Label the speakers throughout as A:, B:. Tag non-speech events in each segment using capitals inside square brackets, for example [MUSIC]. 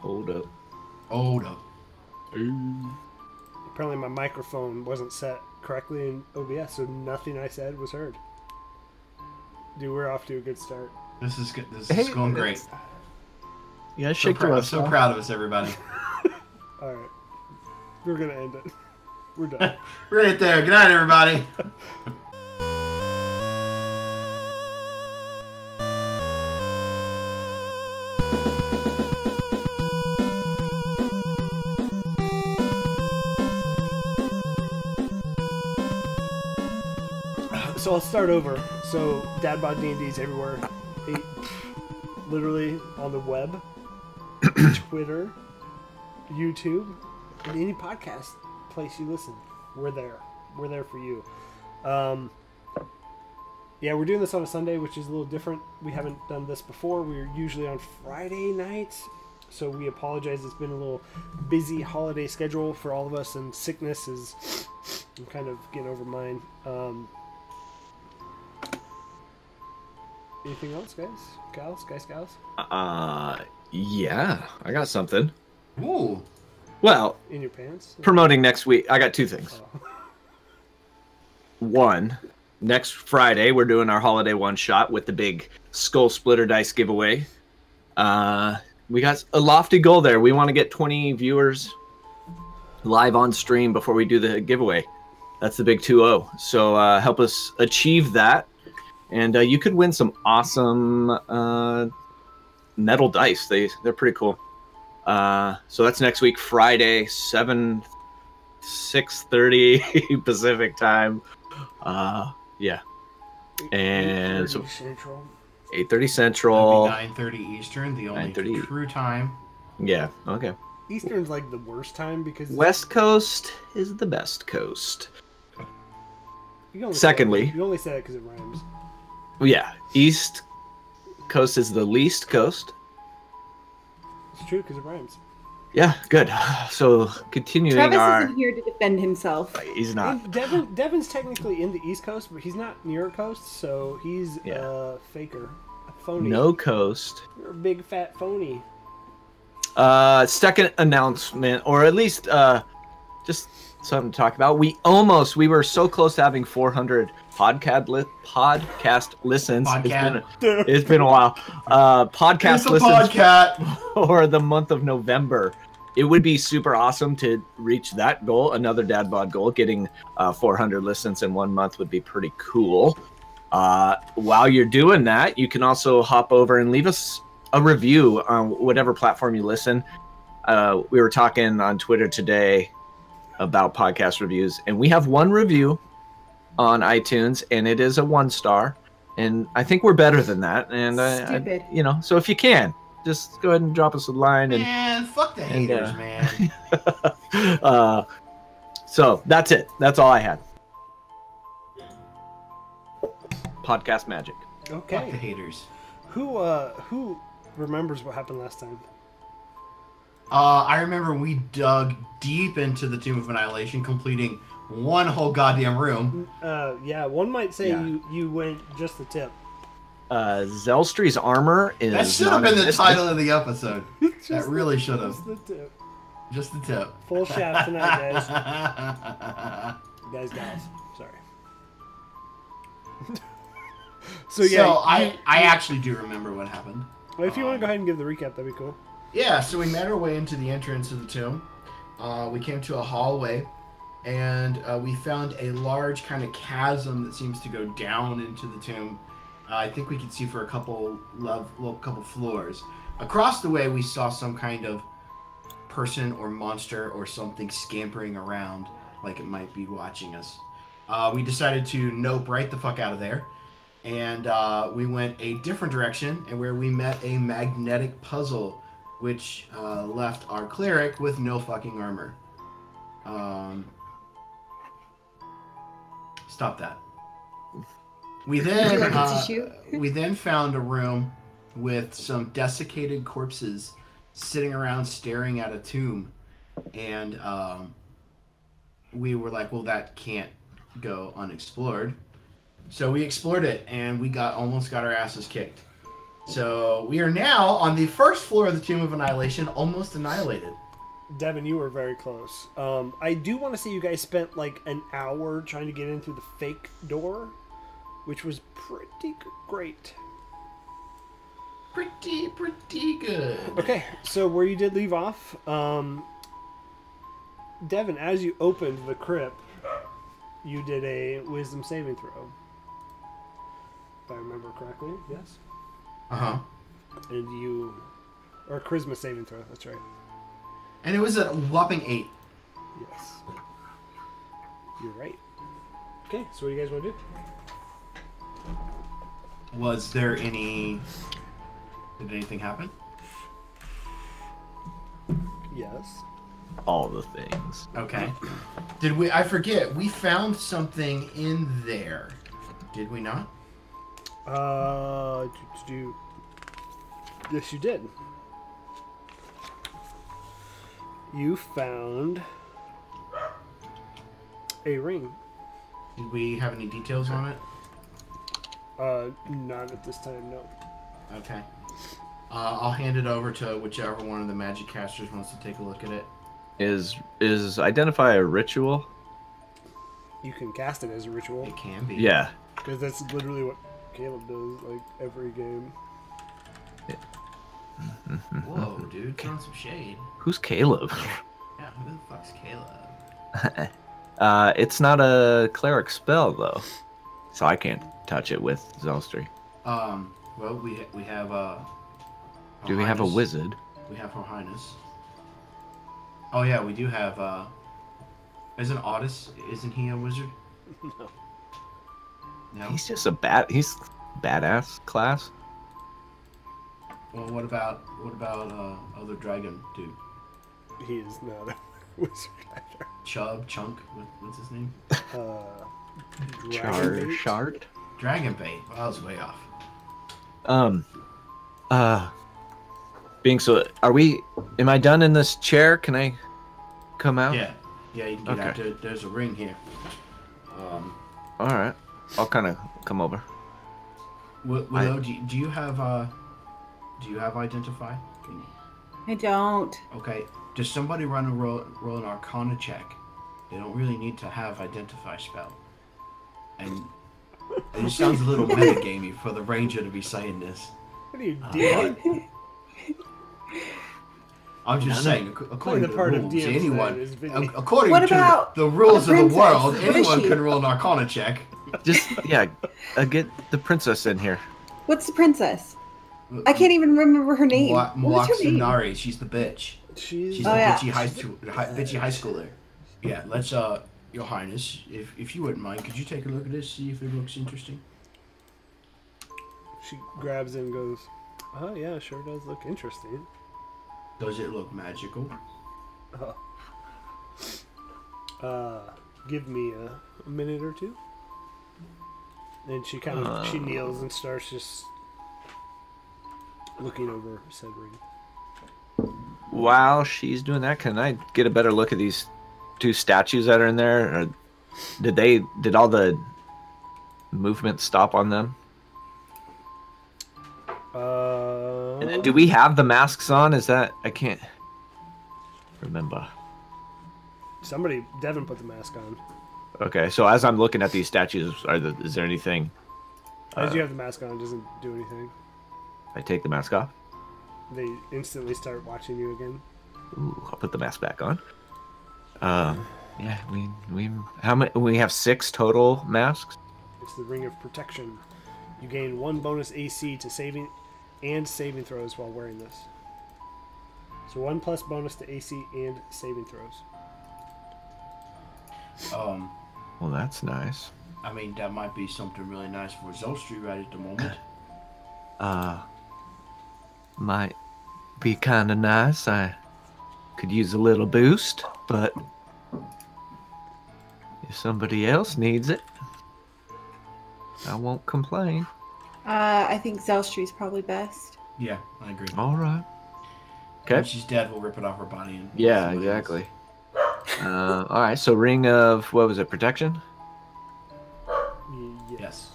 A: Hold up.
B: Hold up.
A: Ooh.
C: Apparently, my microphone wasn't set correctly in OBS, so nothing I said was heard. Dude, we're off to a good start.
B: This is good. This is
A: Hey,
B: going great.
A: Yeah,
B: So
A: shake
B: prou-
A: the
B: I'm so
A: off.
B: proud of us, everybody.
C: All right, we're gonna end it. [LAUGHS] We're done.
B: right there. Good night, everybody.
C: so I'll start over. So Dad Bod D and D's everywhere, He- literally on the web, Twitter, YouTube, and any podcast place you listen. We're there. We're there for you. Um, yeah, we're doing this on a Sunday, which is a little different. We haven't done this before. We're usually on Friday nights, so we apologize. It's been a little busy holiday schedule for all of us, and sickness is. I'm kind of getting over mine. Um, anything else, guys? Gals, guys, gals?
A: Uh, yeah, I got something.
B: Ooh.
A: Well,
C: In your pants?
A: promoting next week, I got two things.
C: Oh.
A: One, next Friday we're doing our holiday one shot with the big skull splitter dice giveaway. Uh, we got a lofty goal there. We want to get 20 viewers live on stream before we do the giveaway. That's the big 2-0. So uh, help us achieve that, and uh, you could win some awesome uh, metal dice. They they're pretty cool. Uh, so that's next week, Friday, seven six thirty [LAUGHS] Pacific time. Uh, yeah, and so-
C: 8:30 Central.
A: eight thirty Central.
B: Nine thirty Eastern, the only
A: 9:30.
B: true time.
A: Yeah, okay.
C: Eastern's like the worst time because
A: West Coast is the best coast.
C: You only say
A: Secondly-
C: that, you only say that because it rhymes.
A: Oh, Yeah, East Coast is the least coast.
C: It's true because it rhymes.
A: Yeah, good. [SIGHS] So continuing
D: Travis
A: our.
D: isn't here to defend himself.
A: He's not.
C: And Devin, Devin's technically in the East Coast, but he's not near coast, so he's
A: Yeah.
C: a faker, a phony.
A: No coast.
C: You're a big fat
A: [LAUGHS]
C: phony.
A: Uh, second announcement, or at least uh, just something to talk about. We almost, we were so close to having 400 podcast li- podcast listens. It's
B: Podcat.
A: been, it's been a while. Uh, podcast
B: It's a
A: listens [LAUGHS]
B: podcast.
A: for the month of November. It would be super awesome to reach that goal, another dad bod goal. Getting uh, 400 listens in one month would be pretty cool. Uh, while you're doing that, you can also hop over and leave us a review on whatever platform you listen. Uh, we were talking on Twitter today about podcast reviews, and we have one review on iTunes, and it is a one star. And I think we're better than that. And I, I,
D: Stupid.
A: you know, so if you can, just go ahead and drop us a line and [LAUGHS]
B: Man, fuck the
A: and,
B: haters,
A: uh, [LAUGHS]
B: man.
A: uh, so that's it. That's all I had. Podcast magic.
B: Fuck the
C: Okay.
B: haters.
C: Who uh who remembers what happened last time?
B: Uh, I remember we dug deep into the Tomb of Annihilation, completing one whole goddamn room.
C: Uh yeah, one might say
A: Yeah.
C: you you went just the tip.
A: Uh, Zelstri's armor is.
B: That should have been the
A: non-existent.
B: title of the episode.
C: Just
B: That
C: the-
B: really should have.
C: [LAUGHS] Just the tip.
B: Just the tip.
C: Full shaft tonight, guys.
B: [LAUGHS] guys.
C: guys, guys. Sorry. so
B: so
C: yeah, you-
B: I, I actually do remember what happened.
C: Well, if you want to
B: Um,
C: go ahead and give the recap, that'd be cool.
B: Yeah, so we made our way into the entrance of the tomb. Uh, we came to a hallway, and uh, we found a large kind of chasm that seems to go down into the tomb. Uh, I think we could see for a couple love, little couple floors. Across the way, we saw some kind of person or monster or something scampering around, like it might be watching us. Uh, we decided to nope right the fuck out of there, and uh, we went a different direction, and where we met a magnetic puzzle which uh, left our cleric with no fucking armor. Um, stop that. We
D: Would
B: then
D: you like a
B: uh,
D: tissue?
B: we then found a room with some desiccated corpses sitting around staring at a tomb, and um, we were like, well, that can't go unexplored. So we explored it, and we got almost got our asses kicked. So we are now on the first floor of the Tomb of Annihilation, almost annihilated.
C: Devin, you were very close. Um, I do want to say you guys spent like an hour trying to get in through the fake door, which was pretty g- great.
B: Pretty, pretty good.
C: Okay, so where you did leave off, um, Devin, as you opened the crypt, you did a wisdom saving throw. If I remember correctly, yes.
B: Uh huh.
C: And you, or charisma saving throw. That's right.
B: And it was a whopping eight.
C: Yes. You're right. Okay, so what do you guys want to do?
B: Was there any? Did anything happen?
C: Yes.
A: All the things.
B: Okay. Did we? I forget. We found something in there. Did we not?
C: Uh, do, do, do- yes, you did. You found a ring.
B: Did we have any details on it?
C: Uh, not at this time, no.
B: Okay. Uh, I'll hand it over to whichever one of the magic casters wants to take a look at it.
A: Is is identify a ritual?
C: You can cast it as a ritual
B: It can be.
A: Yeah.
C: because that's literally what Caleb does, like every game.
B: Whoa, dude, throwing some shade.
A: Mm-hmm. Who's Caleb? [LAUGHS]
B: Yeah, who the fuck's Caleb?
A: Uh, it's not a cleric spell though, so I can't touch it with Zelstri.
B: Um. Well, we we have uh.
A: Do we have a
B: Highness.
A: wizard?
B: We have Her Highness. Oh yeah, we do have. uh Isn't Otis? Isn't he a wizard?
C: No.
B: No.
A: He's just a bat. He's badass class.
B: Well, what about what about uh other dragon dude?
C: He is not [LAUGHS] a wizard either.
B: Chub Chunk? What, what's his name?
C: Uh,
A: Char
C: Dragonbait?
A: shard.
B: Dragon Bait. Well, I was way off.
A: Um. Uh. Being so, are we? Am I done in this chair? Can I come out?
B: Yeah. Yeah, you can get out.
A: Oh. Okay.
B: There, there's a ring here. Um.
A: All right. I'll kind of come over.
B: Wi-
A: I-
B: Willow, do, you, do you have uh? Do you have identify?
D: I don't.
B: Okay. Does somebody run a roll, roll an Arcana check? They don't really need to have identify spell. And it just sounds a
C: [LAUGHS]
B: little metagamey for the ranger to be saying this.
C: What are you
B: Uh,
C: doing?
B: I'm just
A: None of-
B: saying, ac-
C: Play
B: according
C: the
B: to
C: part
B: the
C: of
B: rules,
C: DMs
B: anyone,
C: is video.
B: ac- according
D: What
B: to
D: about
B: the rules
D: the
B: of the
D: princess?
B: world,
D: Where is
B: anyone
D: she?
B: can roll an Arcana check.
A: Just yeah. Uh, get the princess in here.
D: What's the princess? I can't even remember her name.
B: Mwa-
D: What's her name?
B: Muaxinari, she's the bitch.
C: She's,
B: She's
D: Oh,
B: a
D: yeah.
B: bitchy high, school, high, bitchy high schooler. Yeah, let's, uh, Your Highness, if, if you wouldn't mind, could you take a look at this, see if it looks interesting?
C: She grabs it and goes, Oh, yeah, sure does look interesting.
B: Does it look magical?
C: Uh, give me a, a minute or two. And she kind of she kneels and starts just looking over said ring.
A: While she's doing that, can I get a better look at these two statues that are in there? Or did they? Did all the movement stop on them?
C: Uh,
A: And then, do we have the masks on? Is that I can't remember.
C: somebody Devin put the mask on.
A: Okay, so as I'm looking at these statues, are the, is there anything?
C: As you have the mask on, it doesn't do anything.
A: I take the mask off.
C: They instantly start watching you again.
A: Ooh, I'll put the mask back on. Um, yeah, we we how many? We have six total masks.
C: It's the ring of protection. You gain one bonus AC to saving and saving throws while wearing this. So one plus bonus to AC and saving throws.
B: Um,
A: Well, that's nice.
B: I mean, that might be something really nice for Zolstri right at the moment.
A: Uh, might be kind of nice. I could use a little boost, but if somebody else needs it, I won't complain.
D: Uh, I think Zelstri's probably best.
B: Yeah, I agree.
A: All right.
B: When
A: Okay.
B: she's dead, we'll rip it off her body. And
A: Yeah,
B: somebody else.
A: exactly. Uh, all right. So ring of what was it? Protection.
C: Y-
B: Yes.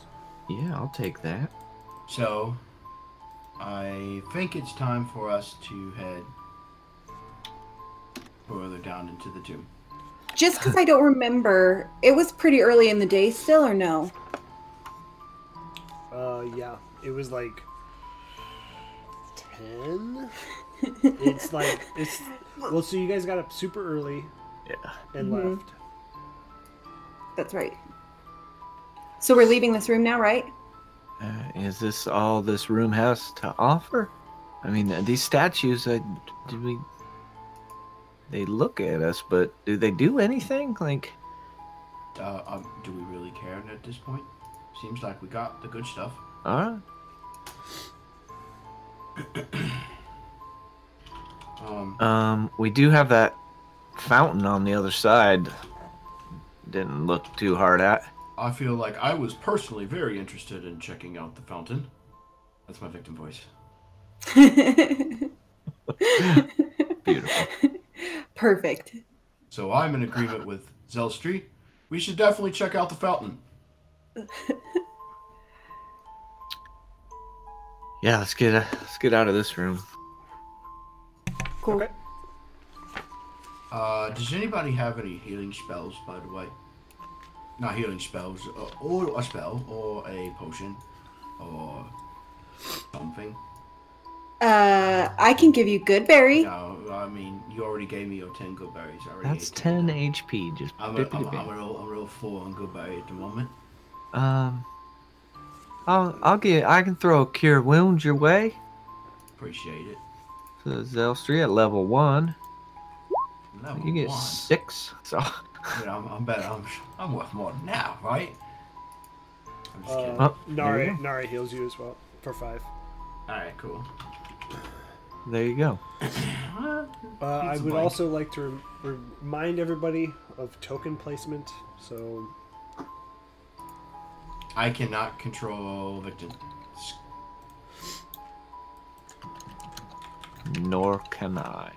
A: Yeah, I'll take that.
B: So, I think it's time for us to head further down into the tomb.
D: Just because I don't remember, it was pretty early in the day still, or no?
C: Uh, yeah, it was like ten. it's like it's well. So you guys got up super early
A: Yeah.
C: and
D: Mhm.
C: left.
D: That's right. So we're leaving this room now, right? [LAUGHS]
A: Uh, is this all this room has to offer? I mean, uh, these statues, I, did we. They look at us, but do they do anything? Like,
B: Uh, um, do we really care at this point? Seems like we got the good stuff.
A: alright.
B: Um,
A: Um, we do have that fountain on the other side. Didn't look too hard at.
B: I feel like I was personally very interested in checking out the fountain. That's my victim voice.
A: Beautiful.
D: Perfect.
B: So I'm in agreement with Zelstri. We should definitely check out the fountain.
A: Yeah, let's get uh, let's get out of this room.
D: Cool.
C: Okay.
B: Uh, does anybody have any healing spells, by the way? Not healing spells, uh, or a spell, or a potion, or something.
D: Uh, I can give you good berry.
B: No, I mean, you already gave me your 10 good berries. I already
A: That's
B: ate
A: ten
B: now.
A: HP. Just
B: I'm a, I'm, a, I'm, a real, I'm a real four on good berry at the moment.
A: um. I'll I'll get I can throw a cure wound your way.
B: Appreciate it.
A: So Zelstri at level one.
B: Level
A: You get
B: one.
A: six. So [LAUGHS]
B: But I'm, I'm better. I'm, I'm worth more now, right? I'm just kidding.
C: Uh,
A: Oh, there you
C: Nari
A: go.
C: Nari heals you as well for five.
B: All right, cool.
A: there you go.
B: Uh,
C: Uh, I
B: It's
C: would
B: blank.
C: also like to rem- remind everybody of token placement. So
B: I cannot control victim.
A: Nor can I.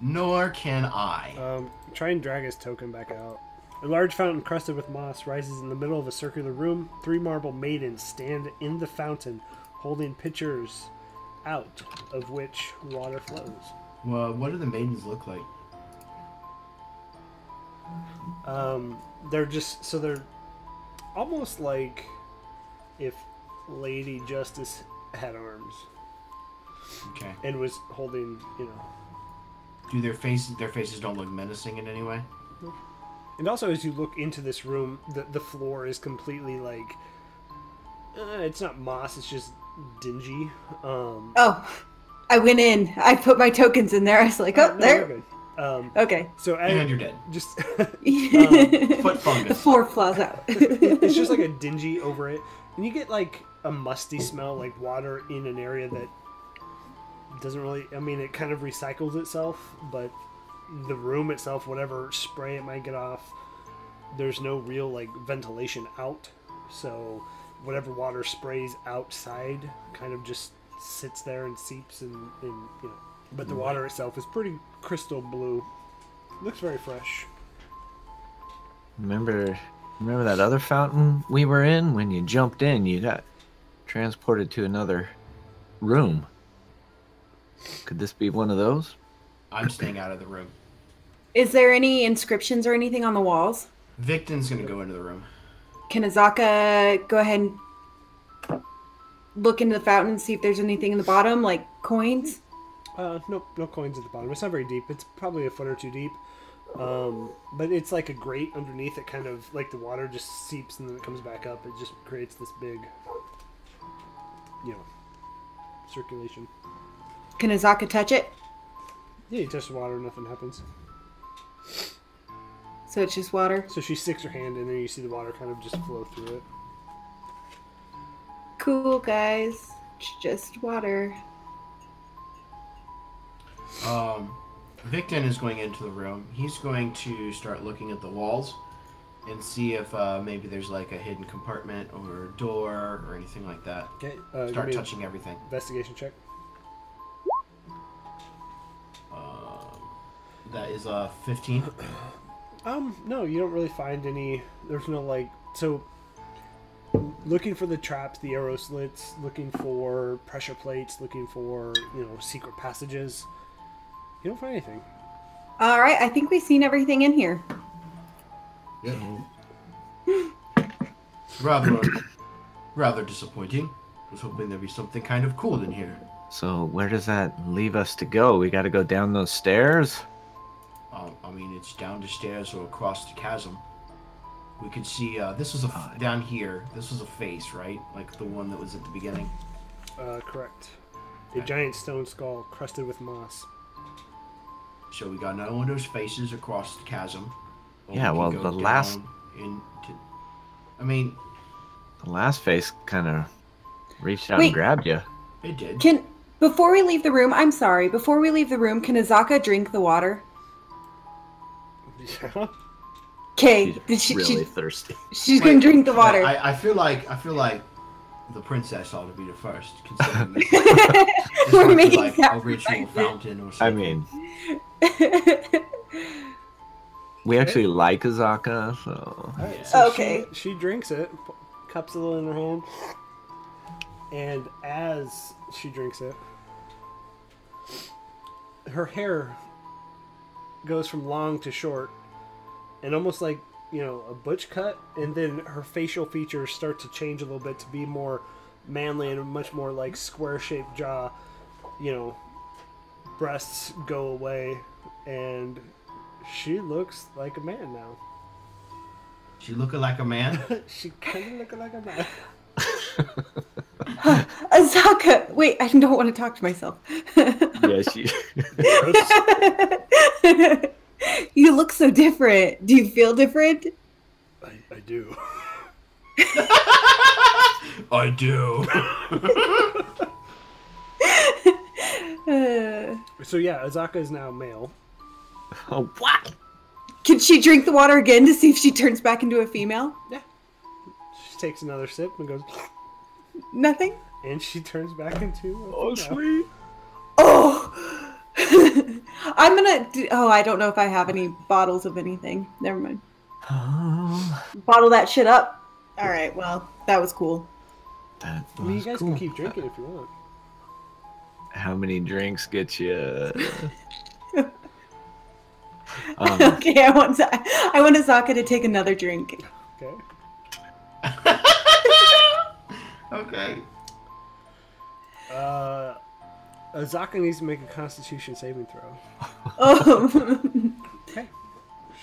B: Nor can I.
C: Um, try and drag his token back out. A large fountain crusted with moss rises in the middle of a circular room. Three marble maidens stand in the fountain, holding pitchers out of which water flows.
B: Well, what do the maidens look like?
C: Um, they're just so they're almost like if Lady Justice had arms
B: Okay.
C: and was holding, you know.
B: Do their faces their faces don't look menacing in any way?
C: And also, as you look into this room, the the floor is completely like uh, it's not moss; it's just dingy. Um,
D: Oh, I went in. I put my tokens in there. I was like, oh,
C: No,
D: there. Oh.
C: you're good. Um,
D: Okay.
C: so I,
B: And you're dead.
C: just [LAUGHS]
D: [LAUGHS]
B: foot fungus.
D: The four flaws out.
C: [LAUGHS] it's just like a dingy over it, and you get like a musty smell, like water in an area that doesn't really. I mean, it kind of recycles itself, but the room itself, whatever spray it might get off, there's no real like ventilation out. So whatever water sprays outside kind of just sits there and seeps and, and you know. But the water itself is pretty crystal blue. Looks very fresh.
A: Remember, remember that other fountain we were in? When you jumped in, you got transported to another room. Could this be one of those?
B: I'm staying out of the room.
D: [LAUGHS] Is there any inscriptions or anything on the walls?
B: Victon's gonna go into the room.
D: Can Azaka go ahead and look into the fountain and see if there's anything in the bottom, like coins?
C: Uh, no, no coins at the bottom. It's not very deep. It's probably a foot or two deep. Um, but it's like a grate underneath. It kind of like the water just seeps and then it comes back up. It just creates this big, you know, circulation.
D: Can Azaka touch it?
C: Yeah, you touch the water, nothing happens.
D: So it's just water.
C: So she sticks her hand in there. You see the water kind of just flow through it.
D: Cool, guys. It's just water.
B: Um, Victon is going into the room. He's going to start looking at the walls and see if uh, maybe there's like a hidden compartment or a door or anything like that.
C: Okay. Uh, give
B: Start
C: me an
B: touching everything.
C: Investigation check.
B: Um, that is uh, 15.
C: Um, no, you don't really find any. There's no like. So looking for the traps, the arrow slits, looking for pressure plates, looking for you know secret passages. You don't find anything.
D: All right, I think we've seen everything in here.
B: Yeah. rather, rather disappointing. Was hoping there'd be something kind of cool in here.
A: So where does that leave us to go? We got to go down those stairs.
B: Uh, I mean, it's down the stairs or across the chasm. We could see uh, this was a f- down here. This was a face, right? Like the one that was at the beginning.
C: Uh, correct. A giant stone skull crusted with moss. [LAUGHS]
B: So we got another one of those faces across the chasm. Or
A: Yeah,
B: we can
A: well,
B: go
A: the last-
B: down Into, I mean,
A: The last face kind of reached out
D: Wait.
A: and grabbed you.
B: it did.
D: Can before we leave the room, I'm sorry. Before we leave the room, can Azaka drink the water?
C: Yeah.
D: Okay,
A: She's
D: she,
A: really
D: she,
A: thirsty.
D: she's gonna drink the water.
B: I, I feel like I feel like the princess ought to be the first,
D: [LAUGHS]
B: considering this, this must
D: We're
B: be
D: making
B: like a ritual fountain or
A: I
B: something.
A: mean,
D: [LAUGHS] sacrifices.
A: we actually like Azaka, so
C: All right,
B: Yeah.
C: so
D: Okay.
C: She, she drinks it, p- cups a little in her hand, and as she drinks it, her hair goes from long to short, and almost like you know a butch cut, and then her facial features start to change a little bit to be more manly and a much more like square shaped jaw. You know, breasts go away, and she looks like a man now.
B: she looking like a man. [LAUGHS]
C: [LAUGHS] she kind of looking like a [LAUGHS] man.
D: Azaka, wait, I don't want to talk to myself. [LAUGHS]
A: yeah, she.
D: you look so different. Do you feel different?
C: I, I do.
B: I do. [LAUGHS]
D: Uh,
C: So yeah, Azaka is now male.
A: [LAUGHS] oh what?
D: can she drink the water again to see if she turns back into a female?
C: She takes another sip and goes,
D: Nothing?
C: and she turns back into. A
A: Oh
C: female.
A: sweet.
D: Oh! [LAUGHS] I'm gonna. Do, oh, I don't know if I have any bottles of anything. Never mind.
A: Oh,
D: Bottle that shit up. All right, well, that was cool.
A: that
C: I mean, you
A: was
C: guys
A: cool.
C: can keep drinking if you want.
A: How many drinks get you?
C: [LAUGHS]
A: um,
D: [LAUGHS] okay, I want to, I want Azaka to take another drink.
C: Okay.
B: okay.
C: Uh, Azaka needs to make a Constitution saving throw.
D: Oh, [LAUGHS]
C: Okay.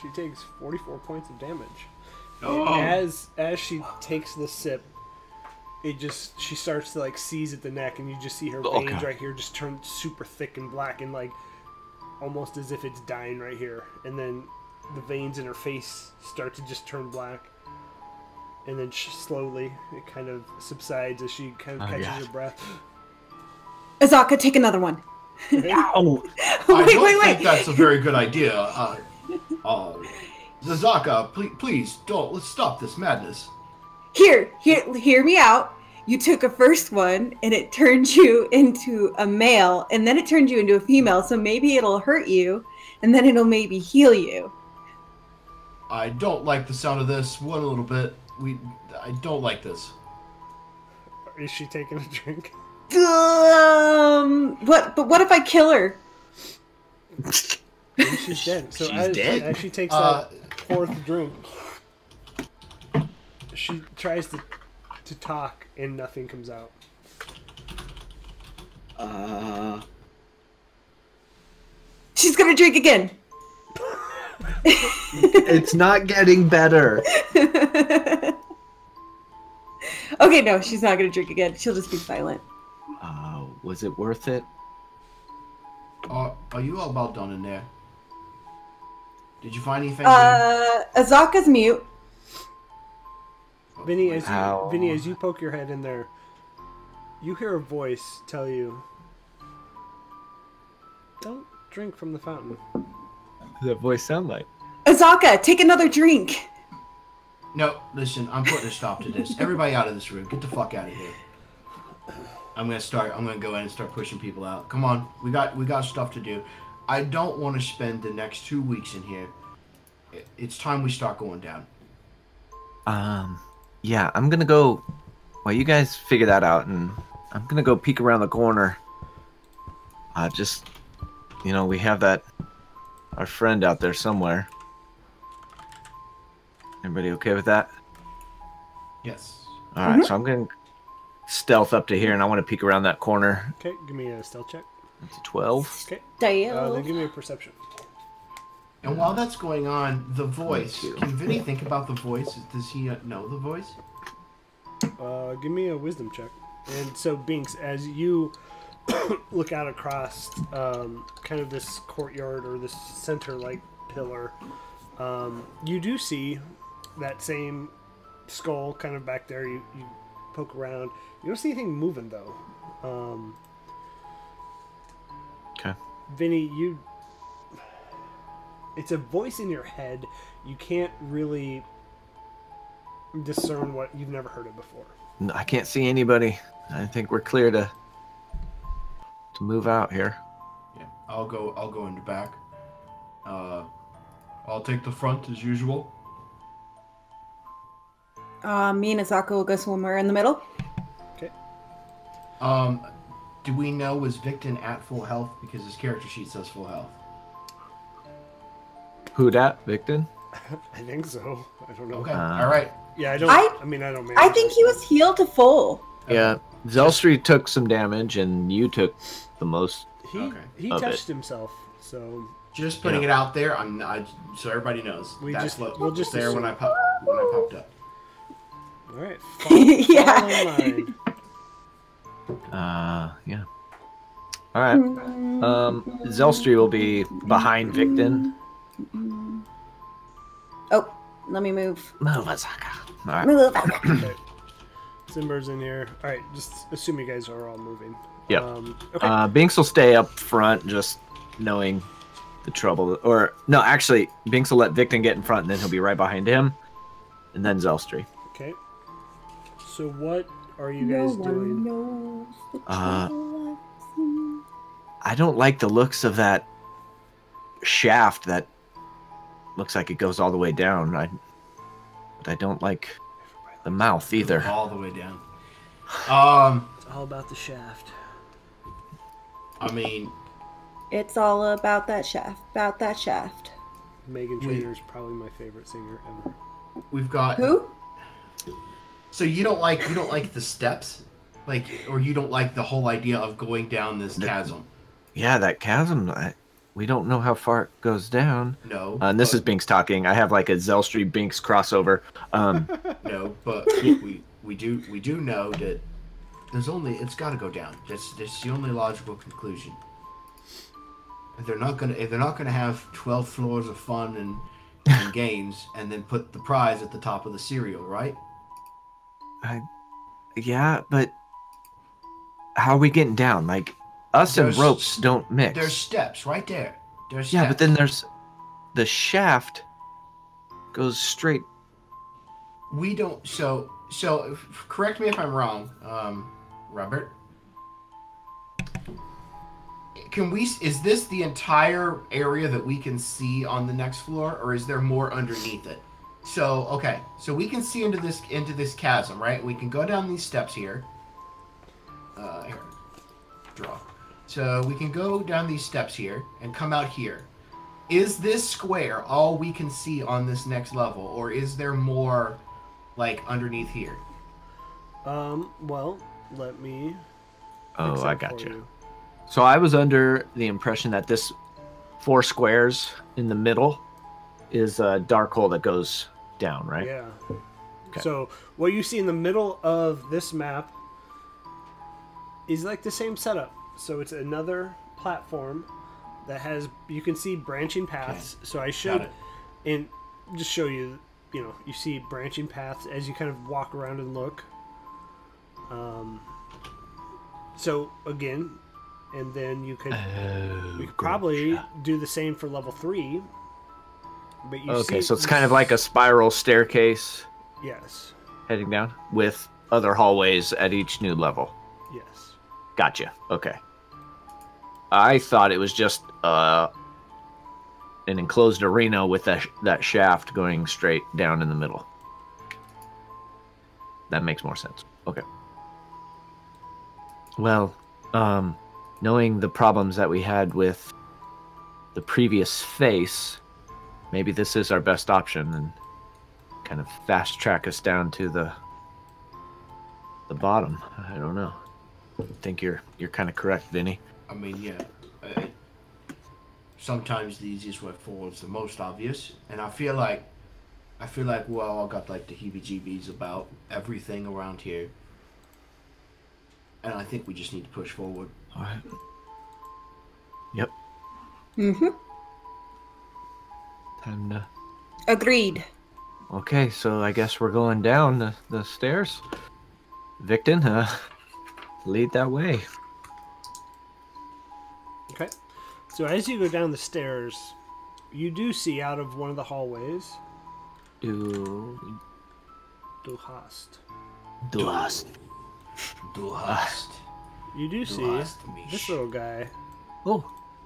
C: She takes forty-four points of damage.
A: Um,
B: Oh.
C: As as she takes the sip, it just she starts to like seize at the neck, and you just see her
A: Oh,
C: veins
A: God.
C: right here just turn super thick and black, and like almost as if it's dying right here. And then the veins in her face start to just turn black, and then sh slowly it kind of subsides as she kind of
A: Oh,
C: catches
A: God.
C: her breath. [GASPS]
D: Azaka, take another one.
A: ow.
B: Oh, I
D: [LAUGHS] wait,
B: don't
D: wait,
B: think
D: wait.
B: that's a very good idea. Uh, uh, Zazaka, please, please don't. Let's stop this madness.
D: Here, hear, hear me out. You took a first one and it turned you into a male, and then it turned you into a female, so maybe it'll hurt you, and then it'll maybe heal you.
B: I don't like the sound of this one little bit. We, I don't like this.
C: Is she taking a drink?
D: Um, what? But what if I kill her?
C: And she's dead. So
A: She's
C: as,
A: dead?
C: as she takes
B: Uh,
C: that fourth drink, she tries to to talk and nothing comes out.
A: Uh,
D: She's gonna drink again. [LAUGHS]
A: it's not getting better.
D: okay, no, she's not gonna drink again. She'll just be silent.
A: Uh, was it worth it?
B: Are, Uh, are you all about done in there? Did you find anything?
D: Uh,
C: Mm-hmm.
D: Azaka's mute.
C: Vinny, as
A: Ow.
C: you, Vinny, as you poke your head in there, you hear a voice tell you, "Don't drink from the fountain."
A: Does that voice sound like?
D: Azaka, take another drink.
B: No, listen, I'm putting a stop to this. Everybody out of this room. Get the fuck out of here. I'm gonna start. I'm gonna go in and start pushing people out. Come on, we got we got stuff to do. I don't want to spend the next two weeks in here. It- It's time we start going down.
A: Um, yeah, I'm gonna go. Well, you guys figure that out, and I'm gonna go peek around the corner. Uh, just, you know, we have that our friend out there somewhere. Everybody okay with that?
B: Yes.
A: All right, so I'm gonna stealth up to here, and I want to peek around that corner.
C: Okay, give me a stealth check.
A: It's a twelve.
C: Okay.
D: Dale.
C: Uh, then give me a perception.
B: And while that's going on, the voice.
A: Thank you.
B: Can Vinny think about the voice? Does he uh, know the voice?
C: Uh, give me a wisdom check. And so, Binks, as you [COUGHS] look out across um, kind of this courtyard or this center like pillar, um, you do see that same skull kind of back there. You, you poke around. You don't see anything moving, though. Um,
A: Okay.
C: Vinny, you. It's a voice in your head. You can't really discern what you've never heard it before.
A: No, I can't see anybody. I think we're clear to to move out here.
B: Yeah. I'll go. I'll go in the back. Uh, I'll take the front as usual.
D: Uh, me and Azaka will go somewhere in the middle.
B: Um, do we know was Victon at full health because his character sheet says full health?
A: Who dat, Victon?
C: I think so. I don't know.
B: Okay.
A: Uh,
B: All right.
C: Yeah, I don't. I,
D: I-
C: mean, I don't. Manage
D: I think he was healed to full.
A: Yeah, Zelstri took some damage, and you took the most.
C: He
B: Okay.
C: he
A: Of
C: touched himself, so
B: Just putting
A: Yeah.
B: it out there. I'm. I, so everybody knows.
C: We
B: that's
C: just-
B: what
C: we'll just
B: there when I pop when I popped up.
C: all [LAUGHS] right.
D: Yeah.
A: Uh, yeah. All right.
D: Mm-hmm.
A: Um, Zelstri will be behind Victon.
D: Mm-hmm. Oh, let me move.
A: Move, Azaka. All right.
D: Move.
C: [LAUGHS] Simber's in here. All right, just assume you guys are all moving.
A: Yep.
C: Um, okay.
A: Uh, Binks will stay up front, just knowing the trouble. Or no, actually, Binks will let Victon get in front, and then he'll be right behind him, and then Zelstri.
C: okay. So what are you guys doing?
A: Uh, I don't like the looks of that shaft that looks like it goes all the way down. I, but I don't like the mouth either.
B: All the way down. Um.
C: It's all about the shaft.
B: I mean,
D: It's all about that shaft. About that shaft.
C: Megan
B: Wait.
C: Trainor is probably my favorite singer ever.
B: we've got.
D: Who?
B: So you don't like you don't like the steps, like, or you don't like the whole idea of going down this
A: No.
B: chasm.
A: Yeah, that chasm. I, we don't know how far it goes down.
B: No.
A: Uh, and this
B: but-
A: is Binks talking. I have like a Zelstri Binks crossover. Um,
B: No,
A: [LAUGHS]
B: but we we do we do know that there's only it's got to go down. That's that's the only logical conclusion. If they're not gonna if they're not gonna have twelve floors of fun and,
A: [LAUGHS]
B: and games and then put the prize at the top of the cereal, right?
A: yeah, but how are we getting down? Like us
B: There's-
A: and ropes don't mix.
B: There's steps right there. There's
A: Yeah, but
B: steps.
A: then there's the shaft goes straight.
B: we don't. So so if- correct me if I'm wrong, um, Robert. Can we? s- Is this the entire area that we can see on the next floor, or is there more underneath it? So okay, so we can see into this into this chasm, right? We can go down these steps here. Uh, here, draw. So we can go down these steps here and come out here. Is this square all we can see on this next level, or is there more, like underneath here?
C: Um, well, let me. fix
A: Oh,
C: it
A: I got
C: for
A: you. So I was under the impression that this four squares in the middle is a dark hole that goes down, right?
C: Yeah.
A: Okay.
C: So what you see in the middle of this map is like the same setup. So it's another platform that has you can see branching paths. So I showed
B: it.
C: and just show you, you know, you see branching paths as you kind of walk around and look. Um so again, and then you could
A: Oh,
C: we could probably do the same for level 3. But you
A: Okay,
C: see,
A: so it's kind of like a spiral staircase
C: yes.
A: heading down with other hallways at each new level.
C: Yes.
A: Gotcha. Okay. I thought it was just uh, an enclosed arena with that, that shaft going straight down in the middle. That makes more sense. Okay. Well, um, knowing the problems that we had with the previous face, maybe this is our best option and kind of fast track us down to the the bottom. I don't know. I think you're you're kind of correct, Vinny.
E: I mean, yeah. Uh, sometimes the easiest way forward is the most obvious, and I feel like, I feel like, well, I got like the heebie-jeebies about everything around here, and I think we just need to push forward.
A: All right. Yep.
D: Mm-hmm.
A: Time to.
D: Agreed.
A: Okay, so I guess we're going down the, the stairs. Victon, uh, lead that way.
C: Okay. So as you go down the stairs, you do see out of one of the hallways
A: Do
C: Du Hast.
A: do us.
E: Du hast,
C: You do
E: du
C: see
E: hast mich.
C: this little guy
A: Oh,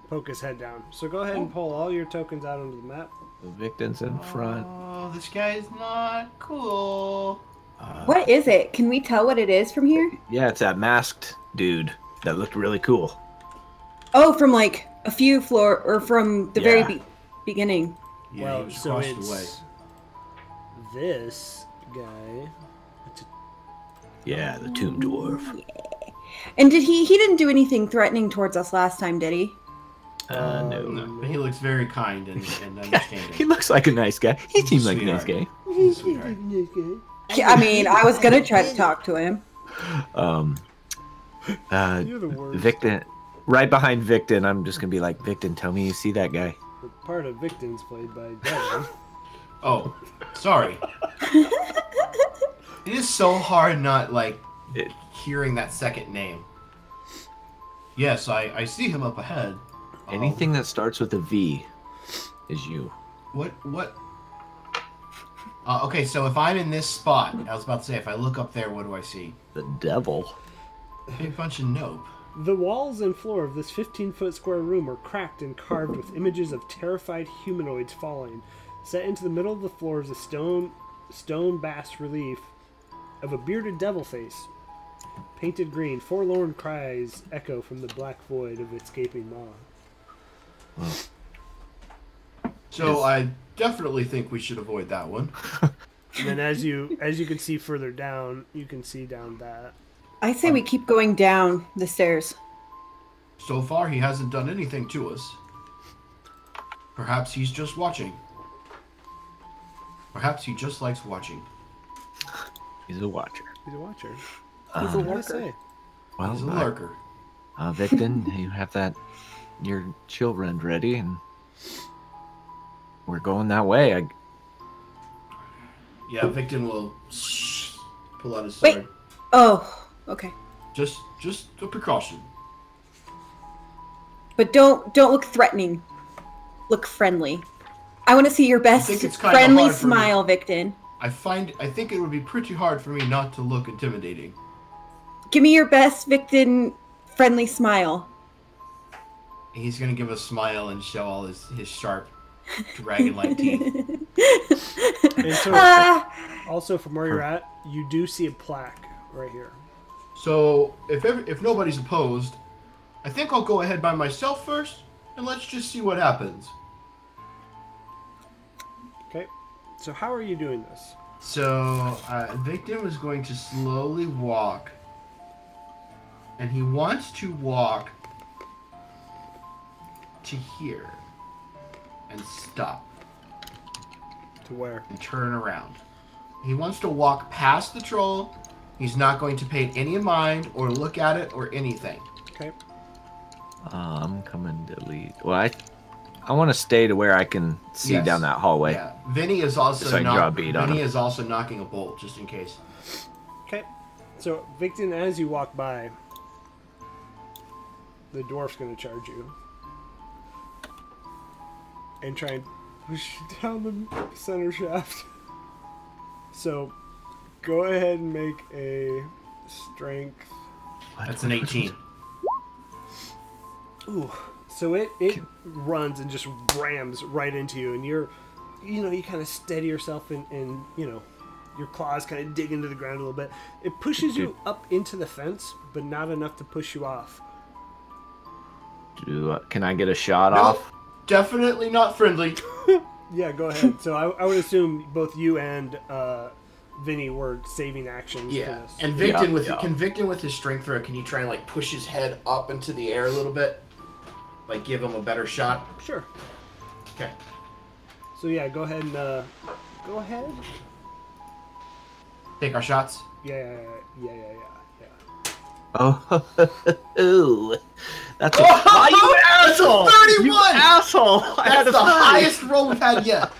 C: poke his head down. So go ahead and pull all your tokens out onto the map.
A: Victon's in front.
E: Oh, this guy's not cool.
A: Uh,
D: What is it? Can we tell what it is from here?
A: Yeah, it's that masked dude that looked really cool.
D: Oh, from like a few floor or from the very
A: Yeah.
D: be- beginning.
E: Yeah, he
C: well,
E: was
C: so
E: crossed
C: it's
E: away.
C: this guy. It's a-
A: Yeah, the tomb dwarf.
D: And did he? He didn't do anything threatening towards us last time, did he?
A: Uh, no.
E: No, but he looks very kind and,
C: [LAUGHS]
E: and understanding.
A: He looks like a nice guy. He seems like a nice guy.
E: Sweetheart. He's a sweetheart.
D: Yeah, I mean, I was gonna try to talk to him.
A: Um, uh,
C: You're the worst.
A: Victon, right behind Victon, I'm just gonna be like, Victon, tell me you see that guy.
C: The part of Victon's played by Devin.
E: Oh, sorry. it is so hard not like
A: It-
E: hearing that second name. Yes, I, I see him up ahead. Um,
A: Anything that starts with a V is you.
E: What what? Uh, okay, so if I'm in this spot, I was about to say, if I look up there, what do I see?
A: The devil.
E: Big bunch of nope.
C: The walls and floor of this 15 foot square room are cracked and carved with images of terrified humanoids falling. Set into the middle of the floor is a stone, stone bas relief of a bearded devil face. Painted green, forlorn cries echo from the black void of its gaping maw.
E: So I definitely think we should avoid that one.
C: And then, as you as you can see further down, you can see down that.
D: I say we keep going down the stairs.
E: So far, he hasn't done anything to us. Perhaps he's just watching. Perhaps he just likes watching.
A: He's a watcher. Uh,
C: He's a watcher. He's a watcher.
A: Well,
E: He's a
A: uh,
E: lurker.
A: uh,
E: [LAUGHS]
A: Victon, you have that your children ready, and we're going that way. I,
E: Yeah, Victon will pull out his
D: Wait.
E: sword.
D: Oh, okay.
E: Just, just a precaution.
D: But don't don't look threatening. Look friendly. I want to see your best
E: think it's kinda
D: friendly
E: hard for me.
D: smile, Victon.
E: I find, I think it would be pretty hard for me not to look intimidating.
D: Give me your best Victon friendly smile.
E: He's gonna give a smile and show all his his sharp,
D: [LAUGHS]
E: dragon-like teeth.
C: And so,
D: Ah,
C: also from where you're at, you do see a plaque right here.
E: So, if every, if nobody's opposed, I think I'll go ahead by myself first, and let's just see what happens.
C: Okay. So how are you doing this?
E: So, uh, victim is going to slowly walk, and he wants to walk to here and stop
C: To where?
E: and turn around. He wants to walk past the troll. He's not going to pay it any mind or look at it or anything.
C: Okay.
A: uh, I'm coming to lead. Well, I, I want to stay to where I can see
E: Yes.
A: down that hallway.
E: Yeah, Vinny is also
A: So I can
E: knock-
A: draw a bead on
E: Vinny
A: him.
E: is also knocking a bolt just in case.
C: Okay. So Victon, as you walk by, the dwarf's gonna charge you. And try and push you [LAUGHS] down the center shaft. So go ahead and make a strength.
E: That's an 18.
C: Ooh. So it, it runs and just rams right into you and you're you know, you kinda steady yourself and, and you know, your claws kind of dig into the ground a little bit. It pushes you up into the fence, but not enough to push you off.
A: Do, uh, can I get a shot
E: No.
A: off?
E: Definitely not friendly.
C: Yeah, go
E: [LAUGHS]
C: ahead. so I, I would assume both you and uh, Vinny were saving actions. for
E: Yeah.
C: this.
E: And Victon
A: Yeah,
E: with
A: yeah.
E: can Victon with his strength throw, can you try and like push his head up into the air a little bit? Like give him a better shot?
C: sure.
E: Okay.
C: So yeah, go ahead and uh, go ahead.
E: Take our shots.
C: Yeah, yeah, yeah, yeah, yeah, yeah. yeah.
A: Oh, [LAUGHS] ooh. That's
E: Oh,
A: [LAUGHS] a high, you
E: [LAUGHS]
A: asshole! You
E: 31!
A: asshole! [LAUGHS] I had
E: That's
A: a
E: the
A: 30.
E: highest roll we've had
A: [LAUGHS]
E: yet.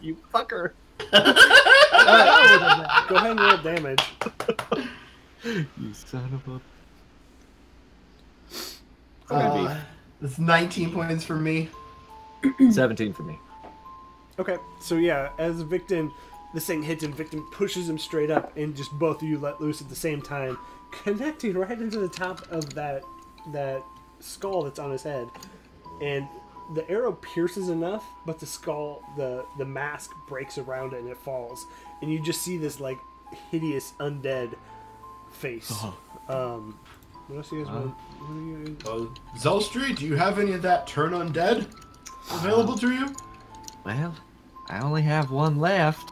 A: You fucker.
C: Go ahead and roll damage.
A: You son of a.
E: Uh, [LAUGHS] that's 19 points for me.
A: 17 Uh, for me.
C: Okay, so yeah, as victim, this thing hits him. Victim pushes him straight up, and just both of you let loose at the same time, connecting right into the top of that that skull that's on his head. And the arrow pierces enough, but the skull, the the mask breaks around it, and it falls. And you just see this like hideous undead face.
E: Uh-huh.
C: Um, what else you guys want? What do you guys-
E: Uh, Zelstri, do you have any of that turn undead available to you?
A: Well, I only have one left.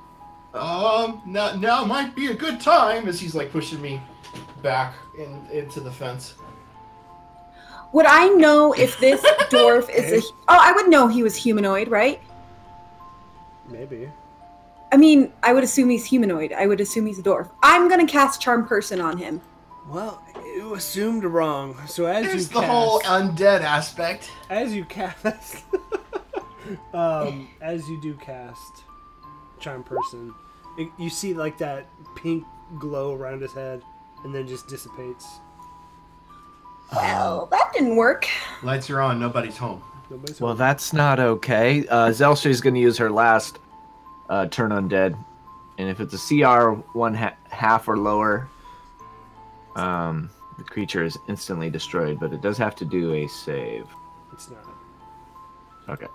E: Um, now, now might be a good time as he's like pushing me back in, into the fence.
D: Would I know if this
E: [LAUGHS]
D: dwarf is a? Oh, I would know he was humanoid, right?
C: Maybe.
D: I mean, I would assume he's humanoid. I would assume he's a dwarf. I'm gonna cast charm person on him.
C: Well, you assumed wrong. So as
E: There's
C: you
E: the whole undead aspect.
C: as you cast [LAUGHS] um, as you do cast charm person it, you see like that pink glow around his head and then just dissipates
E: Oh.
D: Well, that didn't work.
E: Lights are on, nobody's home.
C: Nobody's
A: Well, that's not okay. Uh, Zelstri's going to use her last uh, turn undead. And if it's a CR one ha- half or lower, um, the creature is instantly destroyed, but it does have to do a save.
C: it's not
A: Okay.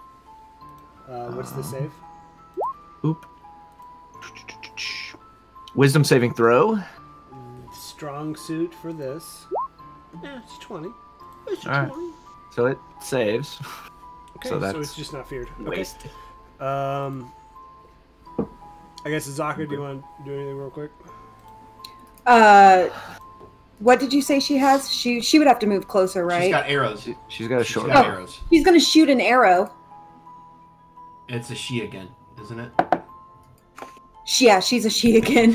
C: uh, what's the
A: Uh-huh.
C: save
A: Oop. Wisdom saving throw.
C: strong suit for this yeah it's 20 it's a
A: All right.
C: 20
A: So it saves.
C: okay
A: So
C: so,
A: that's
C: it's just not feared okay
A: Waste.
C: um I guess Zaka, do you want to do anything real quick?
D: Uh, what did you say she has? She she would have to move closer, right?
E: She's got arrows. She's
A: She- She's got a short.
E: got
D: Oh.
E: arrows.
D: He's gonna shoot an arrow.
E: It's a she again, isn't it?
D: She, yeah, she's a she
E: [LAUGHS]
D: again.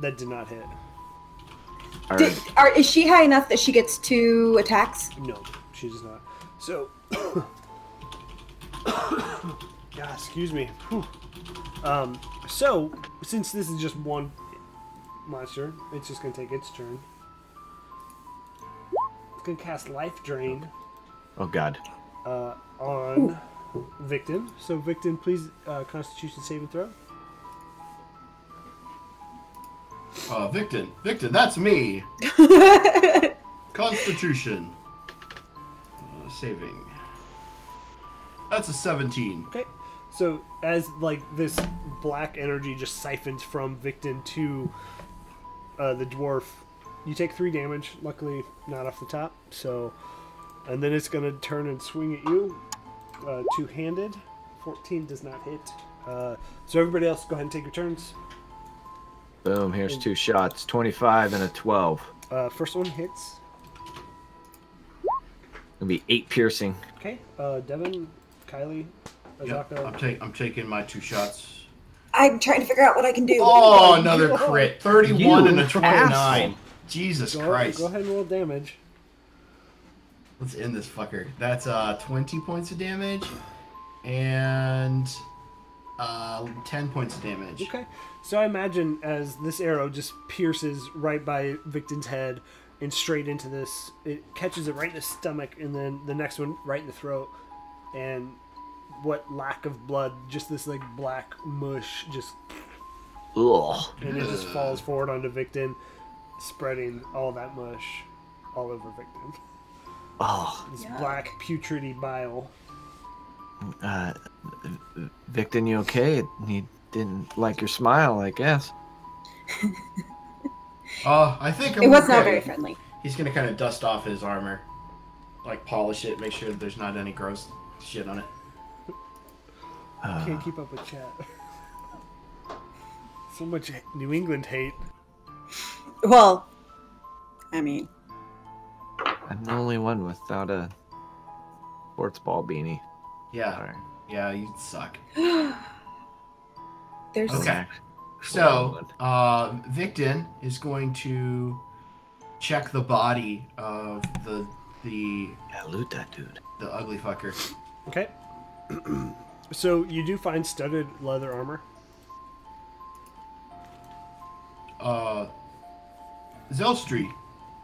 C: That did not hit.
A: All
D: Did,
A: right.
D: are, is she high enough that she gets two attacks?
C: No, she does not. So, [COUGHS] God, excuse me. Whew. Um, so since this is just one monster, it's just gonna take its turn. It's gonna cast Life Drain
A: Oh God.
C: uh, on Victim. So Victim, please uh, Constitution saving throw.
E: Uh, Victon. Victon, that's me. Constitution. Uh, saving. That's a 17.
C: Okay. So as like this black energy just siphons from Victon to uh, the dwarf, you take three damage. Luckily, not off the top. So, and then it's gonna turn and swing at you, uh, two-handed. Fourteen does not hit. Uh, so everybody else, go ahead and take your turns.
A: Boom. Here's two shots. Twenty-five and a twelve.
C: Uh, first one hits.
A: It'll be eight piercing.
C: Okay. Uh, Devin, Kylie,
E: Yep, Uh,
C: Azaka.
E: I'm, ta- I'm taking my two shots.
D: I'm trying to figure out what I can do.
E: Oh, another crit. 31 and a
A: You
E: 29.
A: asshole.
E: Jesus
C: go,
E: Christ.
C: go ahead and roll damage.
E: Let's end this fucker. That's uh 20 points of damage and uh 10 points of damage.
C: Okay. So I imagine as this arrow just pierces right by Victon's head and straight into this, it catches it right in the stomach and then the next one right in the throat. And what lack of blood, just this like black mush, just
A: Ugh.
C: and it just
E: Ugh.
C: falls forward onto Victon, spreading all that mush all over Victon.
A: Oh.
C: This
D: Yuck.
C: black putridy bile.
A: Uh, Victon, you okay? He didn't like your smile, I guess.
E: Uh, I think I'm
D: It was
E: okay.
D: not very friendly.
E: He's gonna kind of dust off his armor, like polish it, make sure that there's not any gross shit on it.
A: Uh,
C: Can't keep up with chat. so much New England hate.
D: Well, I
E: [GASPS]
D: mean,
A: I'm the only one without a sports ball beanie.
E: Yeah,
A: Alright.
E: yeah, you suck.
D: there's
E: Okay. So, uh, Victon is going to check the body of the the
A: Yeah, loot that dude.
E: the ugly fucker.
C: Okay. [CLEARS THROAT] so you do find studded leather armor.
E: Uh, Zelstri,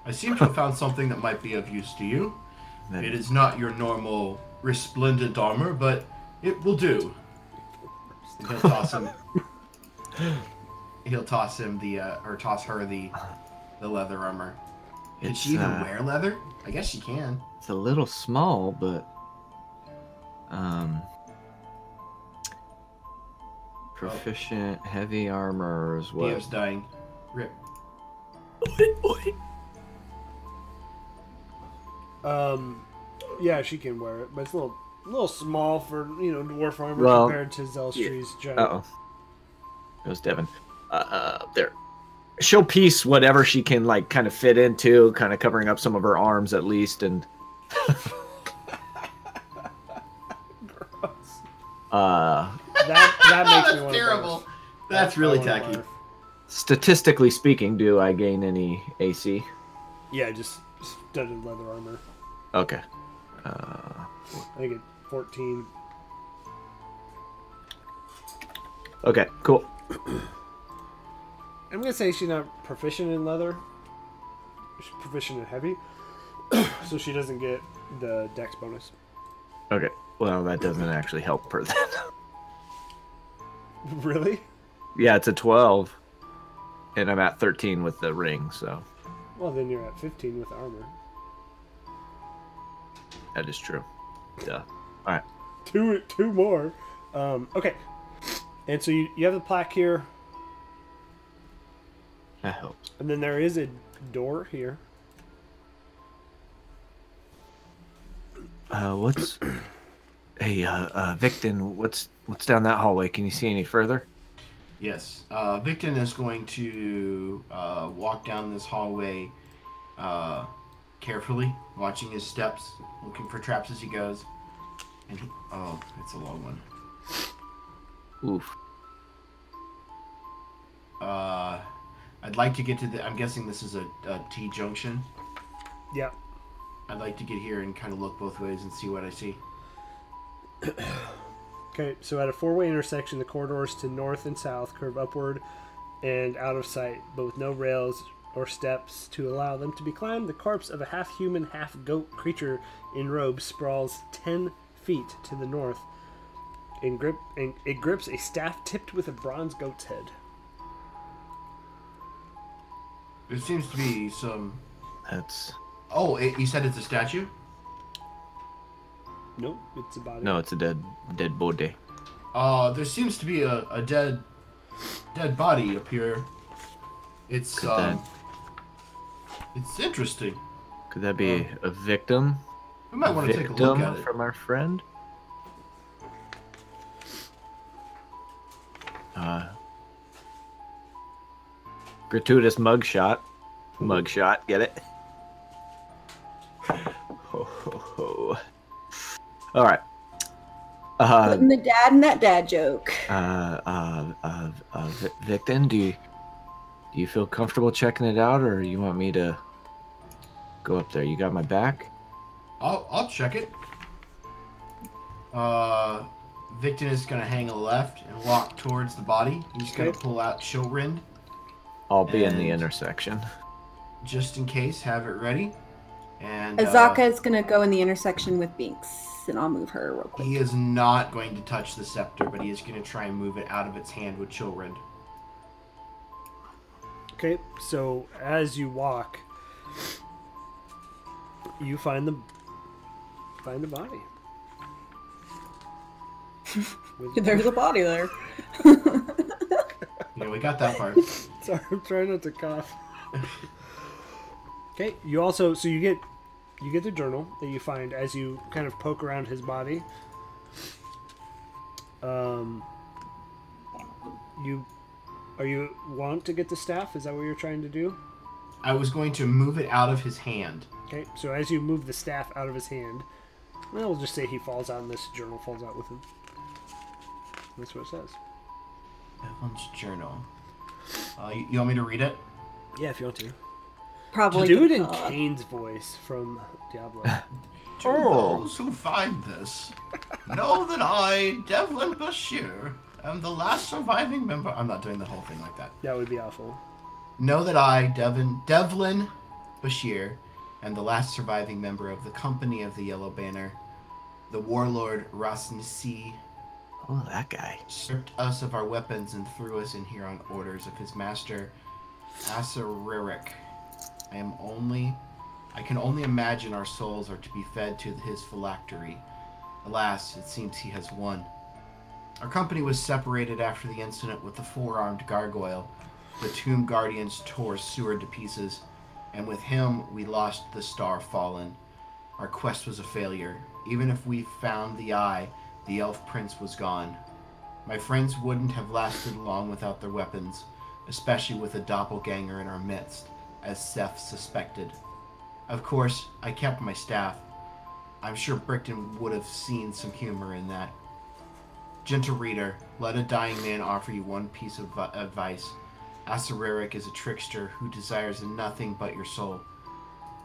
E: I seem to have found something that might be of use to you.
A: That
E: It is not your normal resplendent armor, but it will do. And he'll toss him. he'll toss him the uh, or toss her the the leather armor. Can
A: It's,
E: she even
A: uh,
E: wear leather? I guess she can.
A: It's a little small, but um proficient heavy armor is what
E: DM's dying. Rip.
C: Um, yeah, she can wear it, but it's a little, little small for you know dwarf armor
A: Well,
C: compared to Zelstri's giant.
A: Uh-oh. It was Devin. Uh, uh, there. She'll piece whatever she can, like, kind of fit into, kind of covering up some of her arms at least, and uh,
C: That that
E: [LAUGHS]
C: makes me
E: That's
C: want
E: terrible. That's really tacky.
A: statistically speaking, do I gain any AC?
C: Yeah, just studded leather armor.
A: Okay. Uh,
C: I think at 14.
A: okay, cool.
C: I'm gonna say she's not proficient in leather. She's proficient in heavy, [CLEARS THROAT] so she doesn't get the dex bonus. [LAUGHS]
A: Okay. Well, that doesn't actually help her then.
C: really?
A: [LAUGHS] yeah, it's a 12, and I'm at 13 with the ring, so
C: Well, then you're at 15 with armor.
A: that is true. Duh.
C: two two more. Um, okay, and so you, you have the plaque here,
A: That helps.
C: and then there is a door here.
A: Uh, what's? [CLEARS THROAT] hey, uh, uh, Victon, what's what's down that hallway? Can you see any further?
E: Yes. Uh, Victon is going to uh, walk down this hallway uh, carefully, watching his steps, looking for traps as he goes. And he, oh, it's a long one.
A: Oof.
E: Uh, I'd like to get to the. I'm guessing this is a, a T junction.
C: Yeah.
E: I'd like to get here and kind of look both ways and see what I see.
C: Okay, so at a four-way intersection, the corridors to north and south curve upward and out of sight, but with no rails or steps to allow them to be climbed. The corpse of a half-human, half-goat creature in robe sprawls ten feet to the north. And grip, and it grips a staff tipped with a bronze goat's head.
E: There seems to be some.
A: That's
E: Oh, it, you said it's a statue.
C: Nope, it's a body.
A: no, it's a dead dead body.
E: Uh, there seems to be a, a dead, dead body up here. It's
A: Could
E: um, it's interesting.
A: Could that be a victim?
E: We might
A: A
E: want to take a look
A: victim
E: at it.
A: from our friend. Uh, gratuitous mugshot. Mugshot, get it? Ho ho ho. All right. Uh,
D: putting the dad in that dad joke.
A: uh, uh, uh, uh, Vi- Victon, do you do you feel comfortable checking it out, or you want me to go up there? You got my back.
E: I'll I'll check it. Uh, Victon is gonna hang a left and walk towards the body. He's gonna
C: Okay.
E: pull out Chilrind
A: I'll be in the
E: And-
A: intersection.
E: just in case. Have it ready. And uh,
D: Azaka is gonna go in the intersection with Binks, and I'll move her real quick.
E: he is not going to touch the scepter, but he is gonna try and move it out of its hand with Chilrind.
C: Okay, so as you walk, you find the find the body. With,
D: There's a body there.
E: Yeah, we got that part.
C: [LAUGHS] sorry, I'm trying not to cough. okay, you also so you get you get the journal that you find as you kind of poke around his body. Um, you are you want to get the staff? Is that what you're trying to do?
E: I was going to move it out of his hand.
C: Okay, so as you move the staff out of his hand, well, we'll just say he falls out, and this journal falls out with him. That's what it says.
E: Evelyn's journal. Uh, you, you want me to read it?
C: Yeah, if you want to.
D: Probably.
C: do it in
D: not.
C: Kane's voice from Diablo.
A: To Oh. those
E: who find this, know that I, Devlin Bashir, am the last surviving member. I'm not doing the whole thing like that.
C: that would be awful.
E: Know that I, Devin, Devlin Bashir, am the last surviving member of the Company of the Yellow Banner. The warlord Rasmisi
A: Oh, that guy.
E: stripped us of our weapons and threw us in here on orders of his master, Asaririk. I am only, I can only imagine our souls are to be fed to his phylactery. Alas, it seems he has won. Our company was separated after the incident with the four-armed gargoyle. The tomb guardians tore Seward to pieces, and with him we lost the star fallen. Our quest was a failure. Even if we found the eye, the elf prince was gone. My friends wouldn't have lasted long without their weapons, especially with a doppelganger in our midst, as Seth suspected. Of course, I kept my staff. I'm sure Brickton would have seen some humor in that. Gentle reader, let a dying man offer you one piece of vi- advice. Asareric is a trickster who desires nothing but your soul.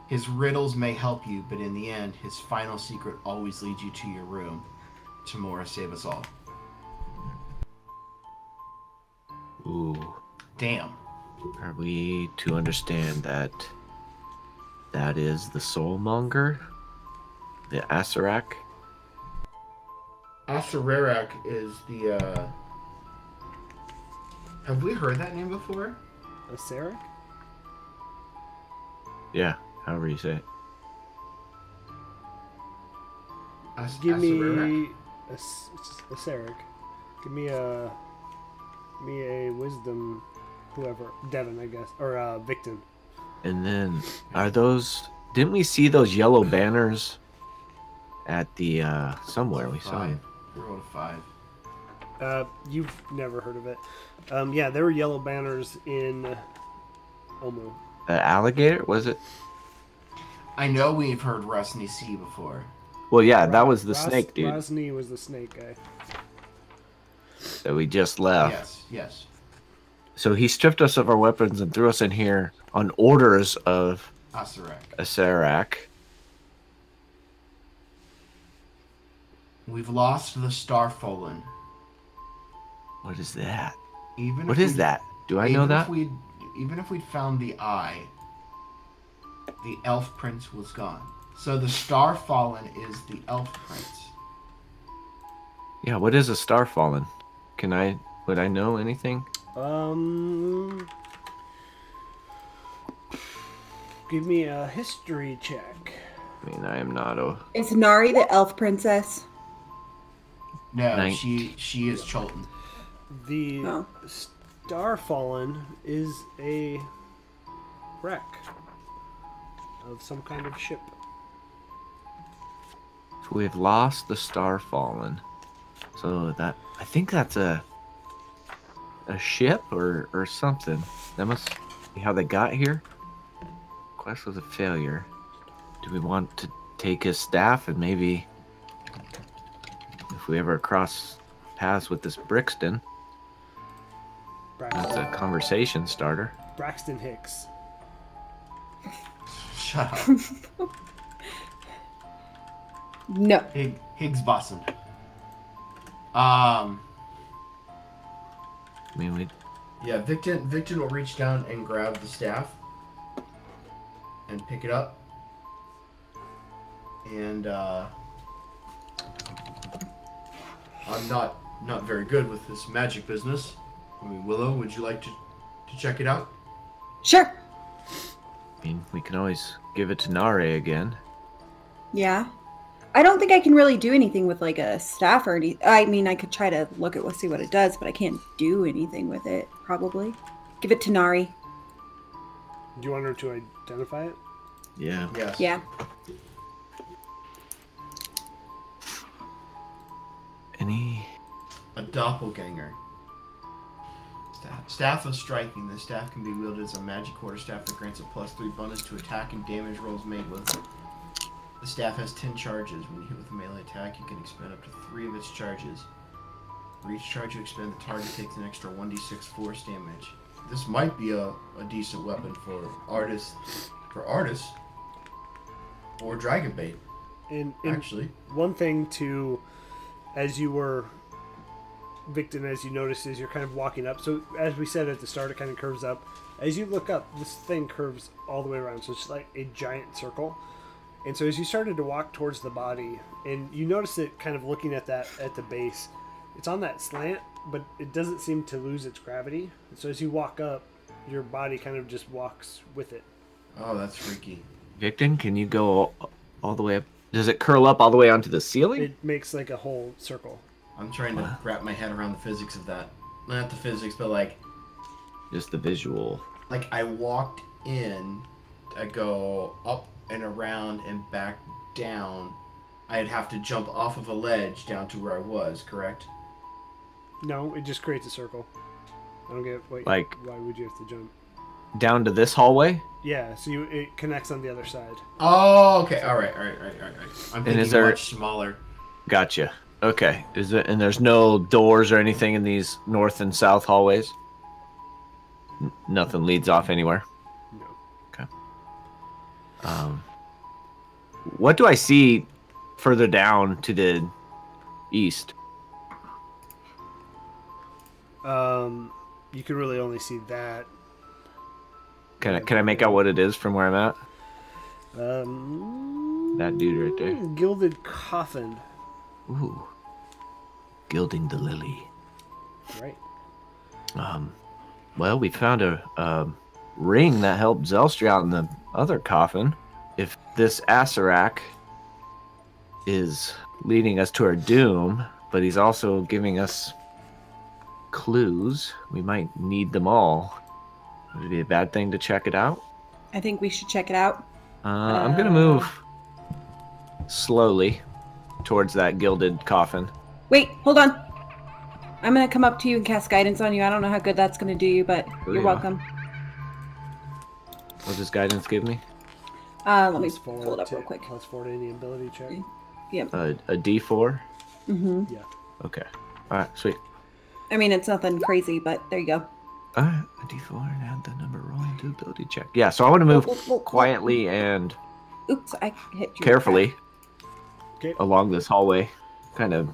E: His riddles may help you, but in the end, his final secret always leads you to your room. Tamora, save us all.
A: Ooh.
E: Damn.
A: Are we to understand that that is the soulmonger? The Asarak?
E: Asararak is the. uh Have we heard that name before?
C: A Sarah?
A: Yeah, however you say it.
E: As-
C: Give
E: Asararak?
C: me a, s- a Sarek. Give me a give me a wisdom, whoever Devin, I guess, or uh, Victim.
A: And then are those didn't we see those yellow banners at the uh somewhere we saw
E: Five.
A: them.
E: I rolled a five.
C: Uh, you've never heard of it. Um, yeah, there were yellow banners in Omu.
A: The alligator was it?
E: I know we've heard Rusney C before.
A: Well yeah, that was the
C: Ros-
A: snake dude
C: Rosny was the snake guy.
A: that we just left.
E: Yes, yes.
A: So he stripped us of our weapons and threw us in here on orders of
E: Asarak.
A: Asarak.
E: We've lost the Starfallen.
A: What is that?
E: Even
A: What
E: if
A: is
E: we-
A: that? Do I
E: even
A: know
E: if
A: that?
E: we'd- even if we'd found the eye, the elf prince was gone. So the Starfallen is the elf prince.
A: Yeah, what is a star fallen? Can I would I know anything?
C: Um, give me a history check.
A: I mean I am not a
D: Is Nari the elf princess?
E: No,
A: Nine-
E: she she is Cholton. [LAUGHS]
C: The
D: No.
C: Starfallen is a wreck of some kind of ship.
A: So we've lost the star fallen. So that I think that's a a ship or or something. That must be how they got here. Quest was a failure. Do we want to take his staff and maybe if we ever cross paths with this Brixton, that's
C: Braxton,
A: a conversation starter.
C: Braxton Hicks.
E: Shut
A: [LAUGHS]
E: up.
D: No.
E: Hig, Higgs Boston. Um.
A: I mean we
E: Yeah, Victon Victon will reach down and grab the staff and pick it up. And uh I'm not not very good with this magic business. I mean, Willow, would you like to to check it out?
D: Sure.
A: I mean we can always give it to Nare again.
D: Yeah. I don't think I can really do anything with like a staff or any. I mean, I could try to look at, see what it does, but I can't do anything with it. Probably, give it to Nari.
C: Do you want her to identify it?
A: Yeah.
E: Yes.
D: Yeah.
A: Any?
E: A doppelganger. Staff. Staff of striking. This staff can be wielded as a magic quarterstaff that grants a plus three bonus to attack and damage rolls made with it. The staff has ten charges. When hit with a melee attack, you can expend up to three of its charges. For each charge you expend, the target takes an extra 1d6 force damage. This might be a, a decent weapon for artists, for artists, or dragon bait.
C: And, and
E: Actually,
C: one thing to, as you were, victim, as you notice, is you're kind of walking up. So as we said at the start, it kind of curves up. As you look up, this thing curves all the way around. So it's just like a giant circle. And so as you started to walk towards the body, and you notice it kind of looking at that at the base, it's on that slant, but it doesn't seem to lose its gravity. So as you walk up, your body kind of just walks with it.
E: oh, that's freaky.
A: Victon, can you go all the way up? Does it curl up all the way onto the ceiling?
C: It makes like a whole circle.
E: I'm trying to wrap my head around the physics of that. Not the physics, but like,
A: Just the visual.
E: like I walked in, I go up and around and back down. I'd have to jump off of a ledge down to where I was, correct?
C: No, it just creates a circle. I don't get what,
A: Like-
C: why would you have to jump?
A: Down to this hallway?
C: Yeah, so you, it connects on the other side.
E: Oh, okay. All right, all right, all right, all right. I'm
A: And
E: thinking
A: is there-
E: much smaller.
A: Gotcha. Okay. Is it and there's no doors or anything in these north and south hallways? N- nothing leads off anywhere.
C: No.
A: Um, what do I see further down to the east?
C: Um, you can really only see that.
A: Can I, can I make out what it is from where I'm at?
C: Um,
A: That dude right there.
C: Gilded coffin.
A: Ooh. Gilding the lily.
C: Right.
A: Um, well, we found a, a ring that helped Zelstra out in the other coffin. If this Asarak is leading us to our doom, but he's also giving us clues, we might need them all. Would it be a bad thing to check it out?
D: I think we should check it out.
A: Uh, I'm gonna move slowly towards that gilded coffin.
D: Wait, hold on. I'm gonna come up to you and cast guidance on you. I don't know how good that's gonna do you, but
A: Oh,
D: you're
A: yeah.
D: welcome.
A: What does guidance give me?
D: Uh, let me
C: Plus four
D: pull it up
C: to-
D: real quick.
C: Plus four to any ability check.
A: A, a D4.
D: hmm
C: Yeah.
A: Okay. All right. Sweet.
D: I mean, it's nothing crazy, but there you go.
A: Uh, a d4 and add the number rolling to ability check. Yeah, so I want to move
D: Oh, oh, oh, oh.
A: quietly and
D: Oops, I hit you.
A: carefully
C: Okay.
A: along this hallway, kind of,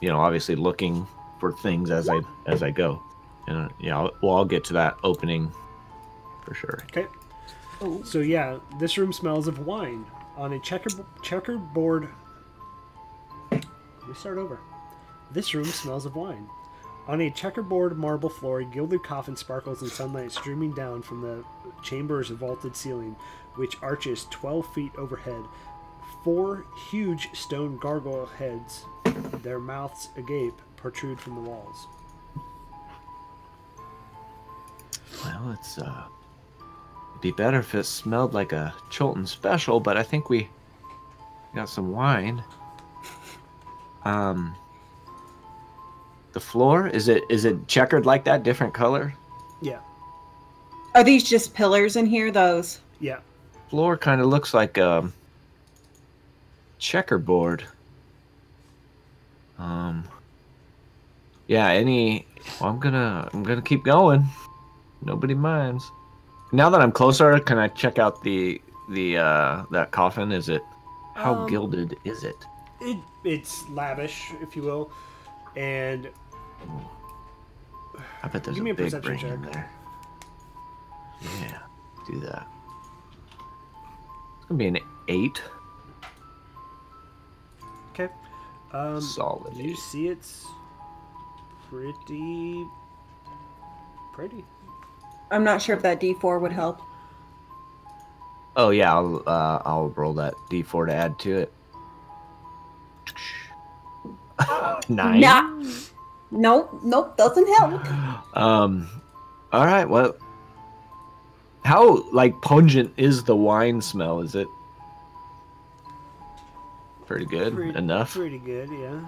A: you know, obviously looking for things as I as I go. And uh, yeah, I'll, well, I'll get to that opening for sure.
C: Okay.
D: Oh.
C: So yeah, this room smells of wine on a checker checkerboard. Let me start over. This room smells of wine. On a checkerboard marble floor, a gilded coffin sparkles in sunlight streaming down from the chamber's vaulted ceiling, which arches 12 feet overhead. Four huge stone gargoyle heads, their mouths agape, protrude from the walls.
A: Well, it's uh, it'd be better if it smelled like a Chilton special, but I think we got some wine. Um, the floor is it is it checkered like that, different color?
C: Yeah,
D: Are these just pillars in here? Those.
C: yeah.
A: floor kind of looks like a checkerboard. Um. Yeah. Any. Well, I'm gonna. I'm gonna keep going. Nobody minds. Now that I'm closer, can I check out the the uh that coffin? Is it how
C: Um,
A: gilded is it?
C: it, it's lavish, if you will, and
A: I bet there's
C: give
A: a
C: me a
A: big
C: perception
A: ring in
C: check.
A: there. Yeah. Do that. It's gonna be an eight.
C: okay. Um,
A: solid.
C: you
A: eight.
C: see, it's pretty,
A: [LAUGHS]
C: pretty.
D: I'm not sure if that D4 would help.
A: Oh yeah, I'll uh, I'll roll that d4 to add to it. Nine.
D: Nah. Nope, nope, doesn't help.
A: Um, all right. Well, how like pungent is the wine smell? Is it pretty good
C: Pretty-
A: enough?
C: Pretty good, yeah.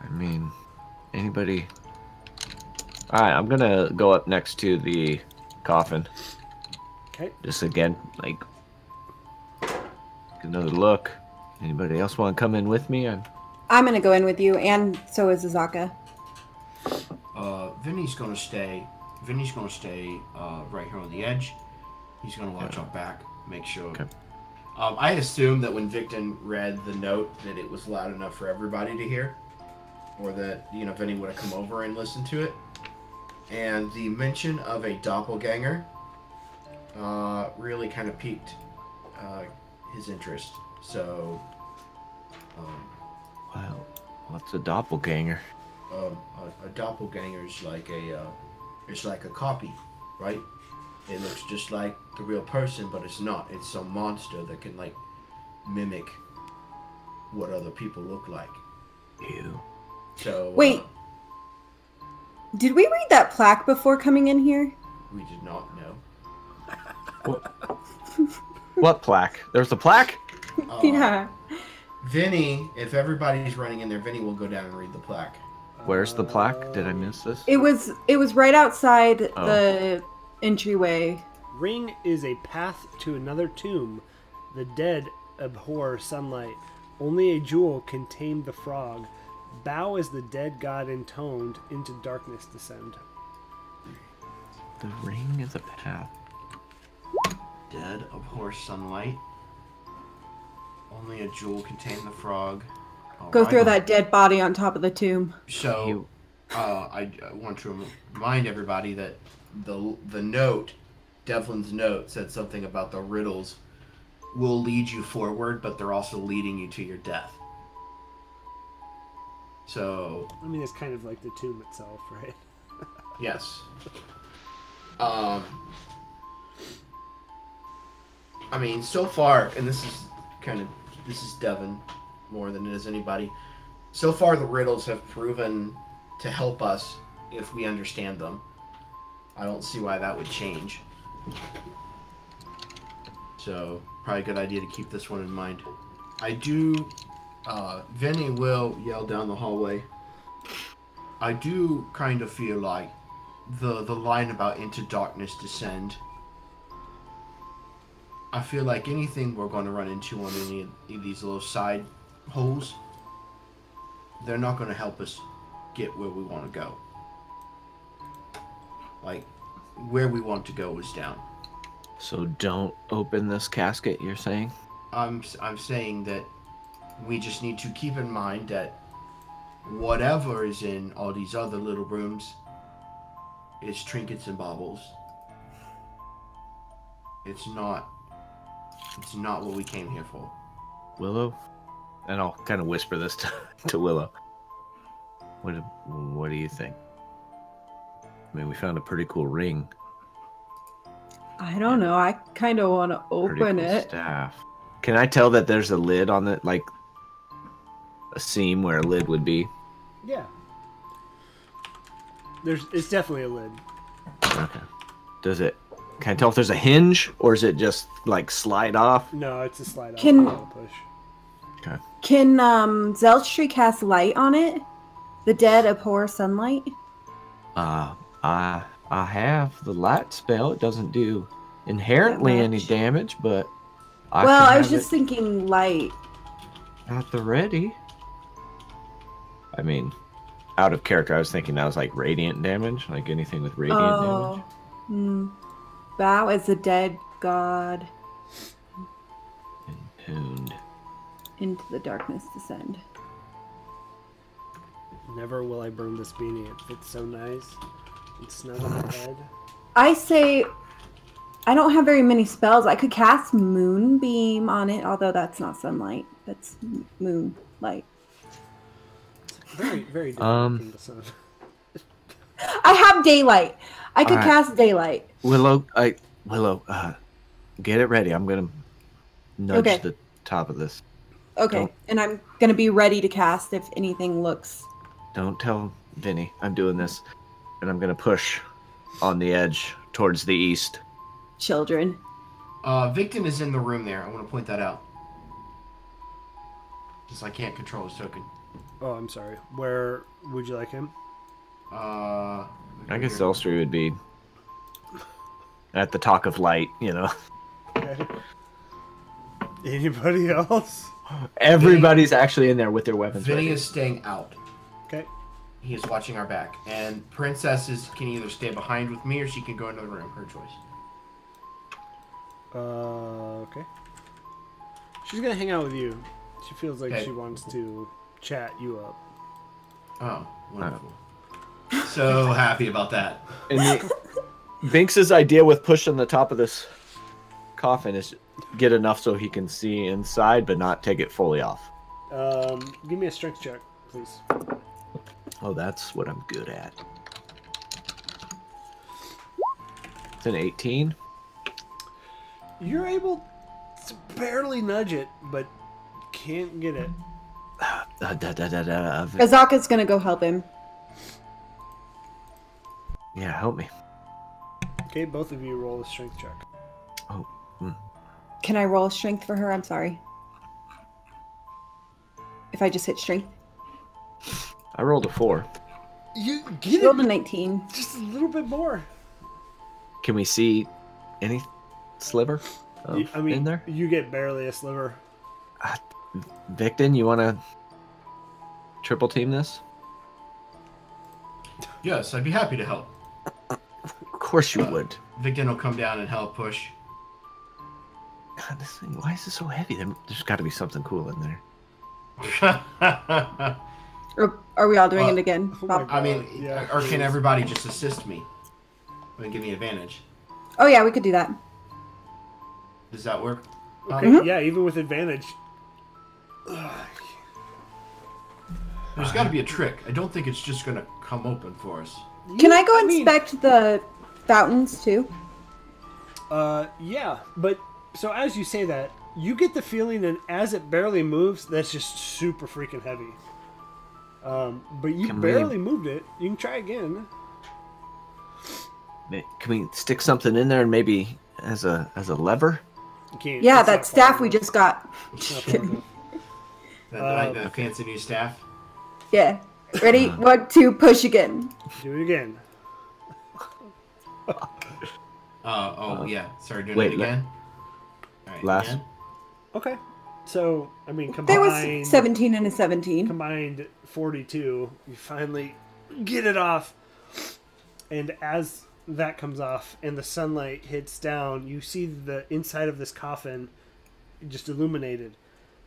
A: I mean, anybody? All right, I'm gonna go up next to the coffin.
C: Okay.
A: Just again, like give another look. Anybody else want to come in with me? I'm
D: I'm gonna go in with you, and so is Azaka.
E: Uh, Vinny's gonna stay. Vinny's gonna stay uh, right here on the edge. He's gonna watch our back, make sure.
A: Okay.
E: Um, I assume that when Victon read the note, that it was loud enough for everybody to hear, or that you know Vinny would have come over and listened to it. And the mention of a doppelganger uh, really kind of piqued uh, his interest. So, um,
A: wow. What's a doppelganger?
E: um, a, a doppelganger is like a uh, it's like a copy, right? It looks just like the real person, but it's not. It's some monster that can like mimic what other people look like.
A: Ew.
E: So uh,
D: Wait. Did we read that plaque before coming in here?
E: we did not know.
A: What plaque? There's a plaque.
E: Uh,
D: [LAUGHS] yeah.
E: Vinny, if everybody's running in there, Vinny will go down and read the plaque.
A: Where's the plaque? Did I
C: Um,
A: miss this?
D: It was it was right outside
A: Oh.
D: the entryway.
C: Ring is a path to another tomb. The dead abhor sunlight. Only a jewel can tame the frog. Bow as the dead god intoned into darkness descend.
A: The ring is a path.
E: Dead abhor sunlight. Only a jewel can tame the frog.
A: Oh,
E: Oh, All
D: Go
E: right.
D: throw that dead body on top of the tomb.
E: So.
A: You-
E: uh, I, I want to remind everybody that the the note, Devlin's note, said something about the riddles will lead you forward, but they're also leading you to your death. So
C: I mean, it's kind of like the tomb itself, [LAUGHS] right?
E: yes, um, I mean so far, and this is kind of this is Devin more than it is anybody. So far, the riddles have proven to help us if we understand them. I don't see why that would change. So, probably a good idea to keep this one in mind. I do. Uh, Vinny will yell down the hallway. I do kind of feel like the the line about into darkness descend. I feel like anything we're going to run into on any of these little side holes, they're not going to help us get where we want to go. Like, where we want to go is down.
A: So don't open this casket. You're saying?
E: I'm I'm saying that we just need to keep in mind that whatever is in all these other little rooms is trinkets and baubles. It's not. It's not what we came here for.
A: Willow? And I'll kind of whisper this [LAUGHS] to, to Willow. What do- What do you think? I mean, we found a pretty cool ring.
D: I don't know. I kind of want to
A: pretty
D: open
A: cool
D: it.
A: Staff. Can I tell that there's a lid on it, like a seam where a lid would be?
C: Yeah. There's, it's definitely a lid.
A: Okay. Does it? Can I tell if there's a hinge or is it just like slide off?
C: No, it's a slide off.
D: Can-
C: not a push.
D: Can um Zeltry cast light on it? The dead abhor sunlight.
A: Uh, I I have the light spell. It doesn't do inherently any
D: much.
A: damage, but I
D: well,
A: can
D: I was
A: have it-
D: just thinking light.
A: At the ready. I mean, out of character, I was thinking that was like radiant damage, like anything with radiant
D: Oh. Hmm. Bow as the dead god
A: damage. And
D: into the darkness descend.
C: Never will I burn this beanie. It fits so nice. It's snug on my head.
D: I say I don't have very many spells. I could cast moonbeam on it, although that's not sunlight. That's m- moonlight.
C: Very, very different
A: Um,
C: from the sun.
D: I have daylight. I could
A: Alright.
D: cast daylight.
A: Willow, I Willow, uh, get it ready. I'm gonna nudge
D: Okay.
A: the top of this
D: Okay,
A: Nope.
D: and I'm gonna be ready to cast if anything looks.
A: Don't tell Vinny I'm doing this. And I'm going to push on the edge towards the east.
D: Children,
E: Uh, victim is in the room there. I want to point that out. Since I can't control his token.
C: Oh, I'm sorry. Where would you like him? [LAUGHS]
E: Uh,
A: I guess Elstree would be at the talk of light, you know.
C: Okay. Anybody else?
A: Everybody's actually in there with their weapons.
E: Vinny
A: ready.
E: is staying out.
C: Okay.
E: He is watching our back. And Princess is, can either stay behind with me or she can go into the room. Her choice.
C: Uh, okay. She's gonna hang out with you. She feels like
E: Okay.
C: she wants to chat you up.
E: Oh, wonderful. So happy about that.
A: And the, Binks's idea with pushing the top of this coffin is get enough so he can see inside, but not take it fully off.
C: Um, give me a strength check, please.
A: Oh, that's what I'm good at. It's an 18.
C: You're able to barely nudge it, but can't get it.
A: Uh, da, da, da, da, Vin-
D: Kazaka's gonna go help him.
A: yeah, help me.
C: Okay, both of you roll a strength check.
A: Oh,
D: Can I roll strength for her? I'm sorry. If I just hit strength,
A: I rolled a four.
C: You get
D: rolled a
C: it
D: 19.
C: just a little bit more.
A: Can we see any sliver of
C: You- I mean,
A: Oh, in there?
C: you get barely a sliver.
A: Victon, you want to triple team this?
E: Yes, I'd be happy to help.
A: Of course you would.
E: Victim will come down and help push. [LAUGHS]
A: God, this thing, why is it so heavy? There- There's got to be something cool in there.
E: I
D: Or are we all doing
E: Uh,
D: it again?
C: oh
D: Bob?
C: my-
E: mean,
C: Yeah,
E: or
C: please.
E: can everybody just assist me? And give me advantage.
D: oh yeah, we could do that.
E: Does that work?
C: Okay,
D: Mm-hmm.
E: Um,
C: yeah, even with advantage. Ugh.
E: There's got to be a trick. I don't think it's just going to come open for us.
D: Can I go
C: mean-
D: inspect the fountains too?
C: Uh, yeah, but so as you say that, you get the feeling, and as it barely moves, that's just super freaking heavy. Um, but you
A: Can we-
C: barely moved it. You can try again.
A: Ma- Can we stick something in there and maybe as a as a lever?
C: You can't,
D: Yeah,
C: it's not
D: that staff
C: far
D: we
C: enough.
D: just got.
C: It's not far
D: [LAUGHS]
C: enough.
E: The,
C: Uh,
E: the fancy new staff.
D: yeah.
C: [LAUGHS]
D: Ready? One, two, push again.
C: Do it again.
E: Uh, oh, yeah. Sorry, doing
A: wait,
E: it
A: la-
E: again. All right,
A: last-
E: again.
C: Okay. So I mean,
D: There
C: combined
D: was 17 and a 17.
C: combined forty-two. You finally get it off, and as that comes off and the sunlight hits down, you see the inside of this coffin just illuminated,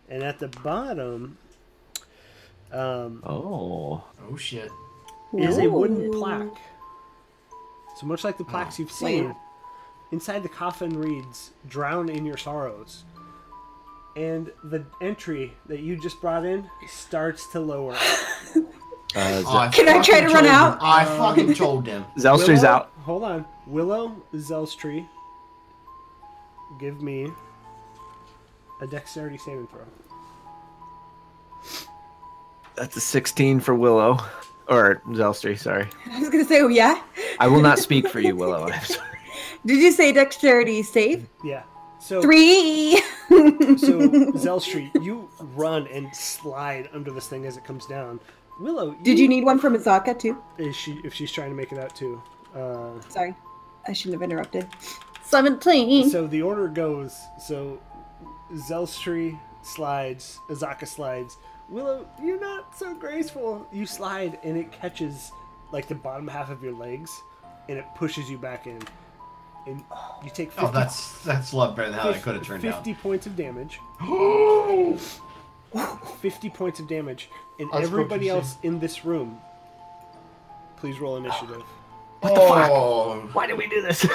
C: and at the bottom. Um,
A: Oh,
E: Oh, shit.
C: is a wooden
D: Ooh.
C: plaque. So much like the plaques you've seen,
D: Wow.
C: inside the coffin reads "Drown in your sorrows," and the entry that you just brought in starts to lower.
A: uh,
E: Oh,
A: Z-
D: Can I
E: fucking
D: try to run
E: told him.
D: out?
E: I fucking told them.
A: Zelster's
C: Willow-
A: out.
C: Hold on, Willow Zelstree. Give me a dexterity saving throw.
A: That's a 16 for Willow, or Zelster. Sorry,
D: [LAUGHS] I was gonna say, oh yeah.
A: I will not speak for you, Willow. I'm sorry.
D: Did you say dexterity save?
C: Yeah. So
D: Three. [LAUGHS]
C: so Zelstree, you run and slide under this thing as it comes down. Willow,
D: Did you need one from Azaka too?
C: Is she if she's trying to make it out too? Uh,
D: Sorry, I shouldn't have interrupted. 17.
C: so the order goes: so Zelstree slides, Azaka slides. Willow, you're not so graceful. You slide and it catches like the bottom half of your legs, and it pushes you back in, and you take 50,
E: Oh, that's that's a lot better than how that could have turned
C: 50 points of damage.
E: out. [GASPS]
C: 50 points of damage, and
E: That's
C: everybody
E: proficiency.
C: else in this room, please roll initiative.
E: oh,
A: [LAUGHS] Why did we do this?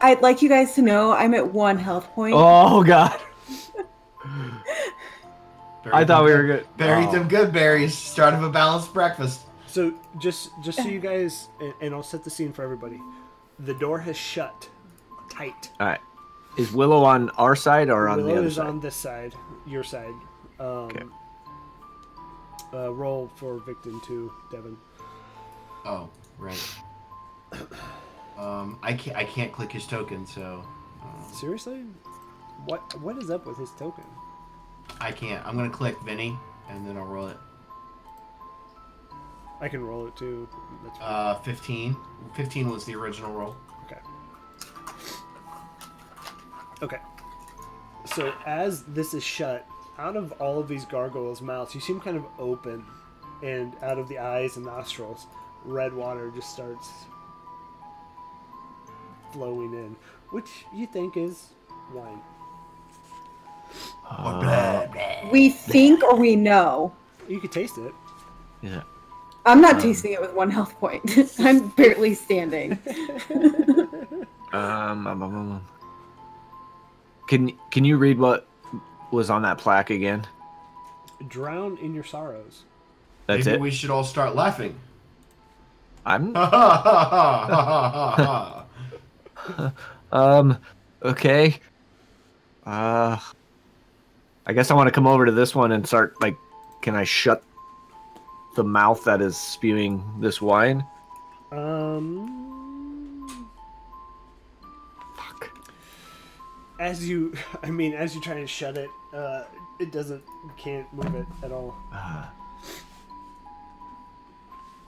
D: I'd like you guys to know I'm at one health point.
A: [LAUGHS] oh God,
E: Buried
A: I thought
E: them
A: we
E: good.
A: were good.
E: Buried
A: Oh.
E: them good berries. Start of a balanced breakfast.
C: So just just so you guys, and, and I'll set the scene for everybody. The door has shut, tight.
A: All right, is Willow on our side or on
C: Willow
A: the other
C: is
A: side?
C: on this side, your side. Um, uh, roll for victim two, Devin.
E: Oh, right. Um, I can't. I can't click his token, so um,
C: Seriously, what what is up with his token?
E: I can't. I'm gonna click Vinny, and then I'll roll it.
C: I can roll it too. That's fine.
E: Uh, 15. 15 was the original roll.
C: Okay. Okay. So as this is shut, out of all of these gargoyles' mouths, you see them kind of open, and out of the eyes and nostrils, red water just starts flowing in, which you think is wine.
A: Uh,
E: Or blah, blah.
D: We think or we know.
C: You could taste it.
A: Yeah.
D: I'm not
A: Um.
D: tasting it with one health point. [LAUGHS] I'm barely standing.
A: Um, um, um, um, um. Can can you read what was on that plaque again?
C: Drown in your sorrows.
A: That's
E: Maybe
A: it.
E: we should all start laughing. [LAUGHS]
A: I'm
E: Ha ha ha ha ha ha ha.
A: um okay. Uh I guess I want to come over to this one and start like can I shut the mouth that is spewing this wine?
C: Um.
A: Fuck.
C: as you [LAUGHS] i mean as you try to shut it uh it doesn't you can't move it at all
A: Uh,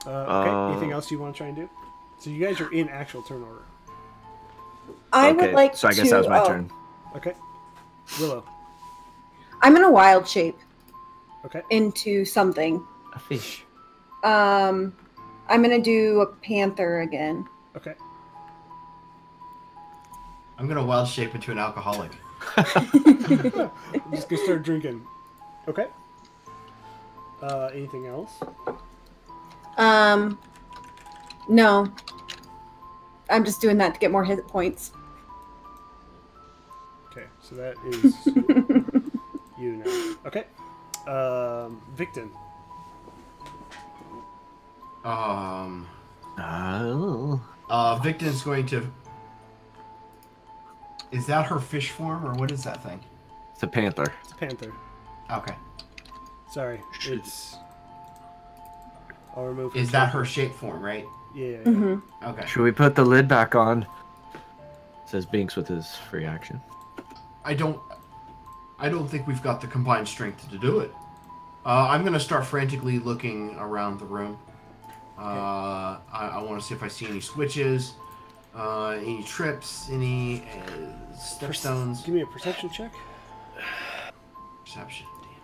C: uh, okay anything
A: Uh,
C: else you want to try and do so you guys are in actual turn order
D: I
A: okay.
D: would like
A: so I guess
D: to-
A: that was my
D: oh,
A: turn.
C: okay willow
D: I'm in a wild shape
C: okay
D: into something.
A: A fish.
D: Um, I'm gonna do a panther again.
C: okay [LAUGHS]
E: I'm gonna wild shape into an alcoholic.
C: i'm just gonna start drinking okay uh anything else
D: Um, no, I'm just doing that to get more hit points.
C: okay so that is [LAUGHS] you now okay um victim
E: Um,
A: Oh.
E: uh, Victon's going to. Is that her fish form, or what is that thing?
A: It's a panther.
C: it's a panther
E: Okay.
C: sorry it's i'll remove
E: Is Mm-hmm. that her shape form, right?
C: yeah, yeah, yeah.
D: hmm
E: Okay.
A: Should we put the lid back on? Says Binks with his free action.
E: I don't. I don't think we've got the combined strength to do it. Uh, I'm gonna start frantically looking around the room. Uh, I, I want to see if I see any switches, uh, any trips, any uh, step stones.
C: give me a perception check
E: Perception. Damn.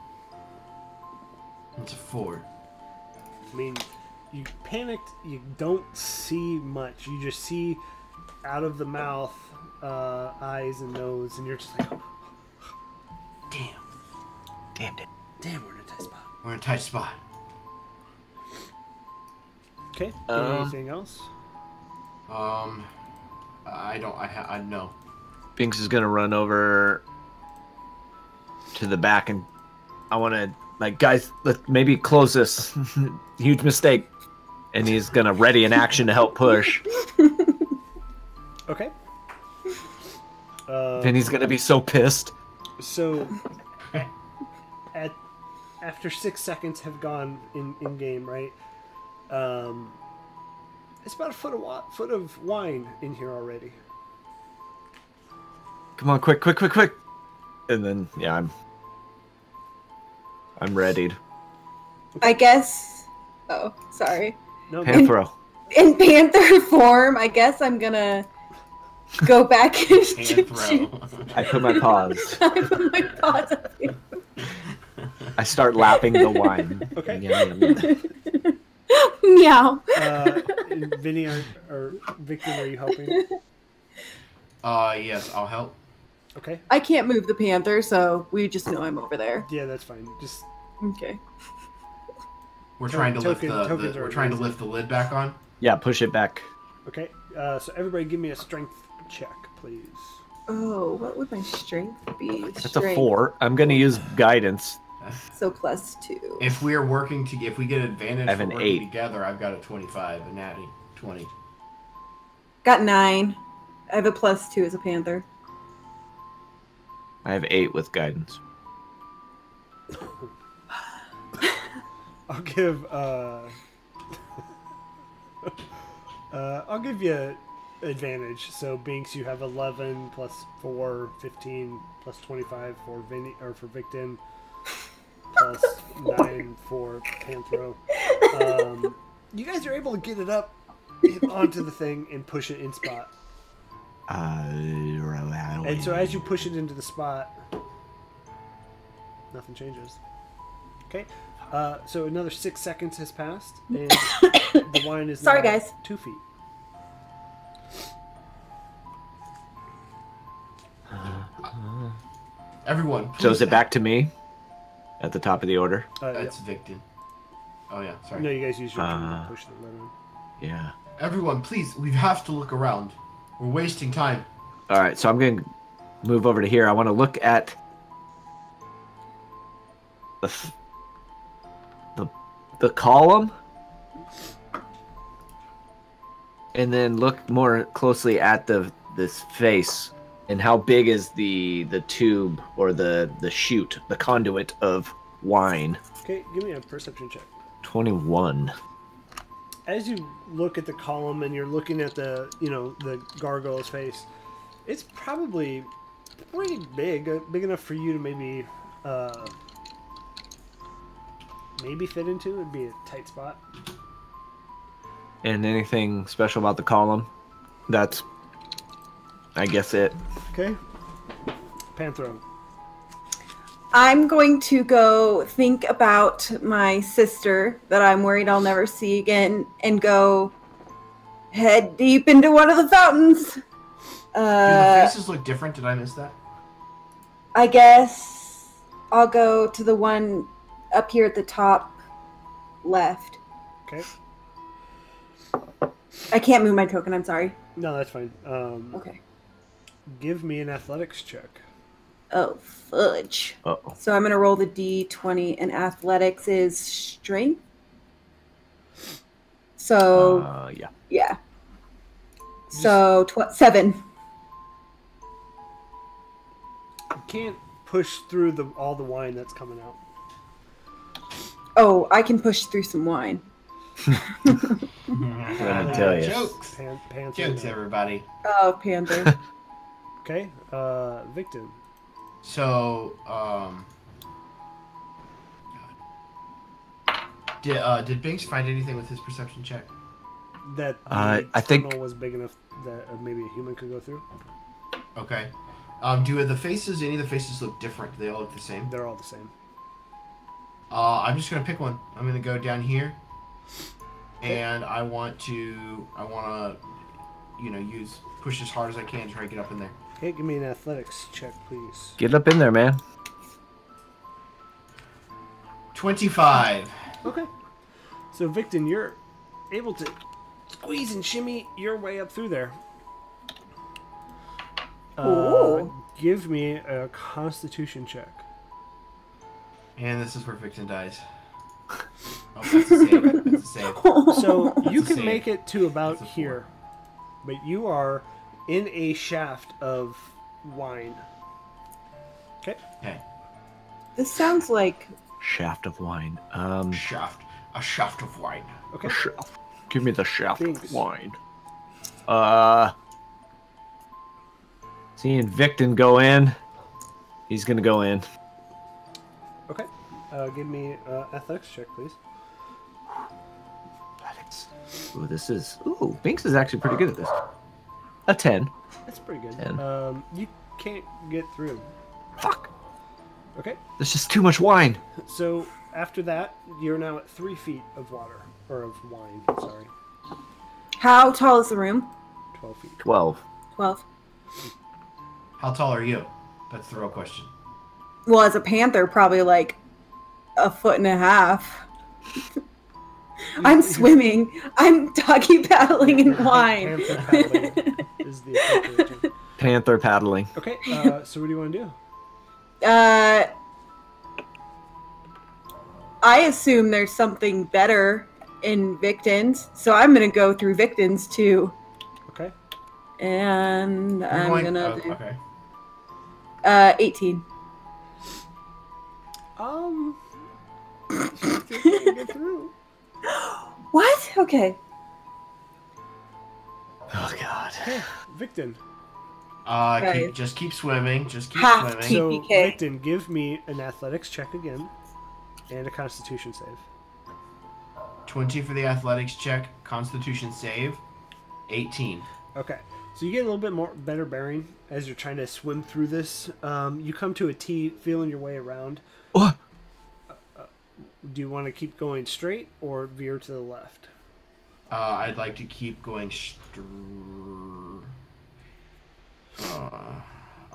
E: It's a four.
C: I mean, you panicked. You don't see much. You just see out of the mouth, uh, eyes and nose, and you're just like, [GASPS]
E: Damn.
A: Damn it.
C: "Damn, we're in a tight spot."
E: We're in a tight spot.
C: Okay.
A: Um,
C: anything else?
E: Um, I don't. I ha- I know.
A: Binks is gonna run over to the back, and I want to like, guys, let maybe close this. Huge mistake. And he's gonna ready an action to help push, [LAUGHS]
C: Okay. Uh,
A: and he's gonna be so pissed. [LAUGHS]
C: so, at after six seconds have gone in in game, right? Um, it's about a foot of wa- foot of wine in here already.
A: Come on, quick, quick, quick, quick! And then, yeah, I'm, I'm readied.
D: I guess. Oh, sorry.
C: No,
A: Hand throw.
D: In [LAUGHS] panther form, I guess I'm gonna go back into.
E: Hand
D: [LAUGHS]
E: throw.
A: I put my paws.
D: I put my paws up here. [LAUGHS]
A: I start lapping the wine.
C: Okay.
A: Yum, yum, yum.
D: Meow.
C: uh, and Vinny or, or Victor, are you helping?
E: uh, yes, I'll help.
C: Okay.
D: I can't move the panther, so we just know I'm over there.
C: Yeah, that's fine. Just
D: Okay.
E: We're
C: To-
E: trying to
C: token-
E: lift the,
C: tokens
E: the
C: are
E: we're trying to
C: amazing.
E: lift the lid back on.
A: yeah, push it back.
C: okay. Uh, so everybody, give me a strength check, please.
D: Oh, what would my strength be?
A: That's a
D: Strength.
A: four. I'm gonna use guidance.
D: So plus two.
E: If we are working to, if we get advantage
A: I have
E: for
A: an
E: working
A: eight.
E: together, I've got a twenty-five, a natty twenty.
D: Got nine. I have a plus two as a panther.
A: I have eight with guidance.
C: I'll give uh, [LAUGHS] uh I'll give you advantage. So Binks, you have 11 plus 4, 15 plus 25 for Vin- or for Victim, [LAUGHS] plus 9 for Panthro. Um, [LAUGHS] you guys are able to get it up onto the thing and push it in spot.
A: Uh,
C: And so as you push it into the spot, nothing changes. Okay. Uh, so another six seconds has passed,
D: [COUGHS]
C: and the wine is
D: Sorry,
C: now
D: guys.
C: two feet.
E: Everyone.
A: So is
E: please-
A: it back to me at the top of the order?
C: Uh, yeah.
E: That's Victim. Oh yeah, sorry.
C: No, you guys use your turn to
A: Uh,
C: push the lever.
A: Yeah.
E: Everyone, please, we have to look around. We're wasting time.
A: All right, so I'm going to move over to here. I want to look at the f- the the column and then look more closely at the this face and how big is the the tube or the the chute, the conduit of wine.
C: Okay, give me a perception check.
A: 21.
C: As you look at the column and you're looking at the, you know, the gargoyle's face, it's probably pretty big, uh, big enough for you to maybe, uh, maybe fit into. It'd be a tight spot.
A: And anything special about the column? That's I guess it.
C: Okay. Panthro.
D: I'm going to go think about my sister that I'm worried I'll never see again and go head deep into one of the fountains.
E: Do the
D: Uh,
E: faces look different? Did I miss that?
D: I guess I'll go to the one up here at the top left.
C: Okay.
D: I can't move my token, I'm sorry.
C: No, that's fine. Um,
D: Okay.
C: Give me an athletics check.
D: Oh, fudge.
A: Uh-oh.
D: So I'm going to roll the d20, and athletics is strength. So,
A: Uh, yeah.
D: yeah. So, tw- seven.
C: You can't push through the all the wine that's coming out.
D: Oh, I can push through some wine.
A: Let me tell you.
E: Jokes.
C: Pan- Panthro.
E: [LAUGHS] Jokes,
C: no.
E: everybody.
D: Oh, Panther. [LAUGHS]
C: Okay, uh, victim.
E: So, um, did uh, did Binks find anything with his perception check?
C: That
A: Uh,
C: the
A: I think-
C: tunnel was big enough that uh, maybe a human could go through.
E: Okay. Um, do the faces? Any of the faces look different? Do they all look the same?
C: They're all the same.
E: Uh, I'm just gonna pick one. I'm gonna go down here, and I want to. I want to, you know, use push as hard as I can to try to get up in there.
C: Okay, give me an athletics check, please.
A: Get up in there, man.
E: Twenty-five.
C: Okay. So, victim, you're able to squeeze and shimmy your way up through there. Uh,
D: Ooh.
C: give me a Constitution
E: [LAUGHS]
C: check.
E: And this is where Vixen dies. Oh, that's a save. That's a save.
C: [LAUGHS] So you
E: a
C: can
E: save.
C: make it to about
E: That's a four.
C: here, but you are in a shaft of wine. Okay.
E: Okay.
D: this sounds like
A: Shaft of wine. Um,
E: Shaft. A shaft of wine.
C: Okay.
A: shaft. Give me the shaft
C: Thanks.
A: of wine. Uh, seeing Victon go in, he's gonna go in.
C: Okay. Uh, give me uh, athletics check, please.
A: Athletics. Ooh, this is. Ooh, Binks is actually pretty good at this. A ten.
C: That's pretty good.
A: Ten.
C: Um, you can't get through.
A: Fuck.
C: Okay.
A: There's just too much wine.
C: So after that, you're now at three feet of water or of wine. Sorry,
D: how tall is the room?
C: twelve feet.
A: Twelve.
D: 12.
E: How tall are you? That's the real question.
D: Well, as a Panther, probably like a foot and
C: [LAUGHS]
D: a half. I'm swimming. I'm doggy [LAUGHS]
C: [LAUGHS]
D: paddling [LAUGHS] in wine.
C: Panther
D: [LAUGHS]
C: paddling is the appropriate term.
A: Panther paddling.
C: Okay. Uh, so what do you want to do?
D: Uh, I assume there's something better in Victins, so I'm gonna go through Victins too,
C: Okay.
D: and
E: You're oh,
D: I'm uh,
E: going-
D: gonna
E: oh,
D: do
E: okay.
D: uh 18.
C: [LAUGHS] Um, I think we can get through.
D: What? Okay.
A: Oh god.
C: Victon.
E: Uh, keep,
D: Right.
E: just keep swimming. Just keep
D: Have to.
E: swimming.
C: So
D: TPK.
C: Victon, give me an athletics check again, and a Constitution save.
E: 20 for the athletics check, constitution save, 18.
C: Okay, so you get a little bit more better bearing as you're trying to swim through this. Um, you come to a T, feeling your way around.
A: Oh,
C: Do you want to keep going straight or veer to the left?
E: Uh, I'd like to keep going. Str- uh,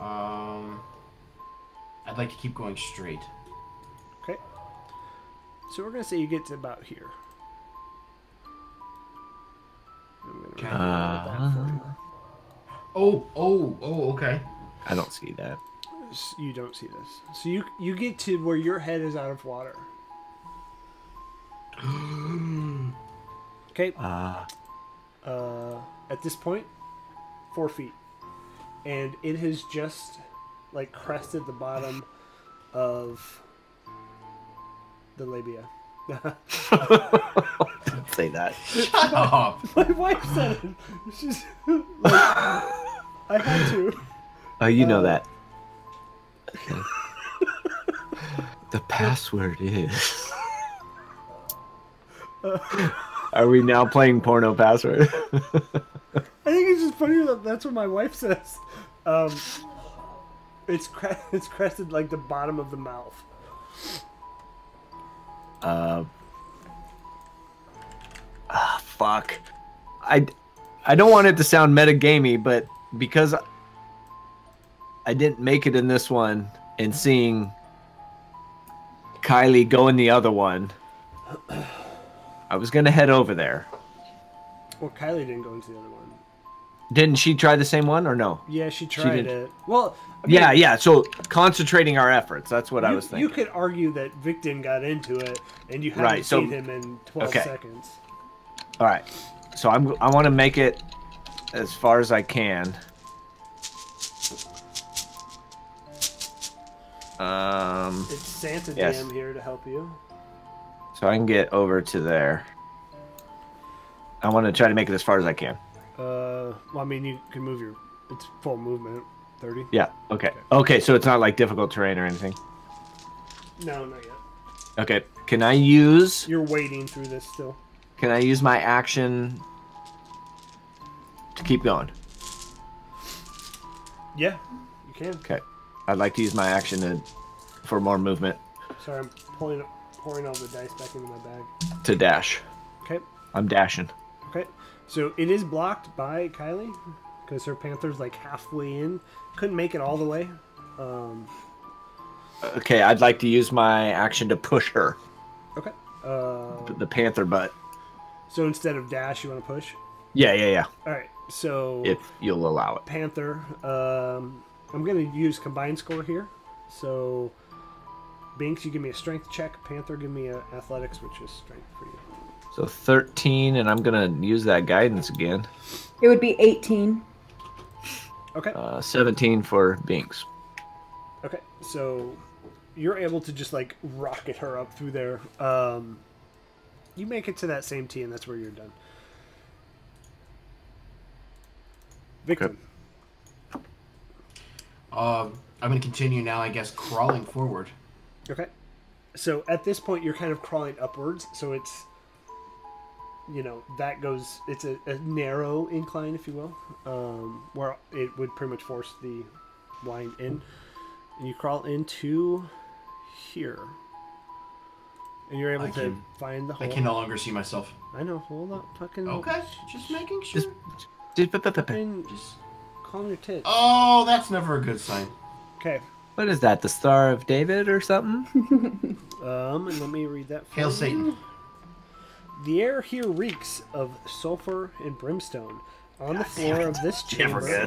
E: um, I'd like to keep going straight.
C: Okay. So we're gonna say you get to about here. I'm gonna
E: Okay.
C: round
A: Uh,
C: that for you.
E: Oh, oh, oh, okay.
A: I don't see that.
C: S- you don't see this. So you you get to where your head is out of water. Okay.
A: Uh,
C: Uh, at this point, four feet, and it has just like crested the bottom of the labia. [LAUGHS]
A: don't say that.
E: Shut [LAUGHS] up.
C: My wife said it. She's [LAUGHS] like, I had to.
A: Oh, you know
C: Uh,
A: that. Okay. the password is. Are we now playing porno password?
C: I think it's just funny that that's what my wife [LAUGHS] says. Um, it's cre- [LAUGHS] it's crested like the bottom of the mouth.
A: uh, ah, fuck. I, I don't want it to sound metagamey, but because I didn't make it in this one, and seeing Kylie go in the other one, I was gonna head over there.
C: Well, Kylie didn't go into the other one.
A: Didn't she try the same one or no?
C: Yeah, she tried
A: did.
C: it. Well, I mean,
A: Yeah, yeah. So concentrating our efforts. That's what I
C: you-
A: was
C: You
A: thinking.
C: could argue that Victon got into it, and you haven't
A: Right, so-
C: seen him in 12
A: okay.
C: seconds.
A: All right. So I'm. I want to make it as far as I can. Um.
C: It's Santa
A: Yes.
C: Jam here to help you.
A: So I can get over to there. I want to try to make it as far as I can.
C: Uh, well, I mean, you can move your. It's full movement, 30.
A: Yeah. Okay. Okay. So it's not like difficult terrain or anything.
C: No, not yet.
A: Okay. Can I use?
C: You're wading through this still.
A: Can I use my action to keep going?
C: Yeah, you can.
A: Okay. I'd like to use my action to, for more movement
C: Sorry, I'm pulling, pouring all the dice back into my bag.
A: to dash.
C: Okay,
A: I'm dashing.
C: okay. So it is blocked by Kylie because her panther's like halfway in. Couldn't make it all the way. Um,
A: Okay, I'd like to use my action to push her,
C: okay. Uh,
A: the panther butt.
C: so instead of dash, you want to push?
A: Yeah, yeah, yeah.
C: All right. So
A: If you'll allow it.
C: Panther. Um, I'm going to use combined score here. So, Binks, you give me a strength check. Panther, give me a athletics, which is strength for you.
A: So 13, and I'm going to use that guidance again.
D: It would be 18.
C: Okay.
A: Uh, 17 for Binks.
C: Okay. So, you're able to just like rocket her up through there. Um, you make it to that same tee, and that's where you're done. Victim.
A: Okay.
E: Um, I'm going to continue now, I guess, crawling forward.
C: Okay. So at this point, you're kind of crawling upwards. So it's, you know, that goes. It's a, a narrow incline, if you will, um, where it would pretty much force the line in, and you crawl into here, and you're able
E: I
C: to
E: can-
C: find the
E: I
C: hole.
E: can no longer see myself. Oh.
C: I know. Hold up, fucking.
E: Okay, just making sure.
A: Just, just, but- but- but-
C: Fucking
E: Just-
C: calm your tits.
E: Oh, that's never a good sign.
C: Okay.
A: what is that? The Star of David or something?
C: Um, and let me read that. For
E: Hail
C: you.
E: Satan.
C: The air here reeks of sulfur and brimstone. On the floor of this chamber,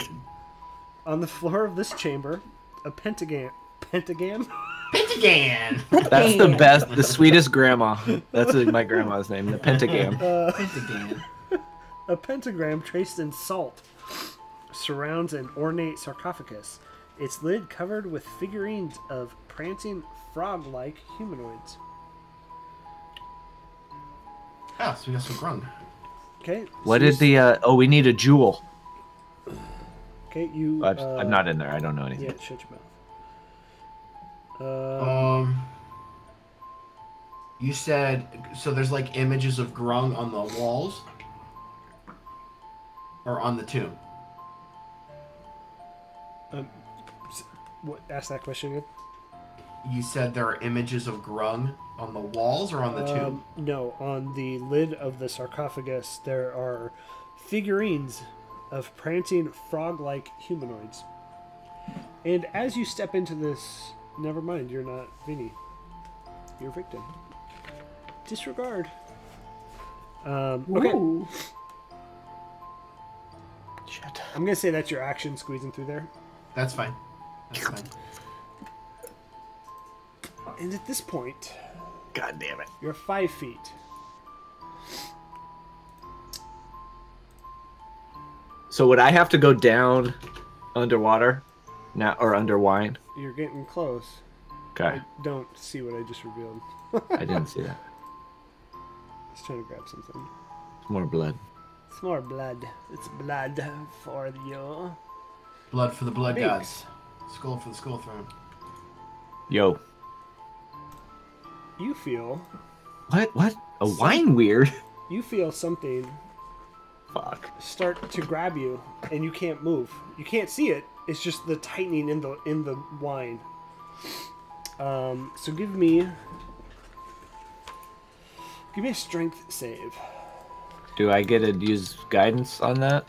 C: on the floor of this chamber, a pentagram, pentagram,
E: Pentagon!
A: That's the
D: Damn.
A: best, the sweetest grandma. That's uh, my grandma's name, the Pentagam.
C: uh,
E: Pentagon.
C: a pentagram traced in salt, surrounds an ornate sarcophagus. Its lid covered with figurines of prancing frog-like humanoids.
E: Yeah, Ah, so we got some grung.
C: Okay.
A: What
C: so you
A: did the? Uh, oh, we need a jewel.
C: s- Okay, you.
A: I'm,
C: uh,
A: I'm not in there. I don't know anything.
C: Yeah, shut your mouth. Uh,
E: Um, you said so. There's like images of grung on the walls, or on the tomb.
C: um, what, ask that question again.
E: You said there are images of grung on the walls or on the tomb.
C: Um, no, on the lid of the sarcophagus there are figurines of prancing frog-like humanoids. And as you step into this, never mind, you're not Vinny. You're a victim. Disregard. Um, okay,
D: Ooh.
A: Shit.
C: I'm gonna say that's your action squeezing through there.
E: That's fine. That's fine.
C: And at this point,
A: God damn it.
C: You're five feet.
A: So would I have to go down underwater, now or under wine?
C: You're getting close.
A: Okay,
C: I don't see what I just revealed.
A: I didn't see that.
C: I was trying to grab something.
A: [LAUGHS] More blood.
C: It's more blood. It's blood for you.
E: Blood for the blood
C: Thanks.
E: gods. Skull for the skull throne.
A: Yo,
C: You feel.
A: what? What? A wine weird? [LAUGHS]
C: You feel something
A: Fuck.
C: start to grab you, and you can't move. You can't see it. It's just the tightening in the in the wine. Um. So give me. Give me a strength save.
A: Do I get to use guidance on that?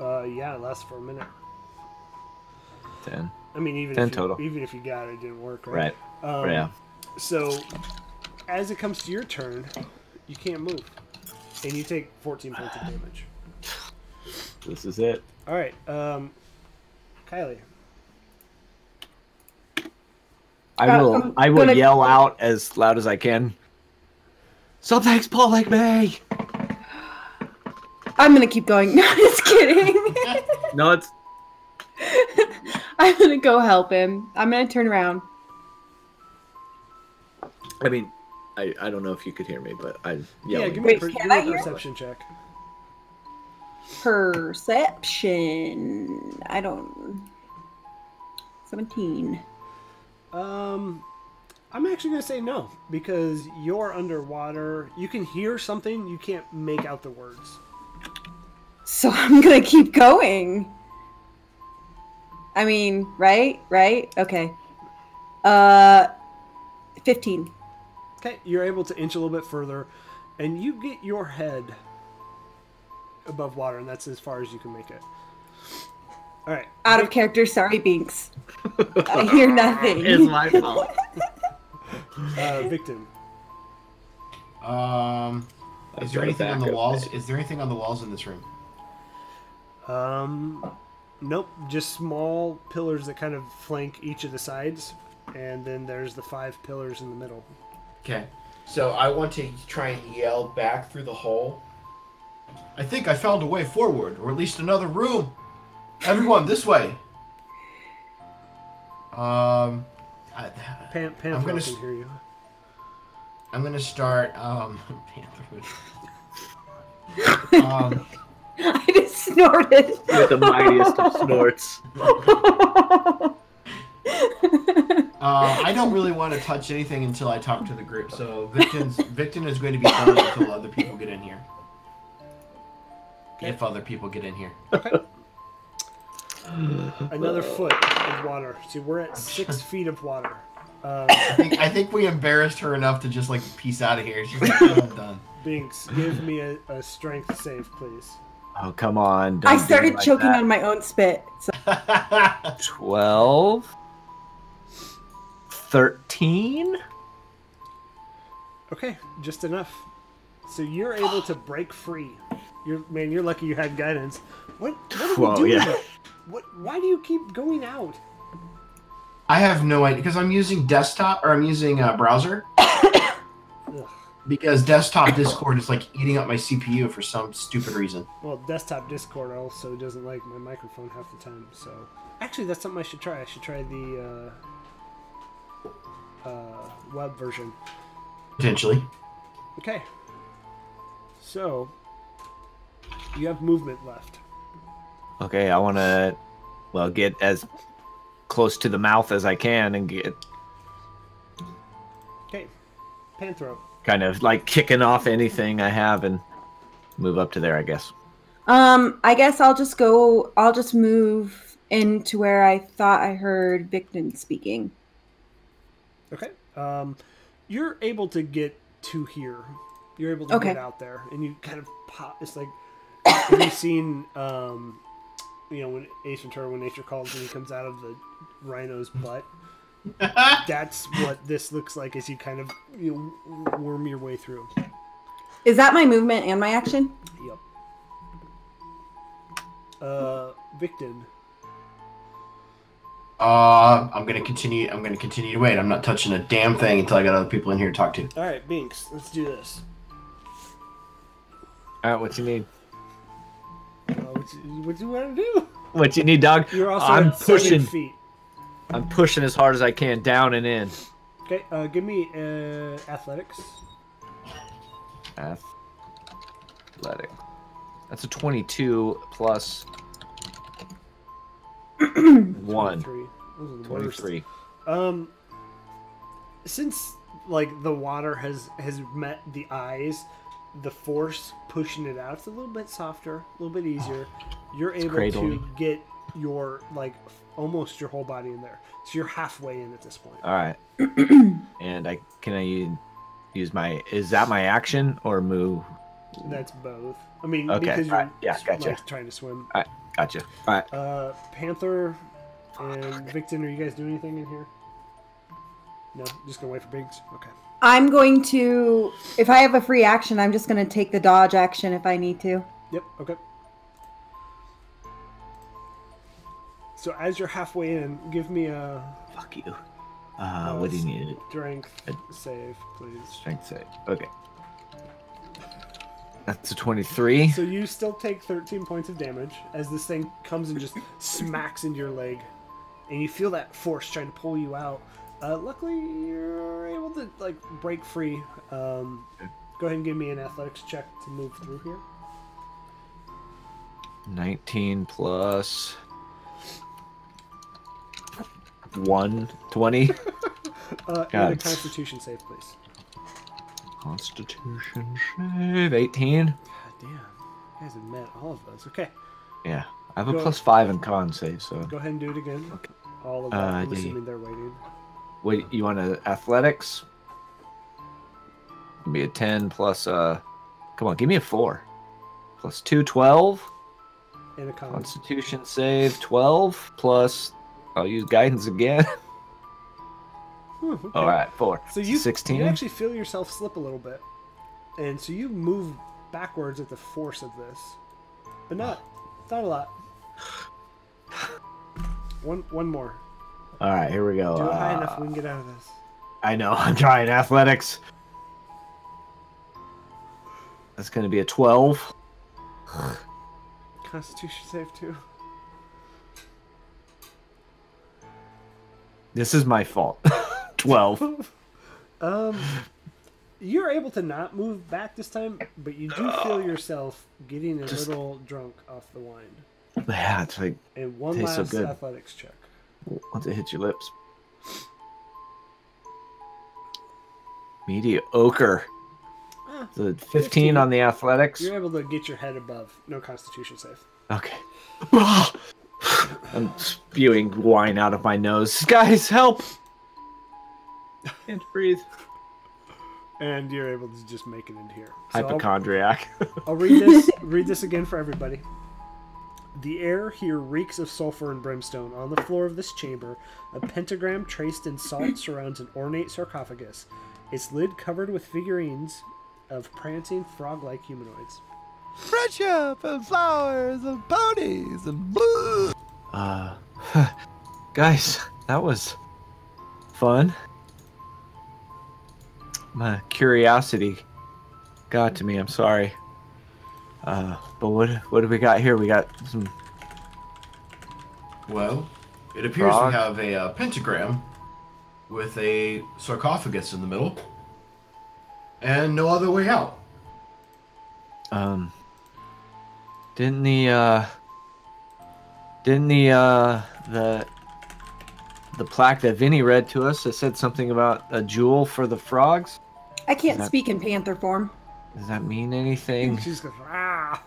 C: Uh. Yeah. It lasts for a minute.
A: Then.
C: I mean, even
A: Ten
C: if you,
A: total.
C: Even if you got it, it didn't work. Right.
A: Right.
C: Um,
A: yeah.
C: So, as it comes to your turn, you can't move, and you take 14 points of damage.
A: This is it.
C: All right, um, Kylie.
A: I
D: Uh,
A: will.
D: I'm
A: I will
D: gonna-
A: yell out as loud as I can. Something's pulling me.
D: I'm gonna keep going. [LAUGHS] No, just kidding.
A: No, it's
D: I'm gonna go help him. I'm gonna turn around.
A: I mean, I, I don't know if you could hear me, but I'm
C: Yeah,
A: yelling.
C: give me,
D: Wait,
C: a, per-
D: can
C: give me
D: I
C: a
D: hear?
C: perception check.
D: Perception. I don't. 17.
C: Um, I'm actually gonna say no because you're underwater. You can hear something, you can't make out the words.
D: So [LAUGHS] I'm gonna keep going. I mean, right? Right? Okay. Uh, 15.
C: Okay, you're able to inch a little bit further, and you get your head above water, and that's as far as you can make it. All right,
D: Out of character, sorry, Binks. I hear nothing. [LAUGHS]
A: It's my fault.
C: uh, victim.
E: Um,
A: I've
E: is there
A: got a
E: anything on the
A: backup
E: walls? Is there anything on the walls in this room?
C: Um, nope, just small pillars that kind of flank each of the sides, and then there's the five pillars in the middle.
E: Okay. So I want to try and yell back through the hole. I think I found a way forward, or at least another room. Everyone, this way. Um, I,
C: Pan-
E: I'm
C: Panther
E: gonna
C: can
E: s-
C: hear you.
E: I'm gonna start. Um, [LAUGHS] Panther. um,
D: I just
A: [LAUGHS]
D: snorted.
A: With the mightiest of [LAUGHS] snorts.
E: uh, I don't really want to touch anything until I talk to the group. So Victon's Victon is going to be done until other people get in here. If other people get in here.
C: Another foot of water. See, we're at six feet of water. Um,
E: [LAUGHS] I think, I think we embarrassed her enough to just like peace out of here. She's like, "Oh, I'm done.
C: Binks, give me a, a strength save, please.
A: Oh come on!
D: I
A: don't do it
D: started
A: like
D: choking
A: that.
D: on my own spit. So
A: Twelve. Thirteen.
C: Okay, just enough. So you're able to break free. You're man, you're lucky you had guidance. What? What do we
A: Whoa,
C: do? with
A: yeah.
C: it? What? Why do you keep going out?
E: I have no idea because I'm using desktop or I'm using uh,
A: [COUGHS]
E: browser
C: Ugh.
E: because desktop Discord is like eating up my CPU for some stupid reason.
C: Well, desktop Discord also doesn't like my microphone half the time, so actually that's something I should try. I should try the uh, uh, web version.
E: Potentially.
C: Okay. So you have movement left.
A: Okay, I want to, well, get as close to the mouth as I can and get
C: Okay. Panthro.
A: kind of like kicking off anything I have and move up to there, I guess.
D: Um, I guess I'll just go. I'll just move into where I thought I heard Victon speaking.
C: Okay. Um, you're able to get to here. You're able to
D: Okay.
C: get out there, and you kind of pop. It's like [COUGHS] have you seen, um, you know, when Ace Ventura, when nature calls, and he comes out of the rhino's butt. That's what this looks like as you kind of you know, worm your way through.
D: Is that my movement and my action?
C: Yep. Uh, Victon.
E: Uh, I'm gonna continue. I'm gonna continue to wait. I'm not touching a damn thing until I got other people in here to talk to.
C: All right, Binks. Let's do this.
A: All right, what you need?
C: Uh, what, you, what you want to do?
A: What you need, dog?
C: You're also
A: I'm
C: at seven
A: pushing.
C: feet.
A: I'm pushing as hard as I can, down and in.
C: Okay. Uh, give me uh, athletics.
A: Athletic. That's a 22 [CLEARS THROAT] plus one.
C: 23. Those are the worst.
A: 23.
C: Um, since like the water has has met the eyes, the force pushing it out. It's a little bit softer, a little
A: [SIGHS]
C: bit easier. You're able to
A: cradling.
C: get your like f- almost your whole body in there. So you're halfway in at this point.
A: All
C: [CLEARS THROAT]
A: right. and I can I u- use my is that my action or move?
C: That's both. I mean,
A: Okay,
C: because you're
A: alright, yeah,
C: s-
A: gotcha.
C: like, trying to swim.
A: Gotcha. All right.
C: Uh, Panther and Victon, are you guys doing anything in here? No, just gonna wait for Biggs. Okay.
D: I'm going to. If I have a free action, I'm just going to take the dodge action if I need to.
C: Yep. Okay. So as you're halfway in, give me a
A: Fuck you. Uh, what do you need?
C: strength
A: Uh,
C: save, please.
A: Strength save. Okay. That's a 23.
C: So you still take 13 points of damage as this thing comes and just smacks into your leg, and you feel that force trying to pull you out. Uh, luckily, you're able to like break free. Um, go ahead and give me an athletics check to move through here.
A: 19 plus 1 20
C: [LAUGHS] Uh, and a
A: God.
C: Constitution save, please.
A: constitution save 18
C: God damn, you guys have met all of us. Okay.
A: yeah i have a
C: Go-
A: plus 5 in con save so
C: Go ahead and do it again. All of
A: Uh,
C: that. I'm
A: the-
C: assuming they're waiting.
A: Wait, you want to athletics? Be a 10 plus, uh, come on, give me a 4. Plus 2, 12.
C: In a con.
A: Constitution save, 12. Plus, I'll use guidance again. [LAUGHS]
C: Hmm, okay.
A: All right, 4.
C: So you,
A: 16.
C: you actually feel yourself slip a little bit. And so you move backwards at the force of this. But not not a lot. [SIGHS] One one more.
A: All right, here we go.
C: Do it high
A: Uh,
C: enough we can get out of this.
A: I know, [LAUGHS] I'm trying athletics. That's going to be a 12.
C: Constitution save too.
A: This is my fault. [LAUGHS]
C: [LAUGHS]
A: 12.
C: Um you're able to not move back this time, but you do feel yourself getting a
A: Just-
C: little drunk off the wine.
A: Yeah, it's like
C: And one
A: Tastes so
C: last
A: good.
C: athletics check.
A: Once it hits your lips. Mediocre.
C: Ah,
A: The 15,
C: 15.
A: on the athletics.
C: You're able to get your head above. No constitution save.
A: Okay. [SIGHS] I'm spewing wine out of my nose. Guys, help! Can't breathe.
C: And you're able to just make it into here. So I'll-
A: Hypochondriac. [LAUGHS]
C: I'll read this read this again for everybody. The air here reeks of sulfur and brimstone. On the floor of this chamber, a pentagram traced in salt surrounds an ornate sarcophagus, its lid covered with figurines of prancing frog-like humanoids.
F: friendship and flowers and ponies and blue.
A: Uh, [LAUGHS] guys, that was fun. My curiosity got to me. I'm sorry. Uh, but what what do we got here? We got some.
E: Well, it appears
A: Frog.
E: we have a uh, pentagram with a sarcophagus in the middle and no other way out.
A: Um, didn't the uh, didn't the uh, the the plaque that Vinny read to us that said something about a jewel for the frogs?
D: I can't
A: That-
D: speak in panther form.
A: Does that mean anything?
C: She's goes, ah.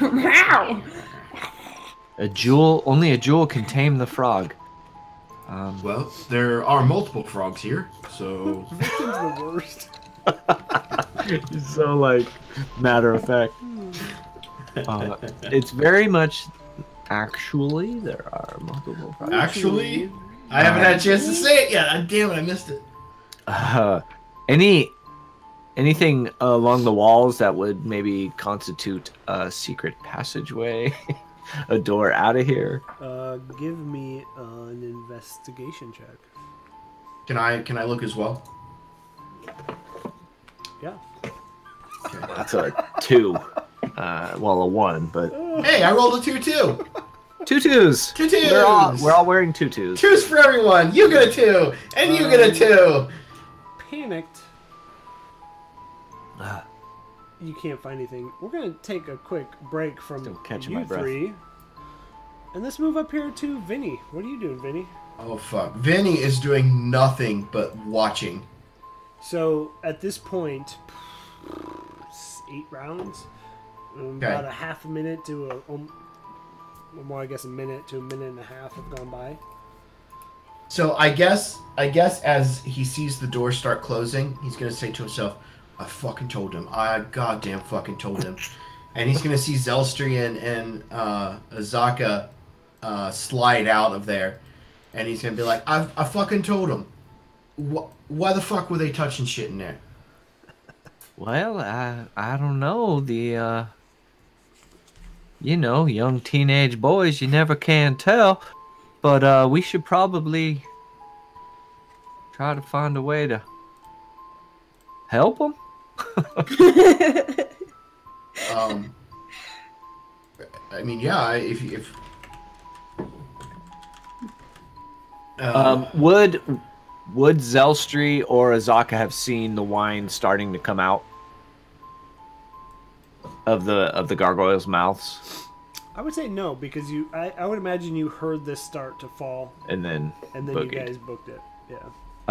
D: Wow.
A: A jewel? Only a jewel can tame the frog. Um,
E: Well, there are multiple frogs here,
A: [LAUGHS]
E: so
C: Victim's the worst.
A: so like matter of fact. Uh, it's very much actually there are multiple [LAUGHS] frogs.
E: actually, I haven't had a chance to say it yet. I, damn it, I missed it.
A: Uh, any anything along the walls that would maybe constitute a secret passageway, [LAUGHS] a door out of here.
C: Uh, give me an investigation check.
E: Can I can I look as
A: [LAUGHS]
E: well?
C: Yeah.
A: That's a two. Uh, well, a one, but
E: Hey, I rolled a two two.
A: two twos.
E: Tutus!
A: We're all we're all wearing tutus.
E: Two's for everyone. You get a two, and you get a two.
C: Panicked.
A: Ah.
C: You can't find anything. We're gonna take a quick break from
A: Still catching
C: you
A: my breath.
C: three, and let's move up here to Vinny. What are you doing, Vinny?
E: Oh fuck! Vinny is doing nothing but watching.
C: So at this point, [SIGHS] s- eight rounds, um,
E: Okay.
C: about a half a minute to a, um, well, I guess a minute to a minute and a half have gone by.
E: So I guess I guess as he sees the door start closing, he's gonna say to himself, "I fucking told him. I goddamn fucking told him." and he's gonna see Zelstrian and uh, Azaka uh, slide out of there, and he's gonna be like, "I, I fucking told him. Wh- why the fuck were they touching shit in there?"
A: Well, I I don't know the uh, you know young teenage boys you never can tell, but uh, we should probably try to find a way to help them.
E: Um, I mean, yeah, I- if if
A: Um, would would Zelstri or Azaka have seen the wine starting to come out of the of the gargoyles' mouths,
C: I would say no because you. I, I would imagine you heard this start to fall,
A: and then
C: and then
A: boogied?
C: you guys booked it. Yeah.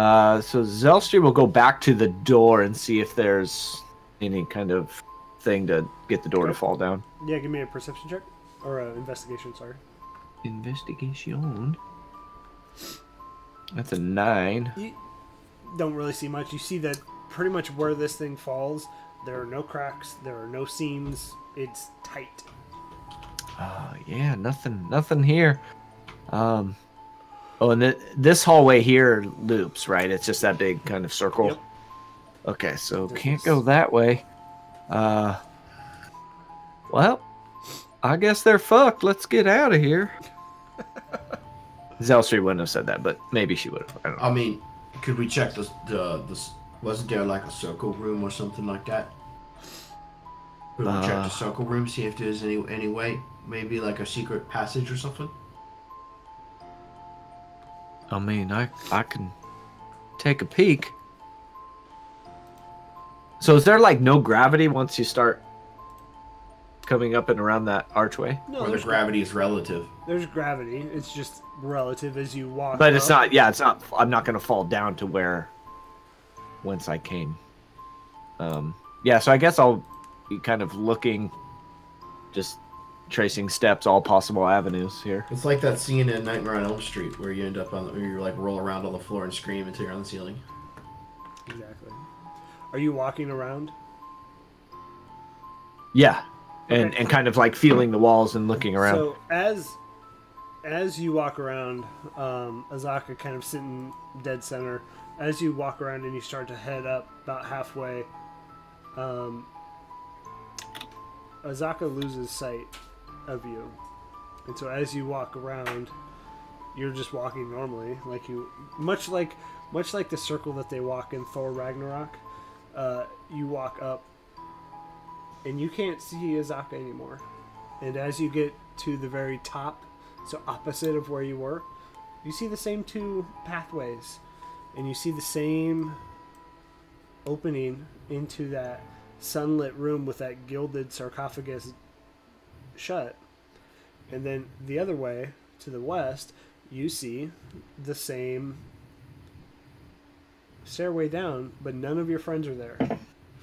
A: Uh, so Zelstri will go back to the door and see if there's any kind of thing to get the door to fall down.
C: Yeah. Give me a perception check or a investigation. Sorry.
A: Investigation. That's a nine.
C: You don't really see much. You see that pretty much where this thing falls. There are no cracks. There are no seams. It's tight.
A: Uh, yeah, nothing, nothing here. Um, oh, and th- this hallway here loops, right? It's just that big kind of circle.
C: Yep.
A: Okay, so
C: This
A: can't
C: is-
A: go that way. Uh, well, I guess they're fucked. Let's get out of
C: [LAUGHS]
A: here. Zelstri wouldn't have said that, but maybe she would have. I don't know.
E: I mean, could we check the the this? Wasn't there like a circle room or something like that? Could we check
A: Uh.
E: the circle room, see if there's any any way, maybe like a secret passage or something?
A: I mean, I I can take a peek. So is there like no gravity once you start coming up and around that archway?
C: No,
E: Where the
C: there's,
E: gravity is relative.
C: there's gravity. It's just relative as you walk.
A: But it's
C: up.
A: not. Yeah, it's not. I'm not gonna fall down to where whence I came. Um. Yeah. So I guess I'll be kind of looking, just tracing steps, all possible avenues here.
E: It's like that scene in Nightmare on Elm Street where you end up on the, where you like roll around on the floor and scream until you're on the ceiling.
C: Exactly. Are you walking around?
A: Yeah. And
C: Okay.
A: and kind of like feeling the walls and looking around.
C: So as as you walk around, um, Azaka kind of sitting dead center. As you walk around and you start to head up about halfway, um, Azaka loses sight of you, and so as you walk around, you're just walking normally, like you, much like much like the circle that they walk in Thor Ragnarok. Uh, you walk up, and you can't see Azaka anymore. And as you get to the very top, so opposite of where you were, you see the same two pathways and you see the same opening into that sunlit room with that gilded sarcophagus shut and then the other way to the west you see the same stairway down but none of your friends are there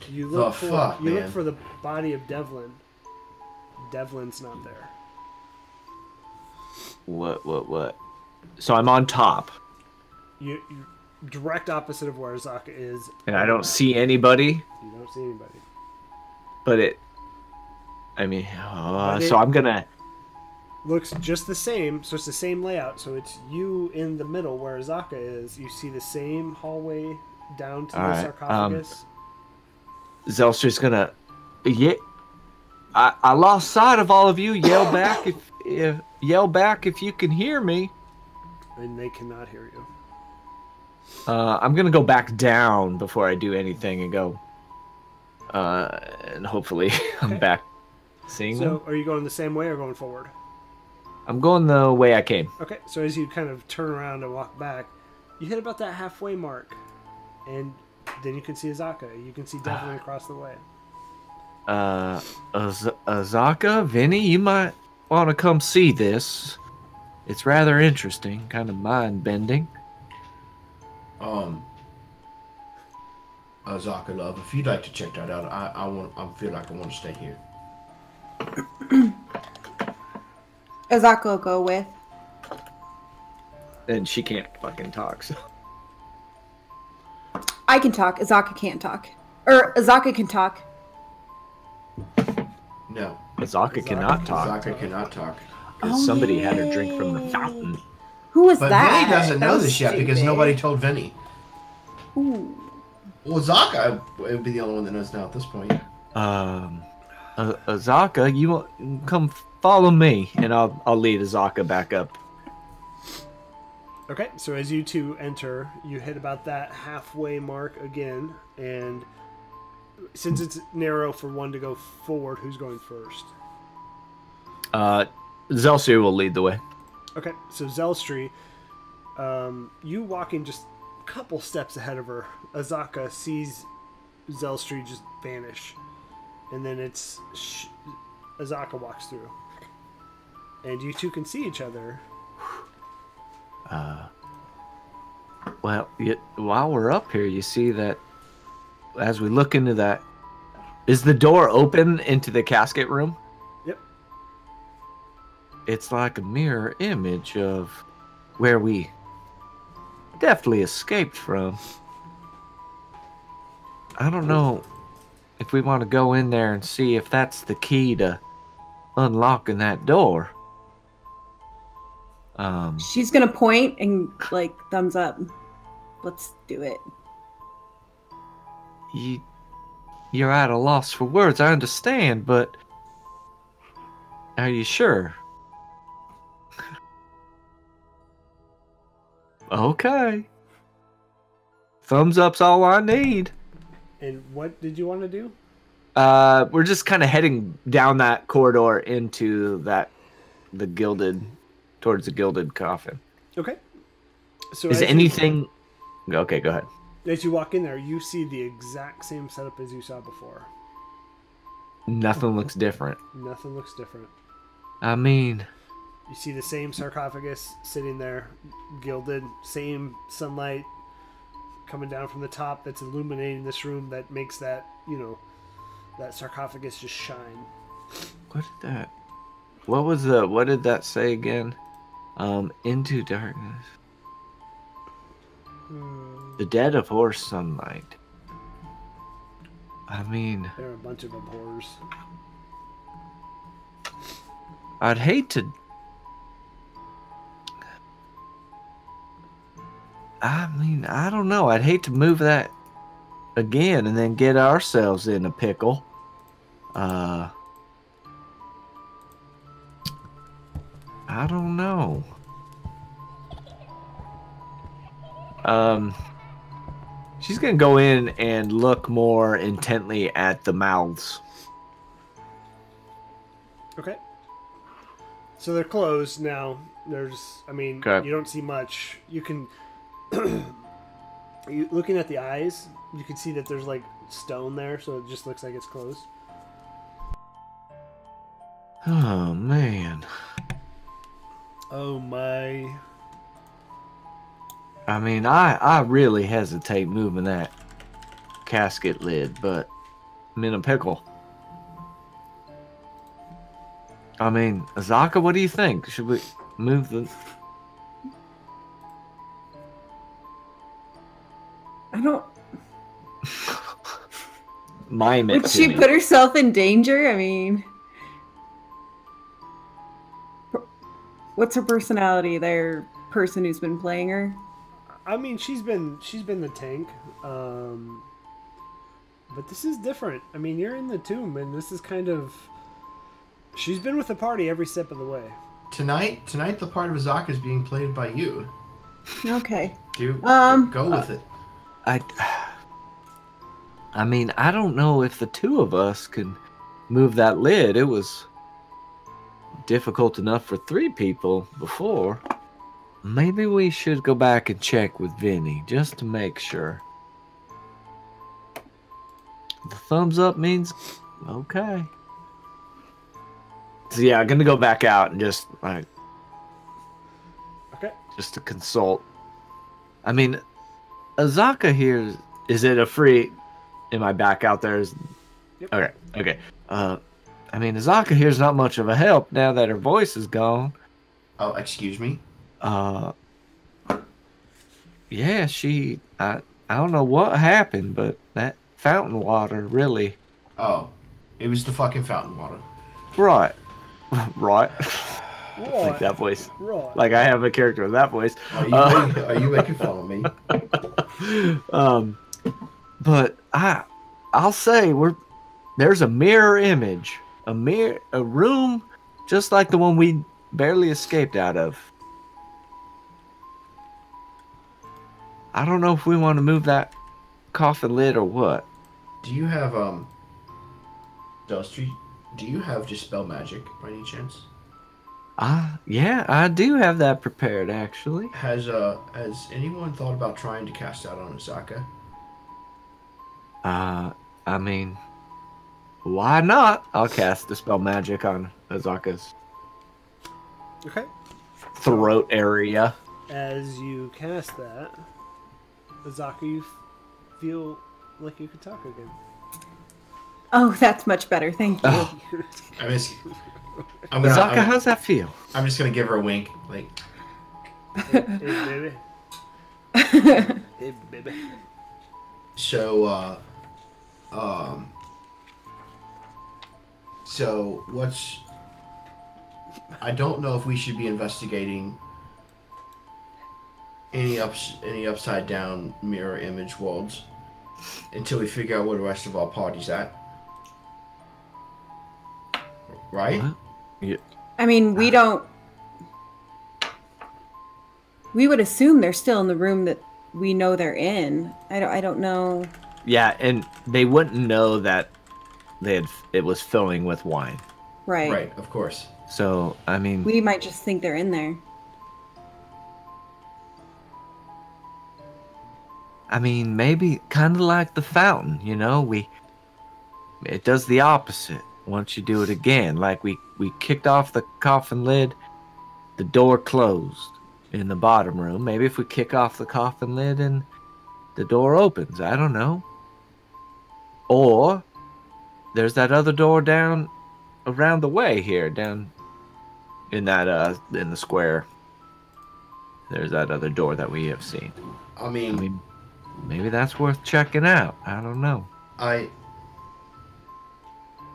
C: you look
E: Oh,
C: for
E: fuck,
C: you
E: man.
C: look for the body of devlin devlin's not there
A: What? What? What? So I'm on top,
C: you, you direct opposite of where Zaka is.
A: and I don't see anybody.
C: You don't see anybody.
A: But it. I mean, uh,
C: But
A: so
C: it-
A: I'm gonna.
C: Looks just the same, so it's the same layout. So it's you in the middle where Zaka is. You see the same hallway down to
A: All
C: the
A: right, um,
C: sarcophagus.
A: Zelster's gonna. Yeah. I, I lost sight of all of you.
C: [COUGHS]
A: Yell back if, if yell back if you can hear me. um,
C: and they cannot hear you.
A: Uh, I'm gonna go back down before I do anything and go. Uh, and hopefully [LAUGHS] I'm back seeing them.
C: So are you going the same way or going forward?
A: I'm going the way I came.
C: Okay, so as you kind of turn around and walk back, you hit about that halfway mark, and then you can see Azaka. You can see
A: Ah.
C: Devlin across the way.
A: Uh, Az- Azaka, Vinny, you might want to come see this. It's rather interesting, kind of mind bending.
E: Um, uh, Zaka love, if you'd like to check that out, I, I want I feel like I want to stay here.
D: Azaka will go with.
A: And she can't fucking talk. So.
D: I can talk. Azaka can't talk. Or Azaka can talk.
E: No,
A: [LAUGHS] Azaka cannot talk
E: Zaka cannot talk.
A: because
D: Oh,
A: somebody had her
D: yeah.
A: drink from the fountain.
D: Who was
E: But
D: that?
E: Vinny doesn't
D: That
E: know
D: was
E: this yet because
D: stupid.
E: nobody told Vinny.
D: Ooh.
E: Well, Zaka would be the only one that knows now at this point.
A: Um, A- Azaka, you want, come follow me, and I'll I'll lead Azaka back up.
C: Okay, so as you two enter, you hit about that halfway mark again, and since it's narrow for one to go forward, who's going first?
A: Uh, Zelsu will lead the way.
C: Okay, so Zelstri, um, you walking just a couple steps ahead of her, Azaka sees Zelstri just vanish, and then it's sh- Azaka walks through, and you two can see each other.
A: Well, y while we're up here, you see that as we look into that, is the door open into the casket room?
C: Yep.
A: It's like a mirror image of where we deftly escaped from. I don't know if we want to go in there and see if that's the key to unlocking that door. Um,
D: She's gonna point and like thumbs up. Let's do it.
A: you you're at a loss for words i understand but are you sure [LAUGHS] okay thumbs up's all i need
C: And what did you want to do?
A: uh we're just kind of heading down that corridor into that the gilded towards the gilded coffin
C: Okay. So
A: is
C: as you-
A: anything okay go ahead
C: As you walk in there, you see the exact same setup as you saw before.
A: nothing looks different
C: Nothing looks different.
A: i mean
C: You see the same sarcophagus sitting there, gilded, same sunlight coming down from the top that's illuminating this room that makes that, you know, that sarcophagus just shine.
A: What did that? What was the? What did that say again? Um, into darkness,
C: Hmm.
A: the dead of horse sunlight. I mean,
C: There are a bunch of abhors.
A: I'd hate to. I mean, I don't know. I'd hate to move that again and then get ourselves in a pickle. Uh, I don't know. Um, she's gonna go in and look more intently at the mouths.
C: Okay. So they're closed now. There's, I mean,
A: Okay.
C: you don't see much. You can, [CLEARS THROAT] you, looking at the eyes, you can see that there's like stone there, so it just looks like it's closed.
A: Oh man.
C: Oh my!
A: I mean, I I really hesitate moving that casket lid, but I'm in a pickle. I mean, Azaka, what do you think? Should we move the?
D: I don't.
A: Mime it.
D: Would she put herself in danger? I mean, what's her personality? Their person who's been playing her.
C: I mean, she's been she's been the tank, um, but this is different. I mean, you're in the tomb, and this is kind of. She's been with the party every step of the way.
E: Tonight, tonight the part of Azaka is being played by you.
D: Okay.
E: Do
D: Um,
E: go with it.
A: I. [SIGHS] I mean, I don't know if the two of us can move that lid. It was difficult enough for three people before. Maybe we should go back and check with Vinny just to make sure. The thumbs up means okay. So yeah, I'm gonna go back out and just like
C: Okay.
A: just to consult. I mean, Azaka here is- is it a free? Am I back out there? Is,
C: Yep.
A: Okay, okay. Uh, I mean, Azaka here's not much of a help now that her voice is gone.
E: Oh, excuse me.
A: Uh, yeah, she. I I don't know what happened, but that fountain water really
E: Oh, it was the fucking fountain water.
A: right, [LAUGHS] right. [LAUGHS] like
C: Right,
A: that voice.
C: right.
A: Like I have a character with that voice.
E: Are you,
A: Uh.
E: waiting- are you making fun of me?
A: um, but I, I'll say we're there's a mirror image, a mirror, a room just like the one we barely escaped out of. I don't know if we want to move that coffin lid or what.
E: Do you have um, Dusty? Do you have dispel magic by any chance?
A: Ah, yeah, I do have that prepared actually.
E: Has uh, has anyone thought about trying to cast that on Azaka?
A: Uh, I mean, why not? I'll cast dispel magic on Azaka's
C: Okay.
A: throat area.
C: As you cast that, Azaka, you f- feel like you could talk again.
D: Oh, that's much better. Thank you.
A: Oh.
E: I mean, it's- I'm gonna.
A: Azaka,
E: I'm,
A: how's that feel?
E: I'm just gonna give her a wink. Like,
C: hey, baby. Hey, baby.
E: So, uh, um, so what's? I don't know if we should be investigating any ups any upside down mirror image worlds until we figure out where the rest of our party's at. Right?
A: What?
D: I mean, we don't. We would assume they're still in the room that we know they're in. I don't. I don't know.
A: Yeah, and they wouldn't know that they had it was filling with wine.
D: Right.
E: Right. Of course.
A: So I mean,
D: We might just think they're in there.
A: I mean, maybe kind of like the fountain, you know, we it does the opposite once you do it again. Like we we kicked off the coffin lid, the door closed in the bottom room. Maybe if we kick off the coffin lid and the door opens, I don't know. Or there's that other door down around the way here, down in that uh in the square. There's that other door that we have seen.
E: I mean,
A: I mean, maybe that's worth checking out. I don't know.
E: I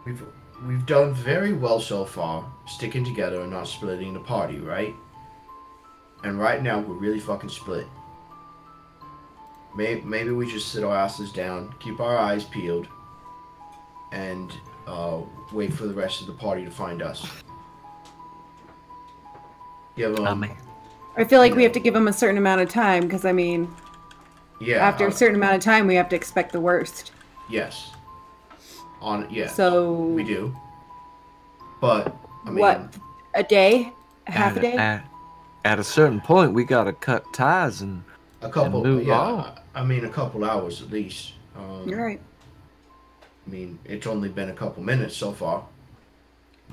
E: we've we've done very well so far, sticking together and not splitting the party, right? And right now we're really fucking split. Maybe maybe we just sit our asses down, keep our eyes peeled, and uh, wait for the rest of the party to find us. Give 'em-
A: I mean,
D: I feel like we have to give them a certain amount of time because I mean,
E: yeah.
D: after
E: uh,
D: a certain amount of time, we have to expect the worst.
E: yes. On yeah.
D: So
E: we do. But I mean,
D: what a day, a half a
A: at,
D: day.
A: At, at a certain point, we gotta cut ties and
E: A couple,
A: move
E: yeah.
A: on.
E: I mean, a couple hours at least. Um,
D: You're
A: [LAUGHS]
D: right.
E: I mean, it's only been a couple minutes so far.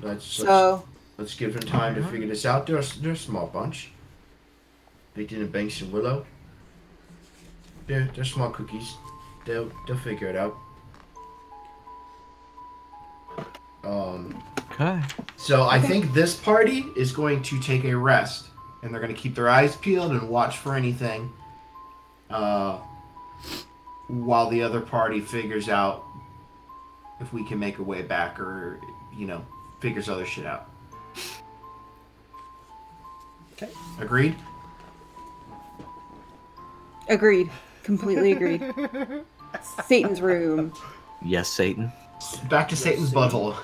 E: Let's let's,
D: So
E: let's give them time to figure this out. They're, a s- they're a small bunch. Victor and Banks and Willow. They're they're small cookies. They'll they'll figure it out. Um,
A: okay.
E: So I
D: Okay.
E: think this party is going to take a rest, and they're going to keep their eyes peeled and watch for anything, uh, while the other party figures out if we can make a way back, or you know, figures other shit out.
C: Okay.
E: Agreed.
D: agreed, completely
E: [LAUGHS]
D: agreed. Satan's room.
A: Yes, Satan.
E: Back to Satan's butthole.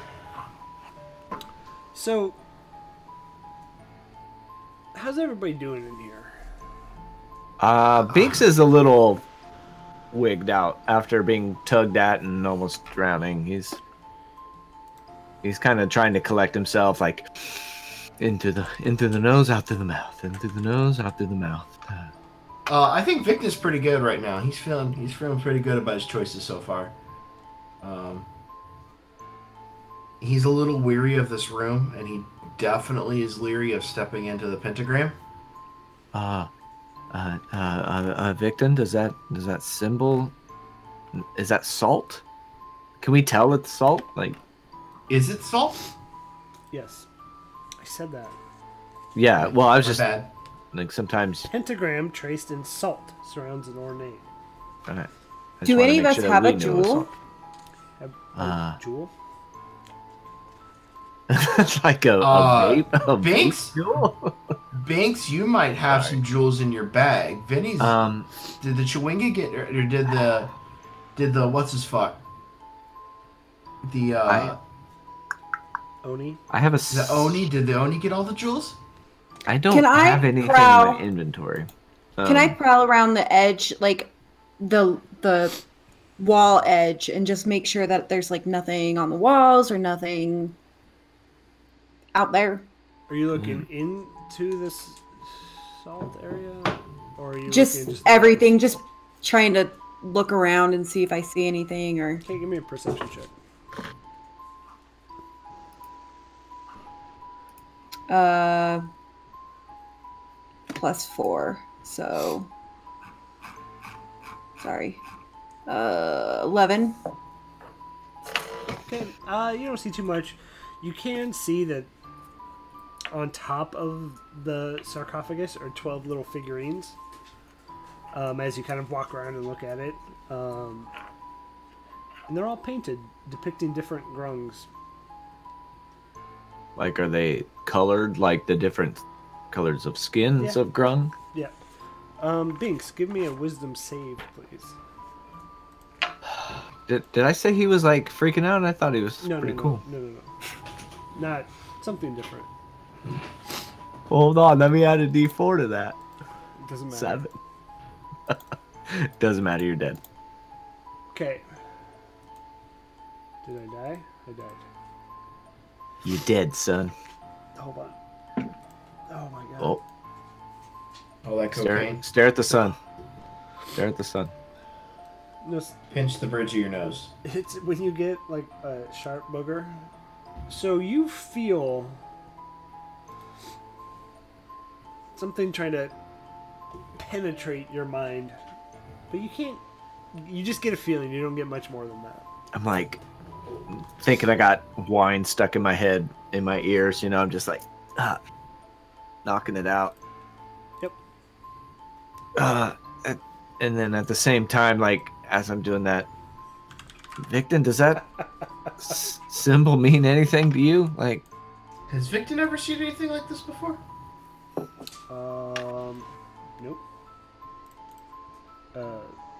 C: So, how's everybody doing in here?
A: Uh, Binks is a little wigged out after being tugged at and almost drowning. He's he's kind of trying to collect himself, like into the into the nose, out through the mouth, into the nose, out through the mouth. Uh,
E: Uh, I think Victor's pretty good right now. He's feeling he's feeling pretty good about his choices so far. Um, he's a little weary of this room, and he definitely is leery of stepping into the pentagram.
A: uh, uh, uh, uh, uh Victon, does that does that symbol is that salt? Can we tell it's salt? Like,
E: Is it salt?
C: Yes. I said that.
A: yeah. Well, I was
E: My
A: just
E: bad.
A: like sometimes.
C: Pentagram traced in salt surrounds an ornate.
A: all right. uh, I just
D: Do
A: wanna
D: any of
A: make
D: us
A: sure that
D: have
A: we
D: a
A: know it's
D: jewel?
A: [LAUGHS] salt.
C: A, a
A: Ah.
C: oh, jewel?
A: That's like a, a
E: Uh,
A: vape. A
E: Binks?
A: vape jewel.
E: Binks, you might have some jewels in your bag. Vinny's
A: Um,
E: did the Chewinga get or or did the did the what's his fuck? The uh
A: I-
C: Oni?
A: I have a.
E: the
A: s-
E: Oni did the Oni get all the jewels?
A: I don't
D: Can I
A: have anything
D: prowl?
A: in my inventory.
D: Can I
A: Um,
D: prowl around the edge, like the the wall edge, and just make sure that there's like nothing on the walls or nothing out there?
C: Are you looking into this salt area? Or are you
D: Just
C: looking
D: everything. Just trying to look around and see if I see anything or
C: Okay, give me a perception check.
D: uh plus four. So sorry. Uh eleven.
C: Okay, uh, you don't see too much. You can see that on top of the sarcophagus are 12 little figurines um, as you kind of walk around and look at it. Um, and they're all painted, depicting different grungs.
A: Like, are they colored like the different colors of skins
C: Yeah.
A: of Grung?
C: Yeah. Um, Binks, give me a wisdom save, please.
A: Did, did I say he was like freaking out? I thought he was
C: No,
A: pretty
C: no, no,
A: cool.
C: no, no, no. Not something different.
A: Hold on, let me add a D4 to that.
C: It doesn't matter.
A: Seven. [LAUGHS] Doesn't matter, you're dead.
C: Okay. Did I die? I died.
A: You dead, son.
C: Hold on. Oh my god.
A: Oh,
E: All that
A: stare,
E: cocaine.
A: stare at the sun. Stare at the sun.
C: No, s-
E: Pinch the bridge of your nose.
C: It's when you get like a sharp booger. So you feel something trying to penetrate your mind, but you can't. You just get a feeling. You don't get much more than that.
A: I'm like thinking I got wine stuck in my head, in my ears. You know, I'm just like ah, knocking it out.
C: Yep.
A: Uh, and- and then at the same time, like as I'm doing that, Victon, does
C: [LAUGHS]
A: that s- symbol mean anything to you? Like,
E: Has Victor ever seen anything like this before?
C: Um, nope. Uh,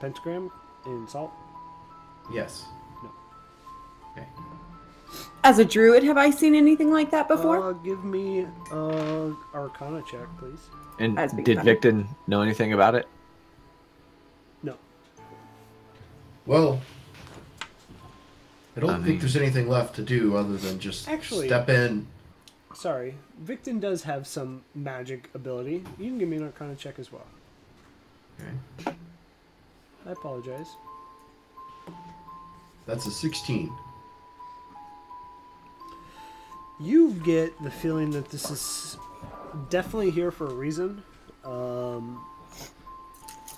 C: pentagram in salt.
E: Yes.
C: No.
E: Okay.
D: As a druid, have I seen anything like that before?
C: Uh, give me uh Arcana check, please.
A: and
D: That's big
A: did
D: time.
A: Victon know anything about it?
C: No.
E: Well, I don't
A: I
E: think
A: mean-
E: there's anything left to do other than just
C: Actually-
E: step in,
C: sorry, Victon does have some magic ability. You can give me an Arcana check as well.
E: Okay.
C: I apologize.
E: That's a 16.
C: You get the feeling that this is definitely here for a reason. Um,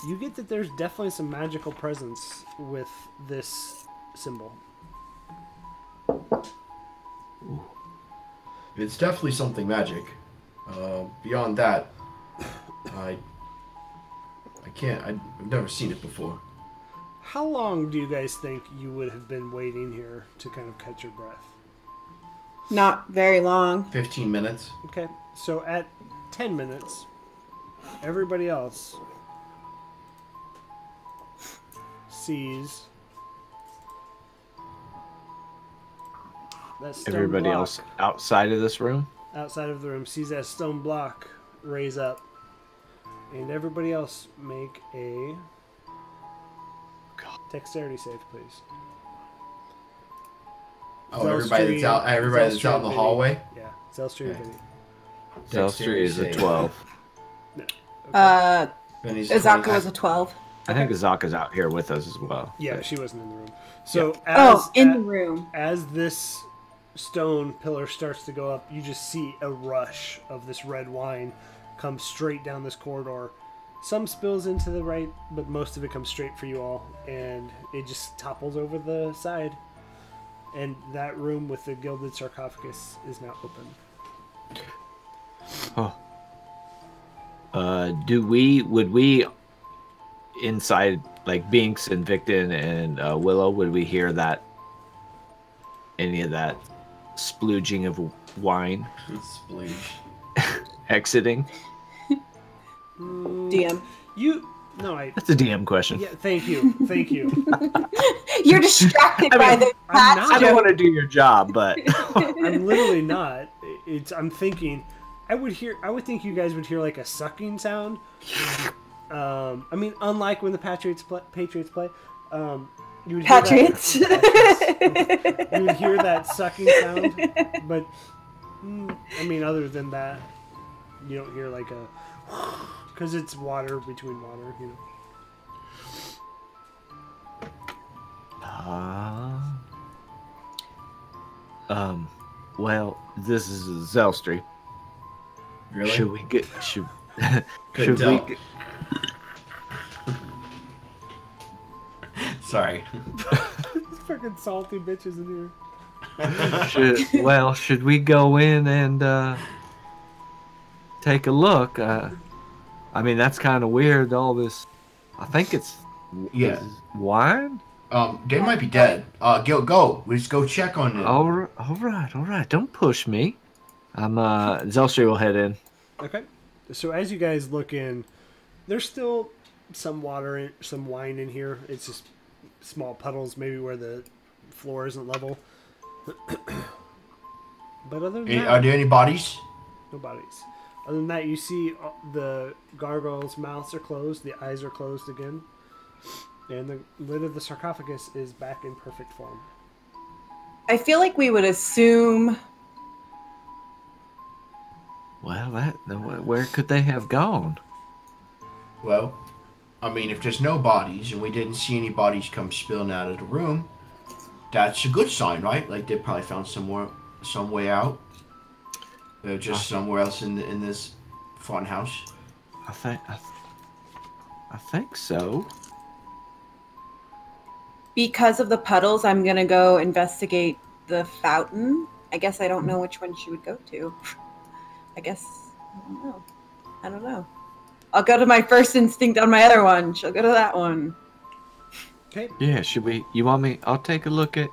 C: you get that there's definitely some magical presence with this symbol.
E: It's definitely something magic. Uh, beyond that, I I can't. I, I've never seen it before.
C: How long do you guys think you would have been waiting here to kind of catch your breath?
D: Not very long.
E: 15 minutes.
C: Okay, so at 10 minutes, everybody else sees that stone
A: Everybody
C: block
A: else outside of this room.
C: outside of the room sees that stone block raise up, and everybody else make a
A: God.
C: dexterity save, please.
E: Oh,
C: Zell
E: everybody that's
C: Street-
E: out. Everybody
C: Zell
E: that's out in
C: Street,
E: the
C: maybe.
E: hallway.
C: Yeah, Zelstra,
E: Okay.
C: okay.
A: Zelstra is a
E: Dexterity save.
A: 12.
D: Uh,
E: And he's
D: Azaka
E: 20.
D: was a 12.
A: I think Azaka's out here with us as well.
C: Yeah, she wasn't in the room. So as
D: Oh, in
C: a-
D: the room.
C: as this stone pillar starts to go up, you just see a rush of this red wine come straight down this corridor. Some spills into the right, but most of it comes straight for you all, and it just topples over the side. And that room with the gilded sarcophagus is now open.
A: Uh, do we? Would we? Inside, like Binks and Victon and uh, Willow, would we hear that? Any of that splooging of wine
E: Sploosh.
A: exiting?
D: DM.
C: You no, I
A: That's a DM question.
C: yeah. Thank you, thank you.
D: You're distracted
A: I
D: by
A: mean,
D: the
C: I'm
D: cats.
A: I don't
C: not.
A: want to do your job, but [LAUGHS]
C: I'm literally not. It's I'm thinking. I would hear. I would think you guys would hear like a sucking sound. Um, I mean, unlike when the Patriots play, Patriots play, um, you would hear that- [LAUGHS]
D: Patriots.
C: you would hear that sucking sound, but mm, I mean, other than that, you don't hear like a because it's water between water. You know. [LAUGHS]
A: Uh, um, well, this is Zelstry.
E: Really?
A: Should we get should [LAUGHS]
E: Couldn't
A: should
E: tell. [LAUGHS]
A: we? Get,
E: Sorry.
C: These fucking salty bitches in here.
A: should, well, should we go in and uh, take a look? Uh, I mean, that's kind of weird. All this, I think it's
E: Yeah.
A: is wine.
E: Um, they might be dead. Uh, go, go. We just go check on
D: Oh,
E: it.
A: All r- all right, all right. Don't push me. I'm uh, Zelstry will head in.
C: Okay. So as you guys look in, there's still some water, in, some wine in here. It's just small puddles, maybe where the floor isn't level. [COUGHS] but other than
E: Eh,
C: that,
E: Are there any bodies?
C: no bodies. Other than that, you see uh, the gargoyles' mouths are closed, the eyes are closed again, and the lid of the sarcophagus is back in perfect form.
D: I feel like we would assume
A: Well, that where could they have gone?
E: Well, I mean, if there's no bodies and we didn't see any bodies come spilling out of the room, that's a good sign, right? Like they probably found somewhere, some way out. They're just somewhere else in the, in this fun house.
A: I think I, th- I think so.
D: because of the puddles, I'm gonna go investigate the fountain. I guess I don't know which one she would go to. I guess I don't know. I don't know. I'll go to my first instinct on my other one. She'll go to that one.
C: Okay.
A: Yeah, should we? You want me? I'll take a look at.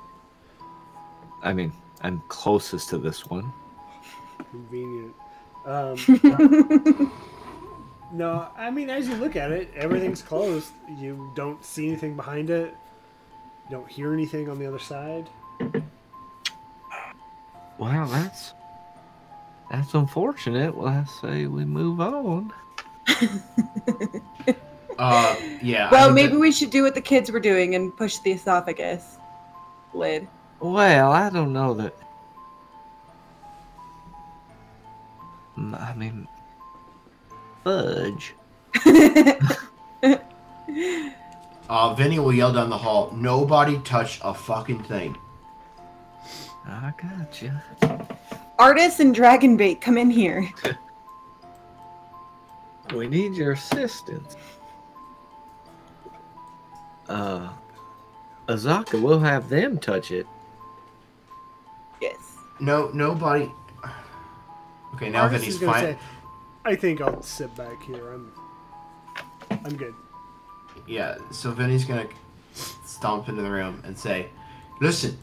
A: I mean, I'm closest to this one.
C: Convenient. Um,
D: [LAUGHS]
C: no, I mean, as you look at it, everything's closed. You don't see anything behind it. You don't hear anything on the other side.
A: Wow, that's that's unfortunate. Well, I say we move on.
E: Uh, yeah. I
D: Well,
E: think
D: maybe
E: that-
D: we should do what the kids were doing and push the esophagus lid. [LAUGHS]
A: Well, I don't know that. Mm, I mean, fudge.
E: Uh, Vinny will yell down the hall, nobody touch a fucking thing.
A: I gotcha.
D: Artists and Dragonbait, come in here.
A: We need your assistance. Uh, Azaka, we'll have them touch it.
D: Yes.
E: No, nobody. [SIGHS] Okay, now
C: Marcus
E: Vinny's
C: is gonna
E: fine.
C: say, I think I'll sit back here. I'm, I'm good.
E: Yeah, so Vinny's gonna stomp into the room and say, Listen,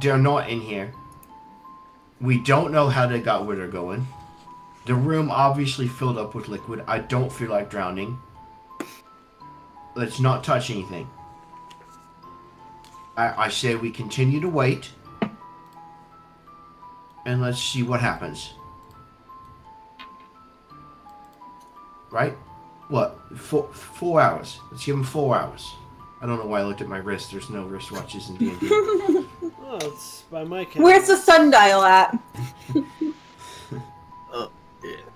E: they're not in here. We don't know how they got where they're going. The room obviously filled up with liquid. I don't feel like drowning. Let's not touch anything. I, I say we continue to wait. And let's see what happens. Right? what four four hours let's give him four hours i don't know why i looked at my wrist there's no wristwatches in d&d
C: Oh, it's by my count.
D: Where's the sundial at?
A: Yeah,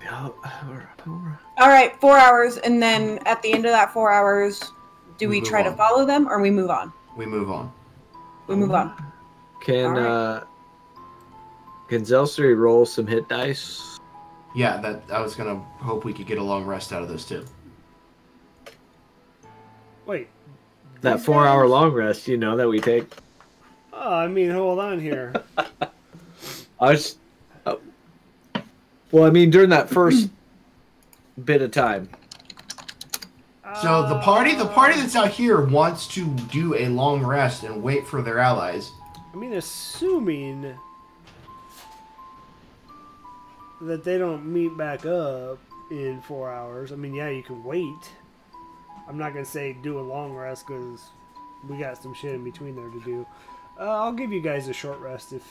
A: all right, all right.
D: All right, four hours, and then at the end of that four hours, do we
E: Move
D: try to
E: on.
D: follow them or we move on?
E: we move on
D: We move on.
A: Can
D: Alright.
A: uh can Zelsery roll some hit dice?
E: yeah that i was gonna hope we could get a long rest out of those two
C: Wait.
A: That
C: these
A: four hour
C: guys?
A: long rest, you know, that we take.
C: Oh, I mean, hold on here.
A: I was uh, well, I mean during that first [CLEARS THROAT] bit of time.
E: so the party the party that's out here wants to do a long rest and wait for their allies
C: I mean, assuming that they don't meet back up in four hours. I mean, yeah, you can wait. I'm not gonna say do a long rest because we got some shit in between there to do. Uh, I'll give you guys a short rest if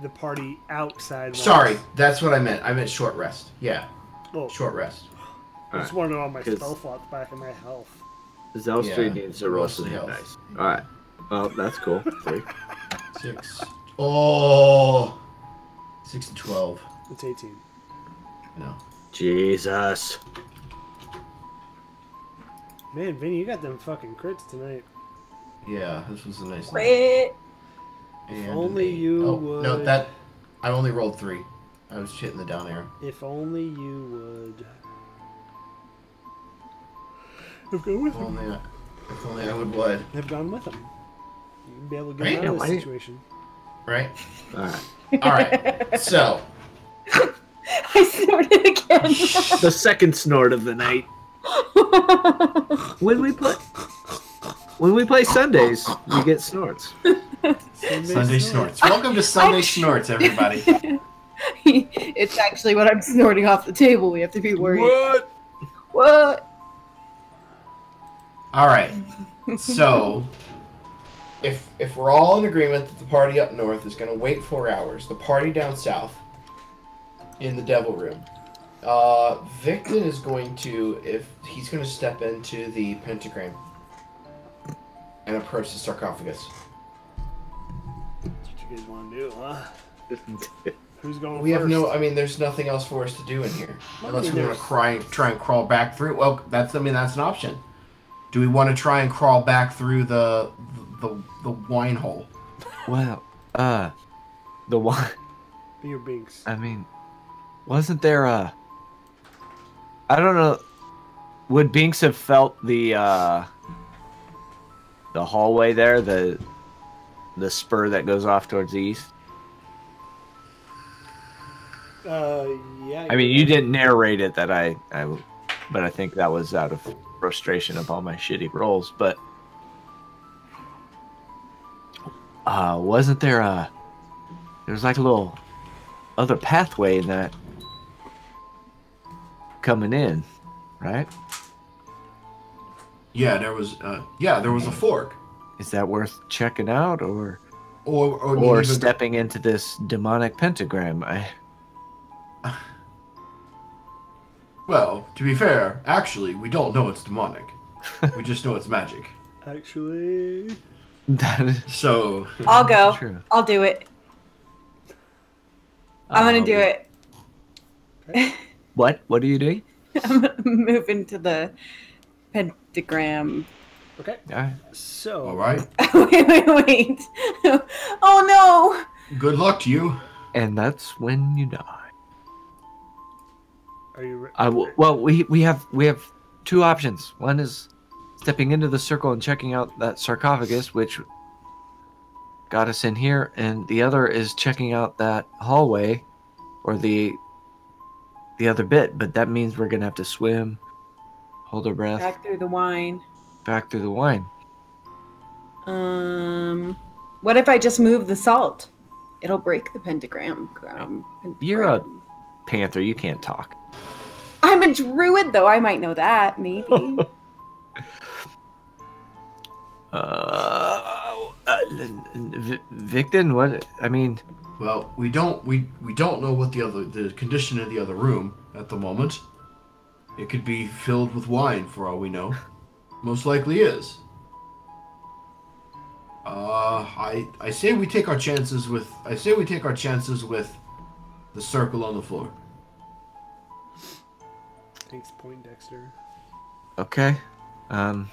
C: the party outside. Wants.
E: sorry that's what i meant i meant short rest yeah
C: Oh,
E: short rest
C: I just wanted all my
A: 'Cause-
C: spell slots back in my health.
A: Zelsery
E: Yeah,
A: needs to roll
E: lots of
A: some hit
E: health.
A: dice. Alright. Well, that's cool. Three.
E: six oh six and twelve
C: It's 18.
E: no
A: Jesus.
C: Man, Vinny, you got them fucking crits tonight.
E: yeah this was a nice night.
D: Crit.
E: And an
C: only
E: eight.
C: you
E: oh, No,
C: would-
E: that I only rolled three. I was hitting the down arrow.
C: If only you would have gone with
E: If
C: him.
E: only I, if only I would would.
C: Have gone with him. You'd be able to
E: Right,
C: get out
A: yeah,
C: of
A: why
C: this
A: didn't-
C: situation.
E: Right.
A: Alright.
C: [LAUGHS]
E: All right. so
D: [LAUGHS] I snorted again.
A: The second snort of the night. When we play when we play Sundays, we get snorts.
E: Sunday snorts. Welcome to Sunday snorts, everybody.
D: [LAUGHS] it's actually what I'm snorting off the table. We have to be worried.
A: What?
D: What?
E: All right. So if if we're all in agreement that the party up north is going to wait four hours, the party down south in the devil room. Uh, Victon is going to if he's going to step into the pentagram and approach the sarcophagus.
C: That's what you guys want to do, huh?
E: [LAUGHS]
C: Who's going
E: We
C: first?
E: have no. I mean, there's nothing else for us to do in here, unless we
C: there's-
E: want to cry, try and crawl back through. Well, that's. I mean, that's an option. Do we want to try and crawl back through the the the wine hole?
F: Wow. Uh,
A: the one
C: Your binks.
F: I mean, wasn't there a? I don't know.
A: would Binks have felt the uh the hallway there, the the spur that goes off towards the east?
C: Uh, yeah.
A: I mean, you didn't narrate it that I I but I think that was out of frustration of all my shitty rolls, but uh wasn't there a there was like a little other pathway in that coming in, right?
E: Yeah, there was. Uh, yeah, there was a fork.
A: Is that worth checking out or
E: Or or,
A: or
E: even-
A: stepping into this demonic pentagram. I, [LAUGHS]
E: Well, to be fair, actually, we don't know it's demonic. we just know it's magic.
C: Actually,
A: that is
E: So
D: I'll go.
A: true.
D: I'll do it. [LAUGHS] I'm
A: Uh,
D: gonna do it.
A: What? What are you doing?
D: I'm moving to the pentagram. [LAUGHS]
C: Okay.
A: All right.
C: So.
E: All right.
D: wait, wait, wait. [LAUGHS] oh no!
E: Good luck to you.
A: And that's when you die.
C: Are you? Re-
A: I w- well, we we have we have two options. One is stepping into the circle and checking out that sarcophagus, which got us in here, and the other is checking out that hallway, or the the other bit. But that means we're gonna have to swim, hold our breath, back,
D: Back through the wine.
A: through the wine.
D: Um, what if I just move the salt? It'll break the pentagram. Um,
A: You're a-
D: pentagram.
A: Panther, you can't talk.
D: I'm a druid, though. I might know
A: [LAUGHS]
D: that. Maybe.
A: Uh, uh v- Victon, what? I mean,
E: Well, we don't we we don't know what the other the condition of the other room at the moment. It could be filled with wine for all we know. Most likely is. Uh, I I say we take our chances with I say we take our chances with the circle on the floor.
C: Thanks, Poindexter.
A: Okay. Um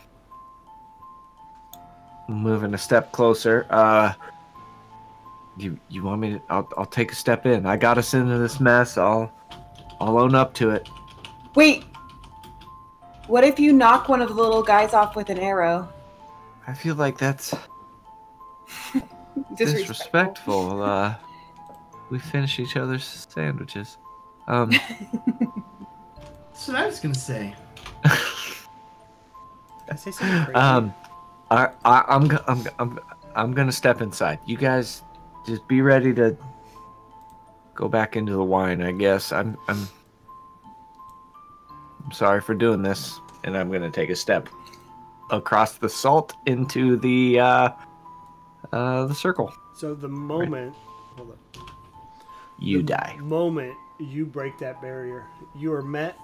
A: moving a step closer. Uh you you want me to I'll I'll take a step in. I got us into this mess. I'll I'll own up to it.
D: wait. What if you knock one of the little guys off with an arrow?
A: I feel like that's
D: Disrespectful.
A: disrespectful. uh we finish each other's sandwiches. Um
E: So I was gonna say.
C: Did I say something crazy?
A: um I, I I'm go- I'm I'm I'm going to step inside. You guys just be ready to go back into the wine, I guess. I'm I'm I'm sorry for doing this and I'm going to take a step across the salt into the uh uh the circle.
C: So the moment, hold up.
A: You
C: the
A: die.
C: Moment you break that barrier, you are met.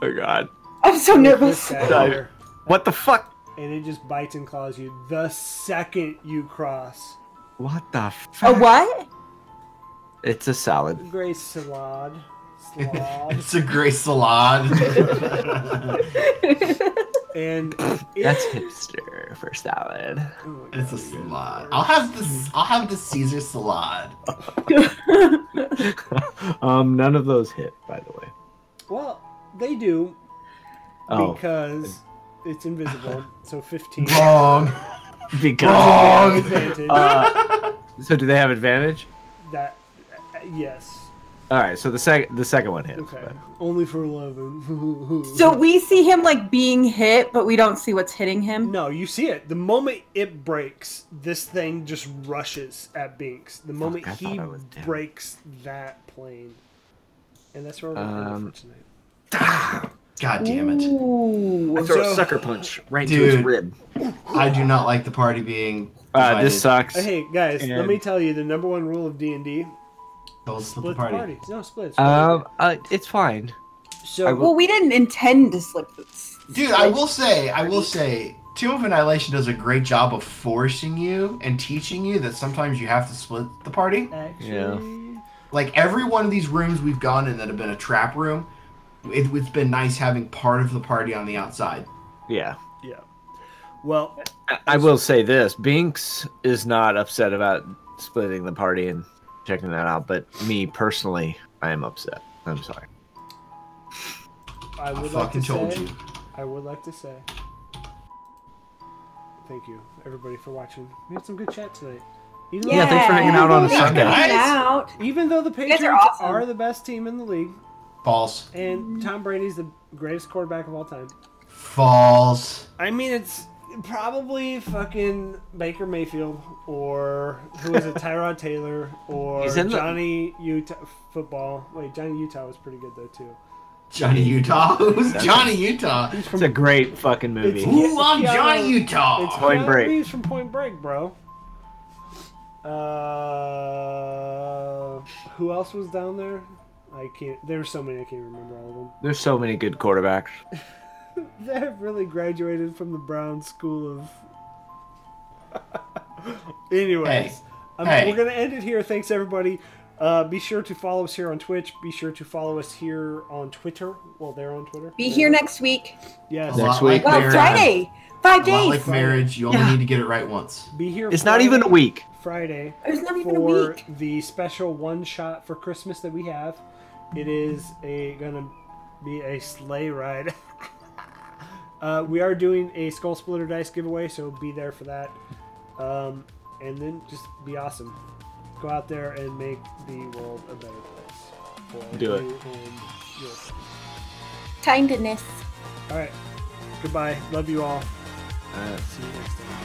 A: Oh god.
D: I'm so
C: with
D: nervous.
A: No.
C: this barrier,
A: What the fuck?
C: And it just bites and claws you the second you cross.
A: Oh, What the fuck?
D: A what? [LAUGHS]
A: It's a [LAUGHS] salad.
C: Grace Salad. Slod.
E: [LAUGHS] It's a great salad. [LAUGHS]
C: and it-
A: That's hipster for salad.
C: Oh my God,
E: it's
C: you guys
E: a
C: are
E: salad.
C: worse.
E: I'll have this I'll have the Caesar salad.
A: um none of those hit, by the way.
C: Well, they do
A: Oh,
C: because it's invisible. So 15.
E: Wrong.
A: Oh. because of the
C: Advantage.
A: Uh, so do they have advantage?
C: that uh, yes.
A: All right, so the second the second one hits.
C: Okay.
A: but-
C: Only for [LAUGHS] 11.
D: so we see him like being hit, but we don't see what's hitting him.
C: No, you see it. The moment it breaks, this thing just rushes at Binks. The moment
A: I
C: he
A: thought I was down.
C: breaks that plane. And that's where we're going
A: Um,
C: for tonight.
E: God damn it.
D: Ooh.
A: I throw
C: So-
A: a sucker punch right to
E: Dude.
A: his rib.
E: I do not like the party being.
A: Uh, this
E: divided.
A: sucks.
C: Uh, Hey guys, let
A: And-
C: me tell you the number one rule of D and D:
E: Don't split the
C: split
E: party.
C: the party. No split. split.
A: Um, uh, it's fine. I
C: so
A: will-
D: Well, we didn't intend to slip this.
E: Dude, I will say, I will say, Tomb of Annihilation does a great job of forcing you and teaching you that sometimes you have to split the party.
C: actually,
E: Like every one of these rooms we've gone in that have been a trap room, it, it's been nice having part of the party on the outside.
A: Yeah,
C: yeah. Well,
A: I, I will say this: Binks is not upset about splitting the party and checking that out, but me personally, I am upset. I'm sorry.
C: I
E: I,
C: would like
E: fucking
C: to
E: told
C: say,
E: you.
C: I would like to say thank you everybody for watching. We had some good chat tonight. Even though-
A: Yeah, thanks for hanging out on a
D: Thanks for
A: Sunday.
D: hanging out.
C: Even though the
D: guys
C: Patriots
D: are
C: are,
D: awesome.
C: the best team in the league,
E: False.
C: and Tom Brady's the greatest quarterback of all time,
E: False.
C: I mean it's probably fucking Baker Mayfield or who [LAUGHS] is it, Tyrod Taylor or
A: He's in the-
C: Johnny Utah football. Wait, Johnny Utah was pretty good though too.
E: Johnny [LAUGHS] Utah. Who's
A: That's-
E: Johnny Utah?
C: He's from
A: It's a great fucking movie.
C: It's-
E: Who on
C: Yeah,
E: Johnny
C: It's
E: Utah?
A: Point
C: Keanu
A: Break.
C: Reeves from Point Break, bro. Uh, who else was down there? I can't. There were so many I can't remember all
A: There's so many good quarterbacks.
C: of them. [LAUGHS] They really graduated from the Brown School of. Anyways, um, [LAUGHS]
E: Hey.
C: we're gonna end it here. Thanks everybody. Uh, be sure to follow us here on Twitch. Be sure to follow us here on Twitter. Well, they're on Twitter.
D: Be here next week.
C: Yes.
E: A lot
A: Next week.
E: like
D: Well,
E: marriage.
D: Friday. Five
E: A lot
D: days.
E: like marriage, you only
A: Yeah.
E: need to get it right once.
C: Be here.
A: It's not even a week.
C: Friday
D: There's not even a
C: for
D: week.
C: the special one shot for Christmas that we have. It is a gonna be a sleigh ride. [LAUGHS] uh, we are doing a skull splitter dice giveaway, so be there for that. Um, and then just be awesome. Go out there and make the world a better place. For
A: Do it.
C: you and yours.
D: Kindness.
C: All right. Goodbye. Love you all.
A: Uh,
C: See you next time.